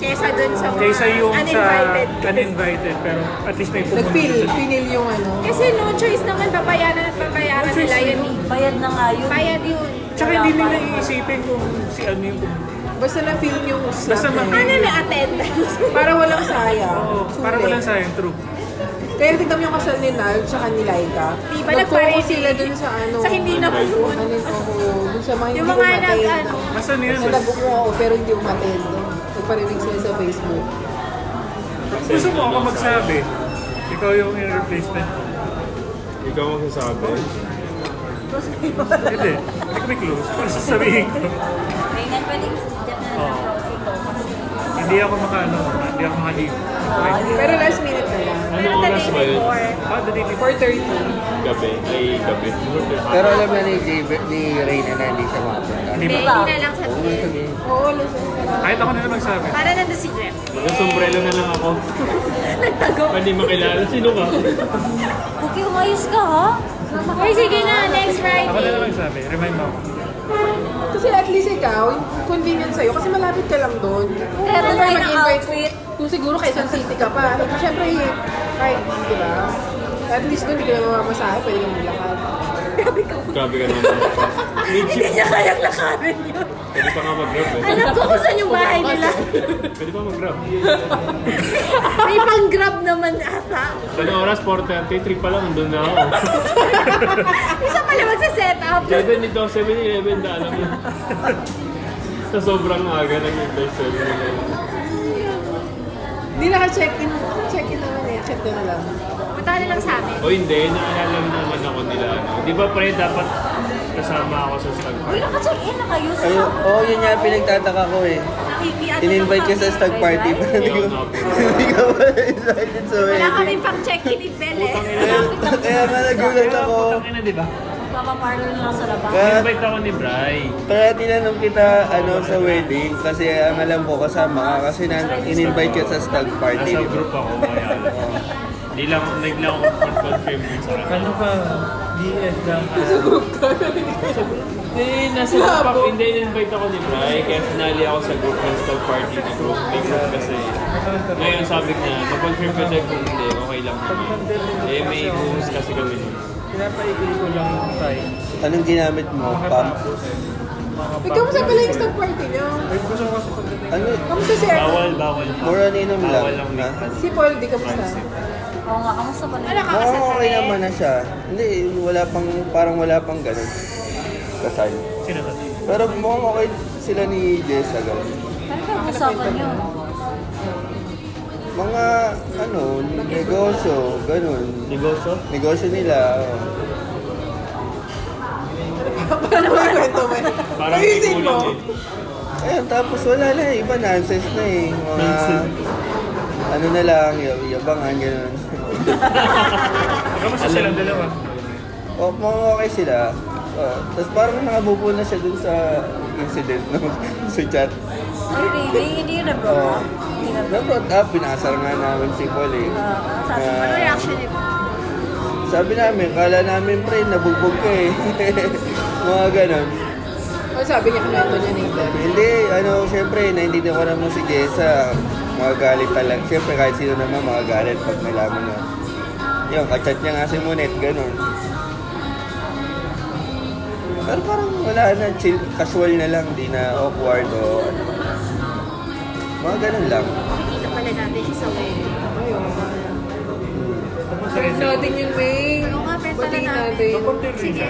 [SPEAKER 3] Kesa dun sa mga
[SPEAKER 6] Kaysa yung
[SPEAKER 3] uninvited.
[SPEAKER 6] sa uninvited, pero at least may pumunta.
[SPEAKER 4] Nag-feel.
[SPEAKER 6] sa-
[SPEAKER 4] Pinil yung ano.
[SPEAKER 3] Kasi no choice naman, babayaran at babayaran nila yun.
[SPEAKER 1] Bayad na nga yun.
[SPEAKER 3] Bayad yun.
[SPEAKER 6] Tsaka hindi nila iisipin kung si ano yung pumunta.
[SPEAKER 4] Basta na-feel yung slap.
[SPEAKER 6] Basta
[SPEAKER 4] niya.
[SPEAKER 3] Ano na attendance?
[SPEAKER 4] Para walang sayang.
[SPEAKER 6] Oo, para
[SPEAKER 4] Sulit.
[SPEAKER 6] walang sayang, true.
[SPEAKER 4] Kaya tignan mo yung kasal ni Nal tsaka ni Laika.
[SPEAKER 3] Di ba
[SPEAKER 4] Nag-focus
[SPEAKER 3] nagpare-
[SPEAKER 4] sila dun sa ano.
[SPEAKER 3] Sa hindi na pumunta.
[SPEAKER 4] Ano yun, oo. Dun sa mga hindi
[SPEAKER 3] Yung mga
[SPEAKER 4] umatid.
[SPEAKER 3] nag, ano,
[SPEAKER 6] Mas ano yun,
[SPEAKER 4] Sa
[SPEAKER 6] mas,
[SPEAKER 4] tabok mo ako, pero hindi umatid. Nagparinig sila sa Facebook.
[SPEAKER 6] gusto mo ako magsabi. Ikaw yung replacement.
[SPEAKER 2] Ikaw magsasabi.
[SPEAKER 6] Hindi, hindi kami close. Para sasabihin ko.
[SPEAKER 10] May nga pwede si Jeff na
[SPEAKER 6] Oo. Hindi ako makaano, hindi ako makalito.
[SPEAKER 4] Pero last minute na lang.
[SPEAKER 2] Ano oras ba yun?
[SPEAKER 6] Ah, the day before.
[SPEAKER 4] 4.30.
[SPEAKER 2] Gabi. Ay, gabi.
[SPEAKER 5] Pero alam na ni, Jave, ni Rain na hindi siya ah. makapunta.
[SPEAKER 6] Hindi
[SPEAKER 3] may
[SPEAKER 6] ba?
[SPEAKER 3] na lang sabihin.
[SPEAKER 4] Oo, last minute na lang.
[SPEAKER 6] Kahit ako nila magsabi.
[SPEAKER 3] Para nandun si Jeff.
[SPEAKER 2] Mag-sombrero na lang ako.
[SPEAKER 3] Nagtago.
[SPEAKER 2] Pwede makilala. Sino ka?
[SPEAKER 1] Okay, umayos ka, ha?
[SPEAKER 3] Uy, sige na, next
[SPEAKER 6] Ako na
[SPEAKER 3] Friday.
[SPEAKER 6] lang sabi, remind mo ako.
[SPEAKER 4] Kasi at least ikaw, convenient sa'yo kasi malapit ka lang doon. Kung
[SPEAKER 1] Pero
[SPEAKER 4] ano
[SPEAKER 1] na yung
[SPEAKER 4] mag-invite
[SPEAKER 1] outfit.
[SPEAKER 4] Kung siguro kay San City ka pa, eh, syempre, eh, kahit, di ba? At least doon, hindi ka na mamamasahe, pwede ka maglakad.
[SPEAKER 2] Grabe ka naman.
[SPEAKER 3] Hindi niya kayang lakarin yun.
[SPEAKER 2] Pwede pa nga mag-grab eh.
[SPEAKER 3] Alam ko kung saan yung bahay nila.
[SPEAKER 2] Pwede pa mag-grab.
[SPEAKER 3] May pang-grab naman ata.
[SPEAKER 2] Ano oras? 4.30. 3 pa lang. Doon na ako.
[SPEAKER 3] Isa pala magsa-set up.
[SPEAKER 2] Javen ni 7-Eleven na alam mo. Sa sobrang aga nag-invest 7-Eleven.
[SPEAKER 4] Hindi na ka-check-in. Check-in naman eh. Check na lang.
[SPEAKER 3] Punta ka na lang sa amin.
[SPEAKER 2] O hindi, naalala mo naman ako nila. Ano. Di ba pre, dapat kasama ako sa stag
[SPEAKER 1] Uy,
[SPEAKER 2] party?
[SPEAKER 1] naka-check in na eh, kayo sa
[SPEAKER 5] Ay, oh, yun nga pinagtataka ko eh.
[SPEAKER 3] Nakikiato
[SPEAKER 5] In-invite ka sa stag party pero hindi ko hindi ka pala invited sa
[SPEAKER 3] Wala kami
[SPEAKER 5] wedding.
[SPEAKER 3] pang-check-in ni Bel eh.
[SPEAKER 5] Kaya nga nagulat ako.
[SPEAKER 2] Tangina, di ba?
[SPEAKER 1] Papaparlor na lang sa labas.
[SPEAKER 5] Kaya
[SPEAKER 2] Invite ako ni Bray.
[SPEAKER 5] Kaya tinanong kita ano sa wedding kasi ang alam ko kasama ka kasi na, in-invite ka sa stag party.
[SPEAKER 2] Nasa
[SPEAKER 5] di ba?
[SPEAKER 2] group ako, kaya ano. Hindi lang, hindi lang ako confirm sa
[SPEAKER 6] Ano ka, DF lang.
[SPEAKER 2] Hindi, nasa group ako, hindi in-invite ako ni Bray. Kaya sinali ako sa group ng stag party ni group. Ni group kasi ngayon sabi niya, mag-confirm ka check kung hindi, okay lang naman. Eh, may host kasi kami nun.
[SPEAKER 6] Pinapaigil ko lang yung time.
[SPEAKER 5] Anong ginamit mo? Pump?
[SPEAKER 6] Makatapos.
[SPEAKER 4] Uy, kamusta
[SPEAKER 6] Makapag-
[SPEAKER 4] pala yung stag party niyo?
[SPEAKER 6] Wait, gusto ko kasi pagdating.
[SPEAKER 5] Ano?
[SPEAKER 4] Kamusta si Erno?
[SPEAKER 2] Bawal, bawal.
[SPEAKER 5] More on inom lang.
[SPEAKER 2] Bawal ang
[SPEAKER 5] ha?
[SPEAKER 4] Si Paul, di kamusta?
[SPEAKER 7] Oo nga, kamusta pa rin?
[SPEAKER 5] Mukhang okay naman na siya. Hindi, wala pang, parang wala pang ganun. Kasal.
[SPEAKER 11] Sino to?
[SPEAKER 5] Pero mukhang okay sila ni Jess agad.
[SPEAKER 7] Parang pag-usapan yun.
[SPEAKER 5] Mga, ano, negosyo, ganun.
[SPEAKER 2] Negosyo?
[SPEAKER 5] Negosyo nila. oh.
[SPEAKER 4] Parang mga kwento mo eh.
[SPEAKER 2] Parang
[SPEAKER 4] Ayusin mo.
[SPEAKER 2] kulang eh.
[SPEAKER 5] Ayun, tapos wala na eh. Iba nonsense na eh. Mga,
[SPEAKER 2] Nonsense.
[SPEAKER 5] ano na lang, yab- yabangan, ganun.
[SPEAKER 11] Kamusta silang dalawa?
[SPEAKER 5] o, mukhang okay sila. Oh, tapos parang nakabubol na siya dun sa incident no? sa chat.
[SPEAKER 7] Ay, really? Hindi yun na bro.
[SPEAKER 5] Oh, na-brought up, pinasar ah, nga namin si Paul eh.
[SPEAKER 7] Sabi,
[SPEAKER 5] Ah.
[SPEAKER 7] ano reaction niya?
[SPEAKER 5] Sabi namin, kala namin pre, nabugbog ka eh. Mga ganun.
[SPEAKER 4] Ano sabi niya, kwento niya Nathan?
[SPEAKER 5] Hindi, ano, syempre, naiintindihan ko naman si Jessa. Magagalit talaga. Syempre, kahit sino naman magagalit pag nalaman na. Yun, kachat niya nga si Monet, ganun. Pero parang wala na, chill, casual na lang, di na awkward o ano. Mga ganun lang.
[SPEAKER 7] Nakikita pala natin siya sa wedding.
[SPEAKER 4] Friend natin yun, May.
[SPEAKER 7] Oo nga, friend pala
[SPEAKER 4] Batiin
[SPEAKER 7] natin.
[SPEAKER 4] natin.
[SPEAKER 7] Sige.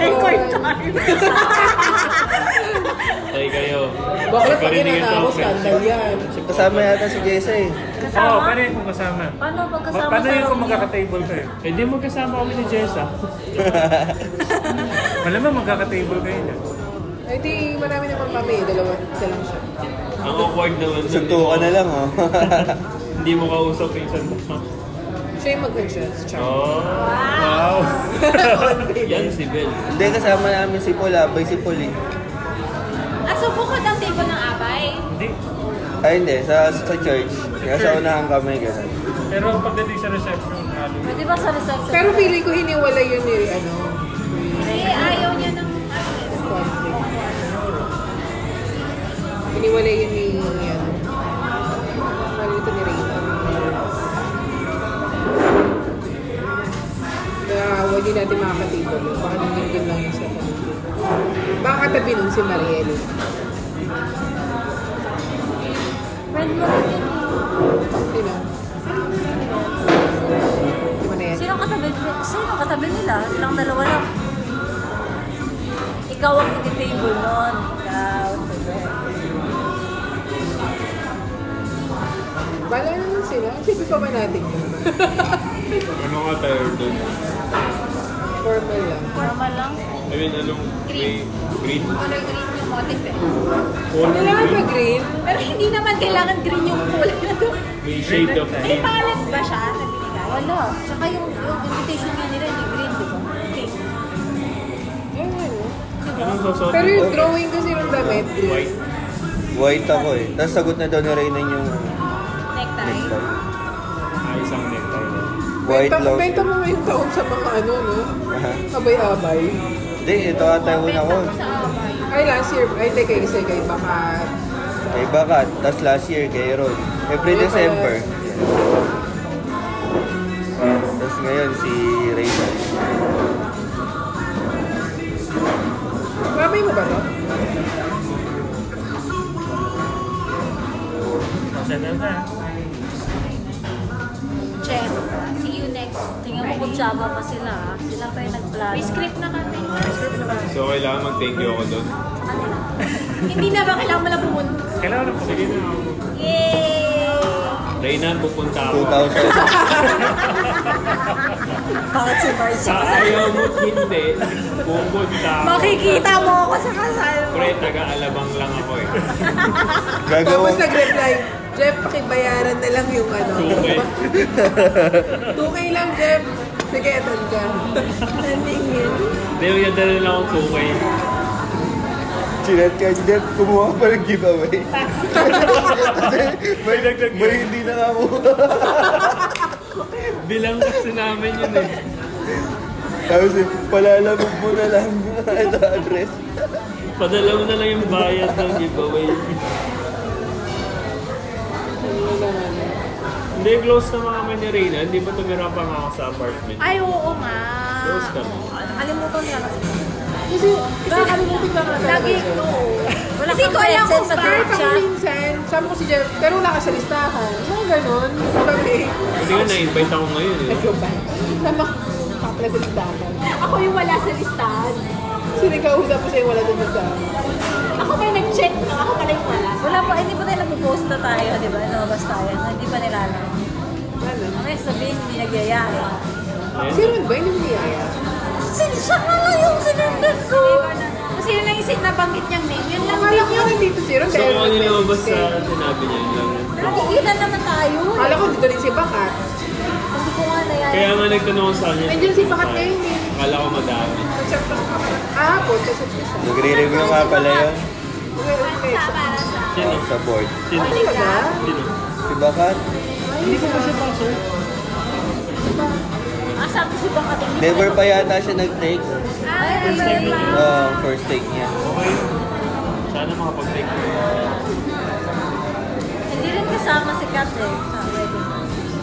[SPEAKER 7] Record tayo.
[SPEAKER 2] Ay kayo.
[SPEAKER 4] Bakit pag
[SPEAKER 2] Parinig ito,
[SPEAKER 4] inanakos,
[SPEAKER 2] friend.
[SPEAKER 4] scandal yan.
[SPEAKER 5] Kasama yata si Jessa eh.
[SPEAKER 11] Oo, oh,
[SPEAKER 7] Kasama?
[SPEAKER 11] kung kasama.
[SPEAKER 7] Paano pag
[SPEAKER 11] Ma-
[SPEAKER 7] kasama
[SPEAKER 11] Paano
[SPEAKER 7] sa
[SPEAKER 11] yun kung
[SPEAKER 7] reunion?
[SPEAKER 11] magkaka-table kayo?
[SPEAKER 2] Eh di magkasama kami ni Jessa.
[SPEAKER 11] Malamang magkaka-table kayo na.
[SPEAKER 4] Ay, di, marami naman kami. Dalawa, isa lang siya.
[SPEAKER 2] Ang awkward naman. nun,
[SPEAKER 5] Suntukan na
[SPEAKER 2] eh.
[SPEAKER 5] lang oh.
[SPEAKER 2] Hindi mo kausap yung isang tao.
[SPEAKER 4] Siya yung mag-adjust. Char.
[SPEAKER 2] Oh.
[SPEAKER 11] Wow!
[SPEAKER 2] Yan si Bel.
[SPEAKER 5] Hindi, kasama namin si Paul, abay si Paul eh.
[SPEAKER 3] Ah, so bukod ang table ng abay.
[SPEAKER 11] Hindi.
[SPEAKER 5] Ay hindi, sa, sa church. Nasa unahan kami, ganun.
[SPEAKER 11] Pero pagdating sa reception,
[SPEAKER 6] ano,
[SPEAKER 11] halo.
[SPEAKER 7] Pwede ba sa reception?
[SPEAKER 4] Pero feeling ko hiniwala yun ni, ano,
[SPEAKER 3] Kasi eh, ayaw niya ng ano,
[SPEAKER 4] conflict. Hiniwala yun ni, ano, ano ito ni Reyna. Na huwag din natin makakatipo. Baka nanggigil lang yun sa pamilya. Baka katabi nun si Marielle.
[SPEAKER 7] Friend mo rin yun.
[SPEAKER 4] Sino? Di ba na yan?
[SPEAKER 7] Sino ang katabi? Sino ang katabi nila? Ilang dalawa lang. Ikaw ang table nun. Ikaw.
[SPEAKER 4] Bala na lang sila. Isipin pa ba natin yun?
[SPEAKER 2] Ano nga tayo doon?
[SPEAKER 4] Formal lang.
[SPEAKER 7] Normal lang.
[SPEAKER 2] I mean, anong may green?
[SPEAKER 3] color green yung motif eh.
[SPEAKER 4] Kailangan pa green.
[SPEAKER 3] Pero hindi naman kailangan green yung kulay na to.
[SPEAKER 2] May shade of
[SPEAKER 3] May
[SPEAKER 2] green.
[SPEAKER 3] palette ba siya na binigay?
[SPEAKER 7] Wala. Tsaka yung, yung invitation nga nila, hindi green, di ba? Pink.
[SPEAKER 4] Eh, ano?
[SPEAKER 2] Anong sosot?
[SPEAKER 4] Pero yung drawing kasi ng damit, green.
[SPEAKER 2] White.
[SPEAKER 5] White ako eh. Tapos sagot na daw ni Reynan yung
[SPEAKER 3] Necktie.
[SPEAKER 5] necktie.
[SPEAKER 2] Ah, isang necktie na.
[SPEAKER 5] White
[SPEAKER 4] Benta-
[SPEAKER 5] blouse.
[SPEAKER 4] Benta mo nga yung taon sa mga ano, no?
[SPEAKER 5] Aha.
[SPEAKER 4] Abay-abay.
[SPEAKER 5] Hindi, ito ata yung una ko.
[SPEAKER 3] Sa abay.
[SPEAKER 4] Ay, last year, ay, teka, isa kay baka...
[SPEAKER 5] Kay Bakat. Eh, Tapos last year kay Ron. Every
[SPEAKER 4] Ay,
[SPEAKER 5] December. Tapos ngayon si Reynan.
[SPEAKER 4] Mamay mo ba, no?
[SPEAKER 11] Settle na.
[SPEAKER 7] Check. See you next. Tingnan mo kung tsaba pa sila. ah. Sila pa yung nagplano.
[SPEAKER 3] May script na kami.
[SPEAKER 2] So, kailangan mag-thank you ako doon.
[SPEAKER 3] hindi na ba kailangan mo lang pumunta?
[SPEAKER 11] Kailangan na po. Sige na.
[SPEAKER 3] Yay!
[SPEAKER 2] Reynan, pupunta ako. Ah.
[SPEAKER 5] 2000.
[SPEAKER 7] Bakit si Marcia?
[SPEAKER 2] Sa ayaw mo, hindi. Pupunta ako.
[SPEAKER 7] Makikita mo ako sa kasal.
[SPEAKER 2] Pre, taga-alabang lang ako eh.
[SPEAKER 5] Gagawin.
[SPEAKER 4] Tapos nag-reply, Jeff, pakibayaran na lang yung ano.
[SPEAKER 2] 2K.
[SPEAKER 4] 2K lang, Jeff. Sige, etan ka.
[SPEAKER 2] Hindi, yung dala lang akong tukay.
[SPEAKER 5] Chinet ka, Chinet. Kumuha pa ng giveaway. Kasi may, may hindi na ako.
[SPEAKER 2] Bilang kasi namin yun eh.
[SPEAKER 5] Tapos eh, palalamog mo na lang ito address.
[SPEAKER 2] Padala mo na lang yung bayad ng giveaway. Hindi, close na mga kami ni Reyna. Hindi ba tumira pa nga ako sa apartment?
[SPEAKER 3] Ay, oo nga.
[SPEAKER 2] Close ka.
[SPEAKER 3] Oo, Nakalimutan lang.
[SPEAKER 4] Kasi, kasi alam mo, bigla ka na talaga
[SPEAKER 1] Lagi
[SPEAKER 4] siya.
[SPEAKER 1] ito. Wala
[SPEAKER 3] Hindi
[SPEAKER 1] kang
[SPEAKER 3] ko alam
[SPEAKER 1] presence
[SPEAKER 3] kung
[SPEAKER 1] sa
[SPEAKER 3] bakit
[SPEAKER 4] Kahit
[SPEAKER 1] group
[SPEAKER 4] ako
[SPEAKER 1] chat.
[SPEAKER 4] minsan, sabi ko si Jeff, pero wala ka sa listahan. Mga ganun. Sabi,
[SPEAKER 2] Hindi nga na-invite ako ngayon eh.
[SPEAKER 4] nag-go back. Tama, kapla sa listahan.
[SPEAKER 1] Ako yung wala sa listahan.
[SPEAKER 4] Sino kausap ko siya yung wala sa listahan?
[SPEAKER 1] Ako pa yung nag-check lang. Ako pala yung wala. Wala pa. Hindi pa nila post na tayo, di ba? Lumabas tayo. Hindi pa nila alam.
[SPEAKER 4] Ano?
[SPEAKER 1] Mga sabihin, hindi nagyayari.
[SPEAKER 4] Si Ron ba? Hindi mo niyaya.
[SPEAKER 1] Sin siya nga lang yung sinundan ko. Kasi yun lang yung nabanggit niyang name. Yun lang
[SPEAKER 4] Akala ko nga dito si Ron.
[SPEAKER 2] So
[SPEAKER 4] dahil
[SPEAKER 2] kung ano
[SPEAKER 4] nag-message
[SPEAKER 2] yung lumabas sa
[SPEAKER 4] eh.
[SPEAKER 2] sinabi niya, yun lang.
[SPEAKER 3] Nakikita naman tayo.
[SPEAKER 4] Akala ko dito rin si Bakat.
[SPEAKER 3] Hindi ko nga nayari.
[SPEAKER 2] Kaya nga nagtanong ako sa kanya.
[SPEAKER 4] Nandiyan si Bakat na yun eh.
[SPEAKER 2] Akala ko madami.
[SPEAKER 4] Nag-chat ko si Bakat. Ah, po, chat-chat ko siya.
[SPEAKER 5] Nagre-review nga pala yun
[SPEAKER 4] Okay, okay.
[SPEAKER 2] Sino?
[SPEAKER 5] sa board.
[SPEAKER 2] Sino?
[SPEAKER 4] Talaga?
[SPEAKER 2] Sino?
[SPEAKER 5] Si Bakat?
[SPEAKER 4] Hindi ko pa siya pang sir.
[SPEAKER 1] Ah,
[SPEAKER 3] Asap ko si Baka Tingin.
[SPEAKER 5] Never pa yata siya nag-take. Oo, first take niya.
[SPEAKER 2] Okay. Sana makapag-take ko.
[SPEAKER 1] Hindi rin kasama si Kat eh. Sa wedding.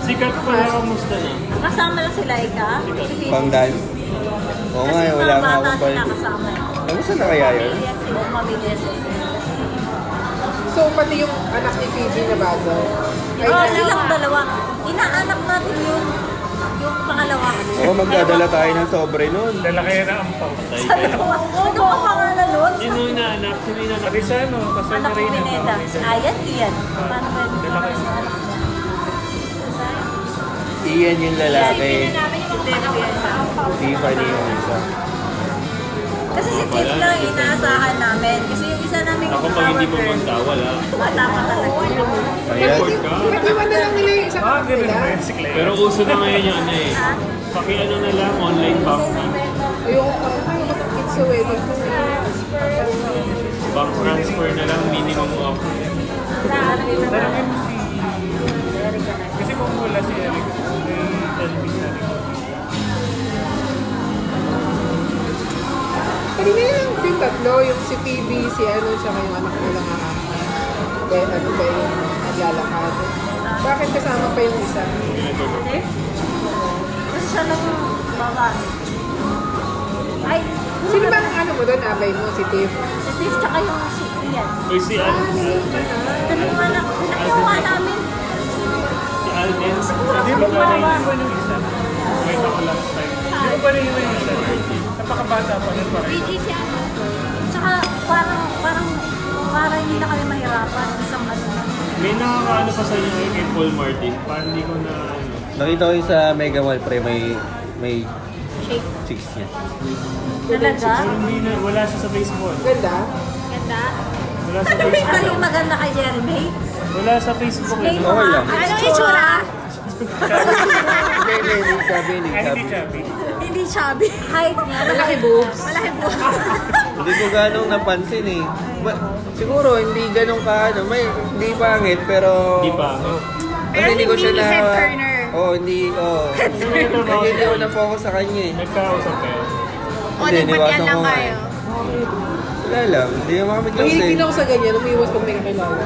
[SPEAKER 2] Si Kat pala kamusta na?
[SPEAKER 1] Kasama lang si Laika. Si Phoebe.
[SPEAKER 5] Pangdan. Oo nga,
[SPEAKER 1] Kasi
[SPEAKER 5] eh,
[SPEAKER 1] yung
[SPEAKER 5] wala
[SPEAKER 1] mga bata eh.
[SPEAKER 5] nga akong
[SPEAKER 1] din
[SPEAKER 5] pala.
[SPEAKER 1] nakasama.
[SPEAKER 5] Ano saan na kaya yun?
[SPEAKER 1] Pamilya sila. Pamilya sila.
[SPEAKER 4] So, pati yung anak ni Phoebe na bago. Ay,
[SPEAKER 1] Oh,
[SPEAKER 4] ano?
[SPEAKER 1] silang dalawa. Inaanak natin yung yung pangalawa.
[SPEAKER 5] Oo, magdadala tayo ng sobre nun.
[SPEAKER 6] Dala kaya na ang pang.
[SPEAKER 2] Patay
[SPEAKER 1] Sa
[SPEAKER 2] kayo.
[SPEAKER 1] dalawa. Ano ang pangalan nun?
[SPEAKER 2] Sino yung inaanak? Sino yung inaanak?
[SPEAKER 6] Pati sa ano, kasi
[SPEAKER 1] Anak ni
[SPEAKER 6] Marina,
[SPEAKER 1] Pineda.
[SPEAKER 6] Marina.
[SPEAKER 1] Ayan, iyan. Paano ba yung
[SPEAKER 6] Dalawa kayo.
[SPEAKER 1] anak niya?
[SPEAKER 5] Iyan yung lalaki.
[SPEAKER 1] Si Tefi yan siya.
[SPEAKER 5] Tiffany yung isa.
[SPEAKER 1] Kasi si Tiff lang yung inaasahan namin. Kasi yung isa Diba, namin
[SPEAKER 2] Ako pag hindi pumunta, wala.
[SPEAKER 1] Bata pa talaga.
[SPEAKER 5] Ayan.
[SPEAKER 2] Report ka.
[SPEAKER 4] Nag-iwan na lang nila yung isang
[SPEAKER 6] Ah,
[SPEAKER 4] anak
[SPEAKER 6] ganun
[SPEAKER 4] nila.
[SPEAKER 6] ba yun si Clay?
[SPEAKER 2] Pero uso na ngayon yun eh. Paki ano na lang, online bank na.
[SPEAKER 4] Ayoko pa. Ay, it's so wedding.
[SPEAKER 2] Bank transfer na lang, minimum of.
[SPEAKER 6] Tanungin mo si... Kasi kung wala si Eric, may Elvis na rin.
[SPEAKER 4] Kanina yung yung tatlo, yung si Phoebe, si ano, tsaka yung anak nila nga. Dahil ano ba yung naglalakad. Bakit kasama pa yung isa?
[SPEAKER 1] Kasi siya lang yung baba. Ay,
[SPEAKER 4] Sino ba ang ano mo doon, abay mo, si Tiff?
[SPEAKER 1] si Tiff tsaka yung si Ian.
[SPEAKER 2] Uy, si Al,
[SPEAKER 1] Dalawa na. Nakuha namin.
[SPEAKER 2] si Alden.
[SPEAKER 1] Siguro
[SPEAKER 6] Di
[SPEAKER 1] ako
[SPEAKER 6] ba ba
[SPEAKER 1] bawa.
[SPEAKER 6] naiiwan yung isa? Wait ako lang time. Di ba ba naiiwan yung isa? Napakabata pa rin pa rin.
[SPEAKER 1] BG siya. Tsaka parang, parang, parang hindi na kami mahirapan. Isang ano.
[SPEAKER 2] May nakakaano pa sa inyo eh, kay Paul Martin. Parang hindi ko na ano.
[SPEAKER 5] Nakita ko yung sa Mega Mall, pre, may, may
[SPEAKER 1] Shake.
[SPEAKER 5] chicks niya.
[SPEAKER 1] Talaga?
[SPEAKER 6] Pero hindi na, wala siya sa Facebook.
[SPEAKER 4] Ganda?
[SPEAKER 1] Ganda.
[SPEAKER 6] Wala sa
[SPEAKER 1] Ano ba yung
[SPEAKER 6] Facebook.
[SPEAKER 1] ano maganda kay Jeremy?
[SPEAKER 6] Wala sa Facebook.
[SPEAKER 1] May
[SPEAKER 6] eh.
[SPEAKER 1] mga,
[SPEAKER 5] Okay lang.
[SPEAKER 1] ano yung itsura?
[SPEAKER 5] Hindi, hindi, hindi sabi, hindi
[SPEAKER 6] Ay,
[SPEAKER 5] sabi.
[SPEAKER 6] hindi chubby.
[SPEAKER 1] Hindi chubby. Height niya.
[SPEAKER 4] Malaki boobs.
[SPEAKER 1] Malaki po.
[SPEAKER 5] Hindi ko ganong napansin eh. Ba- siguro, hindi ganong ka, ano, may, hindi pangit, pero...
[SPEAKER 2] Hindi pa.
[SPEAKER 5] Pero hindi ko siya na... Head turner. Oo, oh, hindi, oo. Kasi hindi ako na-focus sa kanya eh.
[SPEAKER 2] Nagkausap kayo.
[SPEAKER 5] O, nagpatian lang kayo. eh. Wala lang, hindi naman kami close eh.
[SPEAKER 4] Mahigpin ako sa ganyan, umiiwas pag may kakilala.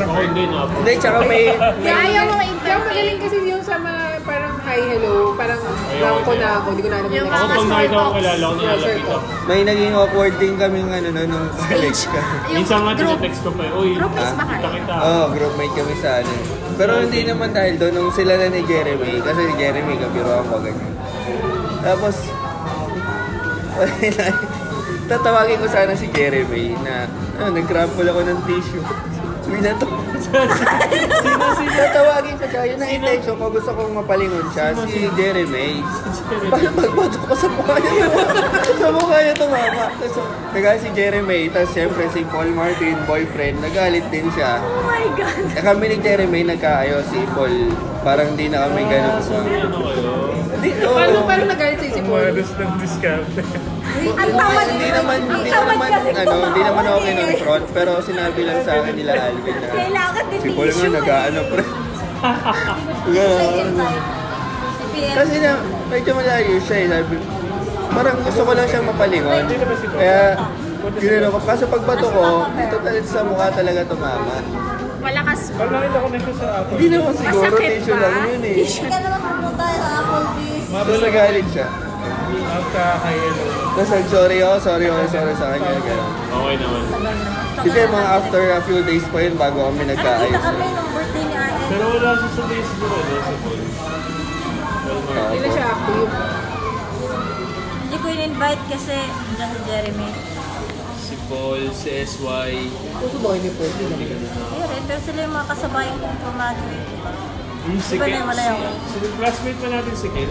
[SPEAKER 2] Ako hindi na ako.
[SPEAKER 5] Hindi, tsaka may...
[SPEAKER 4] Ayaw mo interview. Kaya magaling kasi yung sa mga parang hi, hello, parang blanco na ako, hindi ko na alam yung
[SPEAKER 2] Ako
[SPEAKER 4] next.
[SPEAKER 2] pag nakita ko kilala ko, nalalapit ako.
[SPEAKER 5] May naging awkward din kami ng ano no, nung college ka.
[SPEAKER 2] Minsan nga tinatext ko pa eh, Uy,
[SPEAKER 5] is ba
[SPEAKER 2] kita kita.
[SPEAKER 5] Oo, oh, groupmate kami sa ano. Pero hindi naman dahil doon, nung sila na ni Jeremy, kasi ni Jeremy, kabiro ako, ganyan. Tapos, tatawagin ko sana si Jeremy na, ah, nag-crumple ako ng tissue. Uy, nato. sino, sino? Tatawagin ko siya. Yun ang intention ko. Gusto kong mapalingon siya. Si Jeremy. Parang magbato ko sa mukha niya. sa mukha niya tumama. Tapos, nagalit si Jeremy. Tapos, syempre, si Paul Martin, boyfriend, nagalit din siya.
[SPEAKER 1] Oh my God.
[SPEAKER 5] Eh, kami ni Jeremy nagkaayos si Paul. Parang di na kami ganun sa...
[SPEAKER 2] Ano kayo?
[SPEAKER 5] Hindi, oo.
[SPEAKER 4] Paano, paano nagalit sa isip mo?
[SPEAKER 6] Umalos ng discount.
[SPEAKER 1] Ang tamad.
[SPEAKER 5] Hindi naman,
[SPEAKER 1] ang
[SPEAKER 5] hindi
[SPEAKER 1] tamad
[SPEAKER 5] naman,
[SPEAKER 1] kasi
[SPEAKER 5] ano, hindi naman ako
[SPEAKER 1] tumawag eh.
[SPEAKER 5] kinonfront. Pero sinabi lang sa akin nila Alvin na...
[SPEAKER 1] Kailangan din
[SPEAKER 5] Si Paul nga
[SPEAKER 1] issue eh.
[SPEAKER 5] nag-ano, pre.
[SPEAKER 1] Second
[SPEAKER 5] Ganun.
[SPEAKER 1] time. Si PM.
[SPEAKER 5] Kasi na, medyo malayo siya eh. Sabi, parang gusto ko lang siyang mapalingon. Kaya, ginano ko. Kaso pagbato ko, ito talaga sa mukha talaga tumama.
[SPEAKER 6] Wala rin ako nito sa ako.
[SPEAKER 5] Hindi naman siguro, tissue lang yun eh.
[SPEAKER 1] ano ah, Hindi ka naman pumunta sa Applebee's.
[SPEAKER 5] Tapos nagalit siya.
[SPEAKER 6] After high-end.
[SPEAKER 5] Tapos like, sorry ako, sorry ako, sorry sa kanya. ganun.
[SPEAKER 2] Okay naman.
[SPEAKER 5] Kasi mga after a few days pa yun bago kami
[SPEAKER 1] Nakita
[SPEAKER 5] nagkaayos.
[SPEAKER 1] kami nung birthday ni Ate.
[SPEAKER 2] Pero wala siya sa base ko, ano, sa phone.
[SPEAKER 5] Oo.
[SPEAKER 4] Hindi na siya active.
[SPEAKER 1] Hindi ko in-invite kasi nandiyan si Jeremy.
[SPEAKER 2] Si Paul, si SY.
[SPEAKER 4] Puso ba kayo ni Paul? Hindi na.
[SPEAKER 1] Ayun, eh, pero sila yung mga kasabayan kong graduate.
[SPEAKER 2] Hmm, si
[SPEAKER 1] Iba na
[SPEAKER 2] Ken.
[SPEAKER 1] yung wala
[SPEAKER 2] Si,
[SPEAKER 1] yung-
[SPEAKER 2] si classmate pa natin si Ken.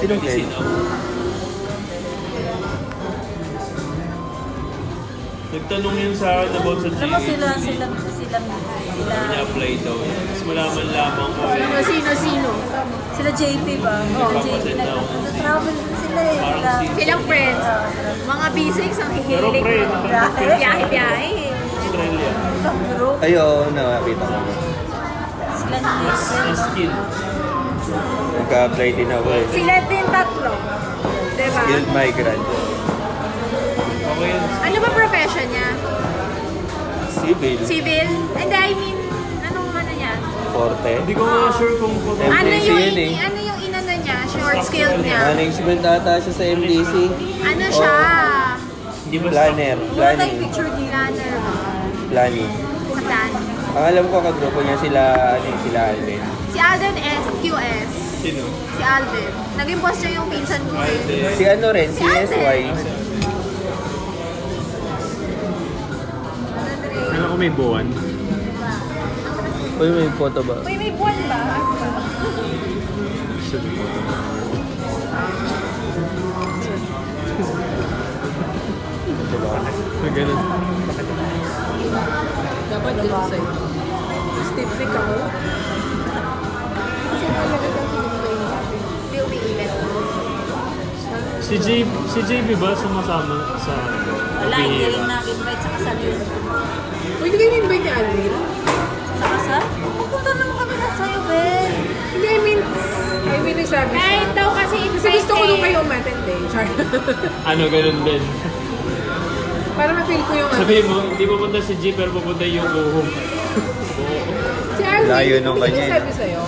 [SPEAKER 5] Sino Glenn?
[SPEAKER 2] Sino? Nagtanong yun sa akin about sa
[SPEAKER 1] Alam mo sila,
[SPEAKER 2] GHD.
[SPEAKER 1] sila, sila, sila,
[SPEAKER 2] Ina-apply daw. Tapos malaman lamang ko eh.
[SPEAKER 4] Naman sino-sino.
[SPEAKER 1] sila JP ba? Oo,
[SPEAKER 2] pa
[SPEAKER 1] JP.
[SPEAKER 2] kasi daw.
[SPEAKER 1] Nag-travel din sila eh.
[SPEAKER 2] Parang
[SPEAKER 1] Sila,
[SPEAKER 2] si-
[SPEAKER 3] Silang friends. Mga B6 ang
[SPEAKER 2] Pero
[SPEAKER 3] hihilig.
[SPEAKER 2] pre, nakakapit sa
[SPEAKER 3] Biyahe-biyahe.
[SPEAKER 2] Australia.
[SPEAKER 1] sa group.
[SPEAKER 5] Ayo, nakakita ko.
[SPEAKER 1] Sila ni
[SPEAKER 2] Sa skill.
[SPEAKER 5] Nagka-apply din ako eh.
[SPEAKER 3] Sila din tatlo. Diba?
[SPEAKER 5] Skilled migrant.
[SPEAKER 2] Okay yun.
[SPEAKER 3] Ano ba profession niya?
[SPEAKER 5] Civil.
[SPEAKER 3] Civil? And I mean, anong ano niya?
[SPEAKER 5] Forte.
[SPEAKER 2] Hindi ko nga sure kung photo.
[SPEAKER 3] Ano
[SPEAKER 5] MDC
[SPEAKER 3] yung,
[SPEAKER 5] yun eh.
[SPEAKER 3] ano yung inano niya? Short skill niya?
[SPEAKER 5] Management ata siya sa MDC.
[SPEAKER 3] Ano siya?
[SPEAKER 2] Hindi ba
[SPEAKER 1] Wala
[SPEAKER 5] Planner.
[SPEAKER 1] tayong
[SPEAKER 5] Oh, Planning.
[SPEAKER 1] picture dito.
[SPEAKER 3] Planner.
[SPEAKER 5] Planning.
[SPEAKER 3] Sa plan.
[SPEAKER 5] Ang alam ko kagrupo niya sila, ano yun, sila Alvin.
[SPEAKER 3] Si Alden SQS.
[SPEAKER 2] Sino?
[SPEAKER 3] Si Alden. Naging boss niya yung pinsan ko eh.
[SPEAKER 5] Si ano rin, si SY.
[SPEAKER 2] Kala ko may buwan.
[SPEAKER 5] Uy, may photo ba?
[SPEAKER 3] Uy, may buwan ba?
[SPEAKER 2] May ganun.
[SPEAKER 4] Dapat dito sa'yo. Stiff neck ako. Kasi talaga kang
[SPEAKER 3] Hindi umiinit.
[SPEAKER 2] Si JB, si JB ba sumasama sa
[SPEAKER 1] Wala, hindi rin na-invite sa kasal yun.
[SPEAKER 4] Uy, hindi kayo invite ni Alvin?
[SPEAKER 1] Sa kasal? Pupunta naman kami na sa'yo, Ben.
[SPEAKER 4] Hindi, I mean, I mean, nagsabi siya.
[SPEAKER 3] Kahit daw kasi
[SPEAKER 4] Kasi
[SPEAKER 3] invite
[SPEAKER 4] gusto ko nung
[SPEAKER 3] eh.
[SPEAKER 4] kayo umattend eh. Char.
[SPEAKER 2] Ano ganun din?
[SPEAKER 4] Para ma-feel ko yung ano.
[SPEAKER 2] Sabi mo, hindi pupunta si G pero pupunta yung uhum.
[SPEAKER 4] Si Alvin,
[SPEAKER 5] Layo nung
[SPEAKER 4] hindi
[SPEAKER 5] kanya eh.
[SPEAKER 4] sabi sa'yo.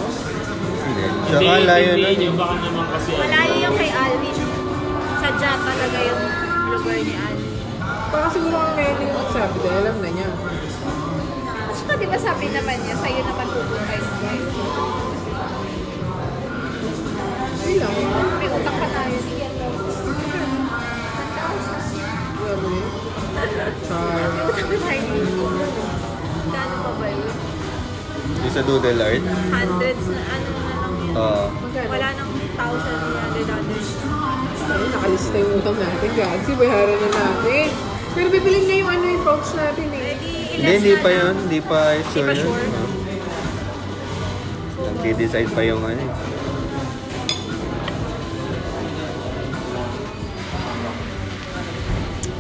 [SPEAKER 2] Hindi,
[SPEAKER 5] Tsaka layo
[SPEAKER 2] hindi
[SPEAKER 5] na.
[SPEAKER 2] yun. Baka naman kasi ano.
[SPEAKER 3] Malayo yung kay Alvin. Sadya talaga yung lugar ni Alvin.
[SPEAKER 4] Baka siguro ang ngayon yung magsabi dahil alam na niya.
[SPEAKER 3] At saka di ba sabi naman niya, sa'yo naman pupunta yung guys.
[SPEAKER 4] Hindi lang.
[SPEAKER 3] May utak pa tayo. Sige, ano?
[SPEAKER 4] Grabe. Char.
[SPEAKER 3] May utak pa tayo dito. Gano'n pa ba yun?
[SPEAKER 5] Yung sa Doodle Art.
[SPEAKER 3] Hundreds na ano na lang yun.
[SPEAKER 5] Oo.
[SPEAKER 3] Wala nang thousand na hundred dollars.
[SPEAKER 4] Ay, nakalista yung utang natin. Gags, ibayaran na natin. Pero bibilin na yung ano yung pouch natin eh.
[SPEAKER 3] Pwede
[SPEAKER 5] Hindi,
[SPEAKER 3] ilas
[SPEAKER 5] hindi
[SPEAKER 3] na
[SPEAKER 5] pa
[SPEAKER 3] lang.
[SPEAKER 5] yun. Hindi pa sure
[SPEAKER 3] pa
[SPEAKER 5] yun.
[SPEAKER 3] sure.
[SPEAKER 5] Nag-decide pa yung ano. eh.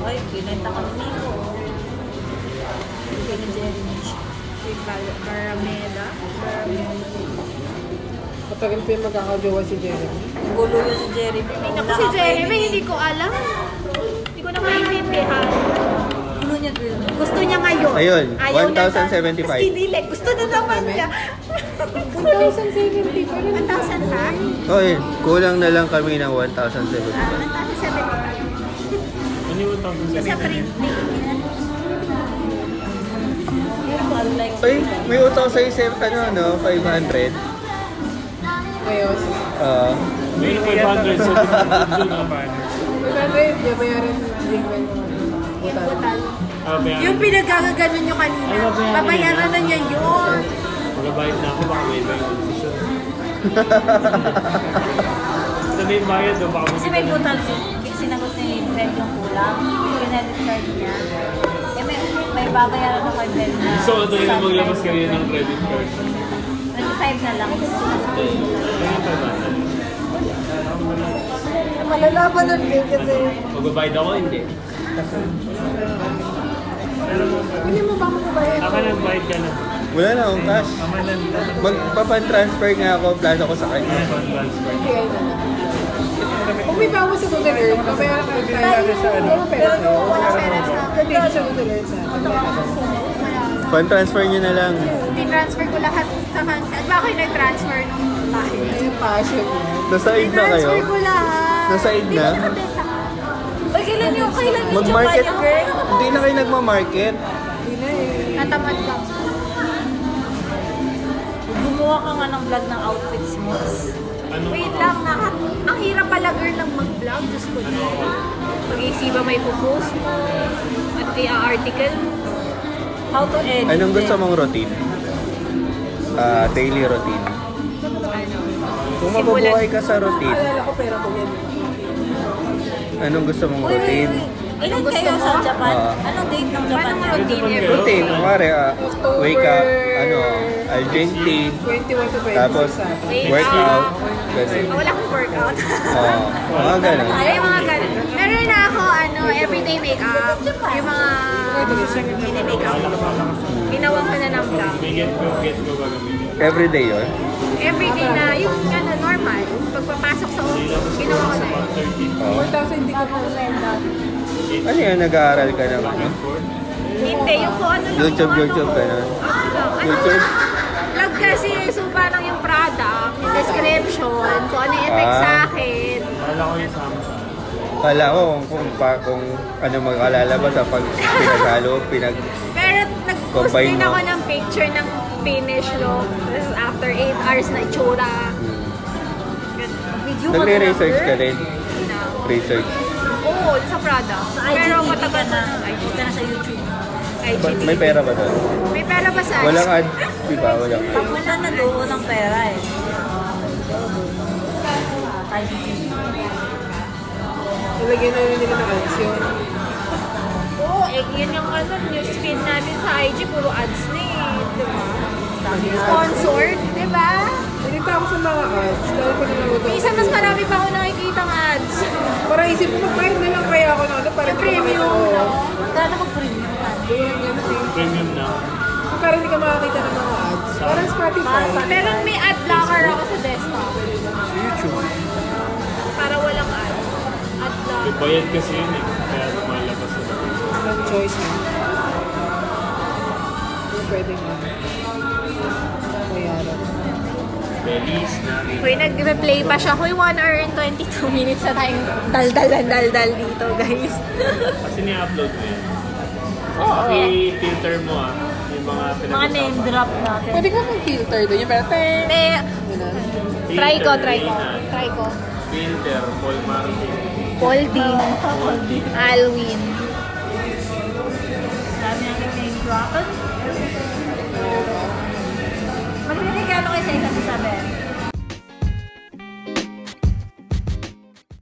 [SPEAKER 1] Ay, pinenta kami ni Nico. Pinenta ni Jeremy.
[SPEAKER 3] Si Car- Caramela. Caramela.
[SPEAKER 4] Matagal pa yung magkakajowa si Jeremy.
[SPEAKER 1] Gulo yun si Jeremy.
[SPEAKER 3] Ay, naku si Jeremy,
[SPEAKER 1] eh.
[SPEAKER 3] hindi ko alam. Hindi ko na maintindihan.
[SPEAKER 1] Gulo niya drill.
[SPEAKER 3] Gusto niya ngayon.
[SPEAKER 5] Ayun,
[SPEAKER 3] Ayaw na lang.
[SPEAKER 5] 1,075.
[SPEAKER 3] Mas kinilig. Gusto na naman niya.
[SPEAKER 4] 1,070 pa rin.
[SPEAKER 3] 1,000 ha?
[SPEAKER 5] Oh, yun. Kulang na lang kami ng 1,070.
[SPEAKER 3] Ah, 1,075.
[SPEAKER 2] Ano yung tawag sa
[SPEAKER 3] Yung sa printing.
[SPEAKER 1] Unlike
[SPEAKER 5] Ay, may utang sa'yo sa ano, no? 500.
[SPEAKER 4] Ayos.
[SPEAKER 5] Ah,
[SPEAKER 2] May 500 sa
[SPEAKER 4] Magkakajowa, hindi bayaran yung ano, Jeremy.
[SPEAKER 3] Yung butal.
[SPEAKER 2] Ah, bayaran.
[SPEAKER 3] Yung pinagkakaganon nyo kanina.
[SPEAKER 2] Ano
[SPEAKER 3] Babayaran na niya yun.
[SPEAKER 2] Magabayad na ako, baka may iba yung decision. Sabi yung bayad, o baka
[SPEAKER 1] Kasi may butal si- sinagot ni Ben yung kulang. Credit card niya. Eh, may, may babayaran ako kay Ben na.
[SPEAKER 2] So, ito yung maglabas kayo ng credit card.
[SPEAKER 1] 25 na lang.
[SPEAKER 12] Malalaman nun din kasi.
[SPEAKER 2] Magbabayad ako, hindi.
[SPEAKER 4] Hindi mo ba magbabayad?
[SPEAKER 13] Ako nag-bite ka na.
[SPEAKER 5] wala na akong cash.
[SPEAKER 13] Ama na.
[SPEAKER 5] Magpapantransfer nga ako, plano ko sa kanya.
[SPEAKER 4] Kaya na. Kung may bawas sa Google Earth, babayaran ka tayo. Wala pera sa'yo. Wala pera sa'yo. Hindi sa Google Earth natin.
[SPEAKER 5] Fund transfer niyo na lang.
[SPEAKER 3] Tinransfer ko lahat sa hand. At ba ako yung nag-transfer nung bahay?
[SPEAKER 4] Ayun, passion.
[SPEAKER 5] Nasa aid na kayo.
[SPEAKER 3] Tinransfer ko lahat.
[SPEAKER 5] Naside na.
[SPEAKER 3] Uy, kailan yung, kailan yung
[SPEAKER 5] Mag-market.
[SPEAKER 3] Chopanya girl?
[SPEAKER 5] Hindi na kayo nagma-market.
[SPEAKER 3] Natamad ka.
[SPEAKER 1] Gumawa ka nga ng vlog ng outfits mo.
[SPEAKER 3] Wait lang, naka, ang hirap pala girl ng mag-vlog. Diyos ko na. Pag-iisipan may pupost mo. At may article mo.
[SPEAKER 1] How to edit.
[SPEAKER 5] Anong gusto mong routine? Ah, daily routine. Kung mabubuhay ka sa routine,
[SPEAKER 4] Alala ko pera ko yun.
[SPEAKER 5] anong gusto mong
[SPEAKER 1] Uy, uy,
[SPEAKER 5] routine?
[SPEAKER 1] uy. Ilan kayo sa Japan?
[SPEAKER 5] Ah.
[SPEAKER 1] Anong date ng Japan?
[SPEAKER 3] Paano mo routine every
[SPEAKER 5] Routine, kumari, ah, wake up, ano, I'll drink tea,
[SPEAKER 4] 21 to 26
[SPEAKER 5] tapos
[SPEAKER 4] ata.
[SPEAKER 5] workout, kasi,
[SPEAKER 3] Ah, Wala akong workout.
[SPEAKER 5] oh, mga ganun.
[SPEAKER 3] Ay, mga ganun. Meron na ako, ano, everyday makeup. Yung mga mini-makeup. Ginawa ko na ng vlog.
[SPEAKER 2] May get go, get go ba kami?
[SPEAKER 5] Everyday yun.
[SPEAKER 3] Everyday na, yung ano, normal. Pagpapasok sa office, ginawa ko na yun.
[SPEAKER 2] 13.
[SPEAKER 5] Oh.
[SPEAKER 4] 4,000 hindi ko
[SPEAKER 5] Ano yun, nag-aaral ka ng ano?
[SPEAKER 3] Hindi, yung kung ano lang.
[SPEAKER 5] YouTube,
[SPEAKER 3] kung ano.
[SPEAKER 5] YouTube, ganun.
[SPEAKER 3] Ah, ano
[SPEAKER 5] YouTube?
[SPEAKER 3] nga? Vlog kasi, so parang yung product, yung description, kung ano yung effect
[SPEAKER 5] Ah.
[SPEAKER 3] sa akin.
[SPEAKER 14] Kala ko yung sama sa
[SPEAKER 5] Kala ko kung, kung, pa, kung ano makalalabas sa pag pinaghalo, pinag...
[SPEAKER 3] Pero nag-post
[SPEAKER 5] Combine
[SPEAKER 3] din
[SPEAKER 5] mo.
[SPEAKER 3] ako ng picture ng finish look. This is after 8 hours na itsura.
[SPEAKER 1] Video ka na
[SPEAKER 5] Nagre-research ka rin.
[SPEAKER 3] Now,
[SPEAKER 5] Research.
[SPEAKER 3] Oo, sa product.
[SPEAKER 1] Sa
[SPEAKER 3] Pero
[SPEAKER 1] IGTV ka
[SPEAKER 3] matagal
[SPEAKER 1] na.
[SPEAKER 3] na ng
[SPEAKER 1] Kita na sa YouTube.
[SPEAKER 5] Ba't
[SPEAKER 3] IGTV.
[SPEAKER 5] may pera ba doon?
[SPEAKER 3] May pera ba sa
[SPEAKER 5] Walang ad, di ba? Walang ad.
[SPEAKER 1] Papunta na doon ng pera eh.
[SPEAKER 4] Nalagyan na rin nila ng ads yun.
[SPEAKER 3] Oo, eh, yun yung ano, newsfeed natin sa IG, puro ads na eh. Di ba? Sponsored, di ba?
[SPEAKER 4] Nalito ako sa mga ads. Lalo ko nanonood ako.
[SPEAKER 3] Minsan mas marami pa ako nakikita ng ads.
[SPEAKER 4] Parang isip ko, magbayad na lang kaya ako ng ano. Parang hindi ko makita.
[SPEAKER 3] Premium, no?
[SPEAKER 1] Magkano mag premium ka?
[SPEAKER 4] Ganyan, ganyan, ganyan.
[SPEAKER 2] Premium na.
[SPEAKER 4] Parang hindi ka makakita ng mga ads. Parang Spotify.
[SPEAKER 3] Pero may ad blocker ako sa desktop.
[SPEAKER 15] Sa YouTube.
[SPEAKER 3] Para walang ad. Ad blocker.
[SPEAKER 2] Bayad kasi yun eh. Kaya lumalabas na.
[SPEAKER 4] Walang choice mo. Hindi pwede mo. Bayaran.
[SPEAKER 2] Feliz na.
[SPEAKER 3] Uy, nag-replay pa siya. Uy, 1 hour and 22 minutes na tayong daldal na daldal dito, guys.
[SPEAKER 2] Kasi ni-upload mo yun.
[SPEAKER 3] Oo.
[SPEAKER 2] I-filter mo ah. Ano Yung mga
[SPEAKER 1] Mga name
[SPEAKER 2] pinag-usapan.
[SPEAKER 1] drop natin.
[SPEAKER 4] Pwede ko mag-filter doon. Yung parang, teng!
[SPEAKER 3] Hindi,
[SPEAKER 4] Ganun.
[SPEAKER 3] Try ko, try ko.
[SPEAKER 2] Filter,
[SPEAKER 3] Try ko.
[SPEAKER 2] Filter, Paul Martin.
[SPEAKER 3] Holding. Alwin.
[SPEAKER 1] Dami nating name drop.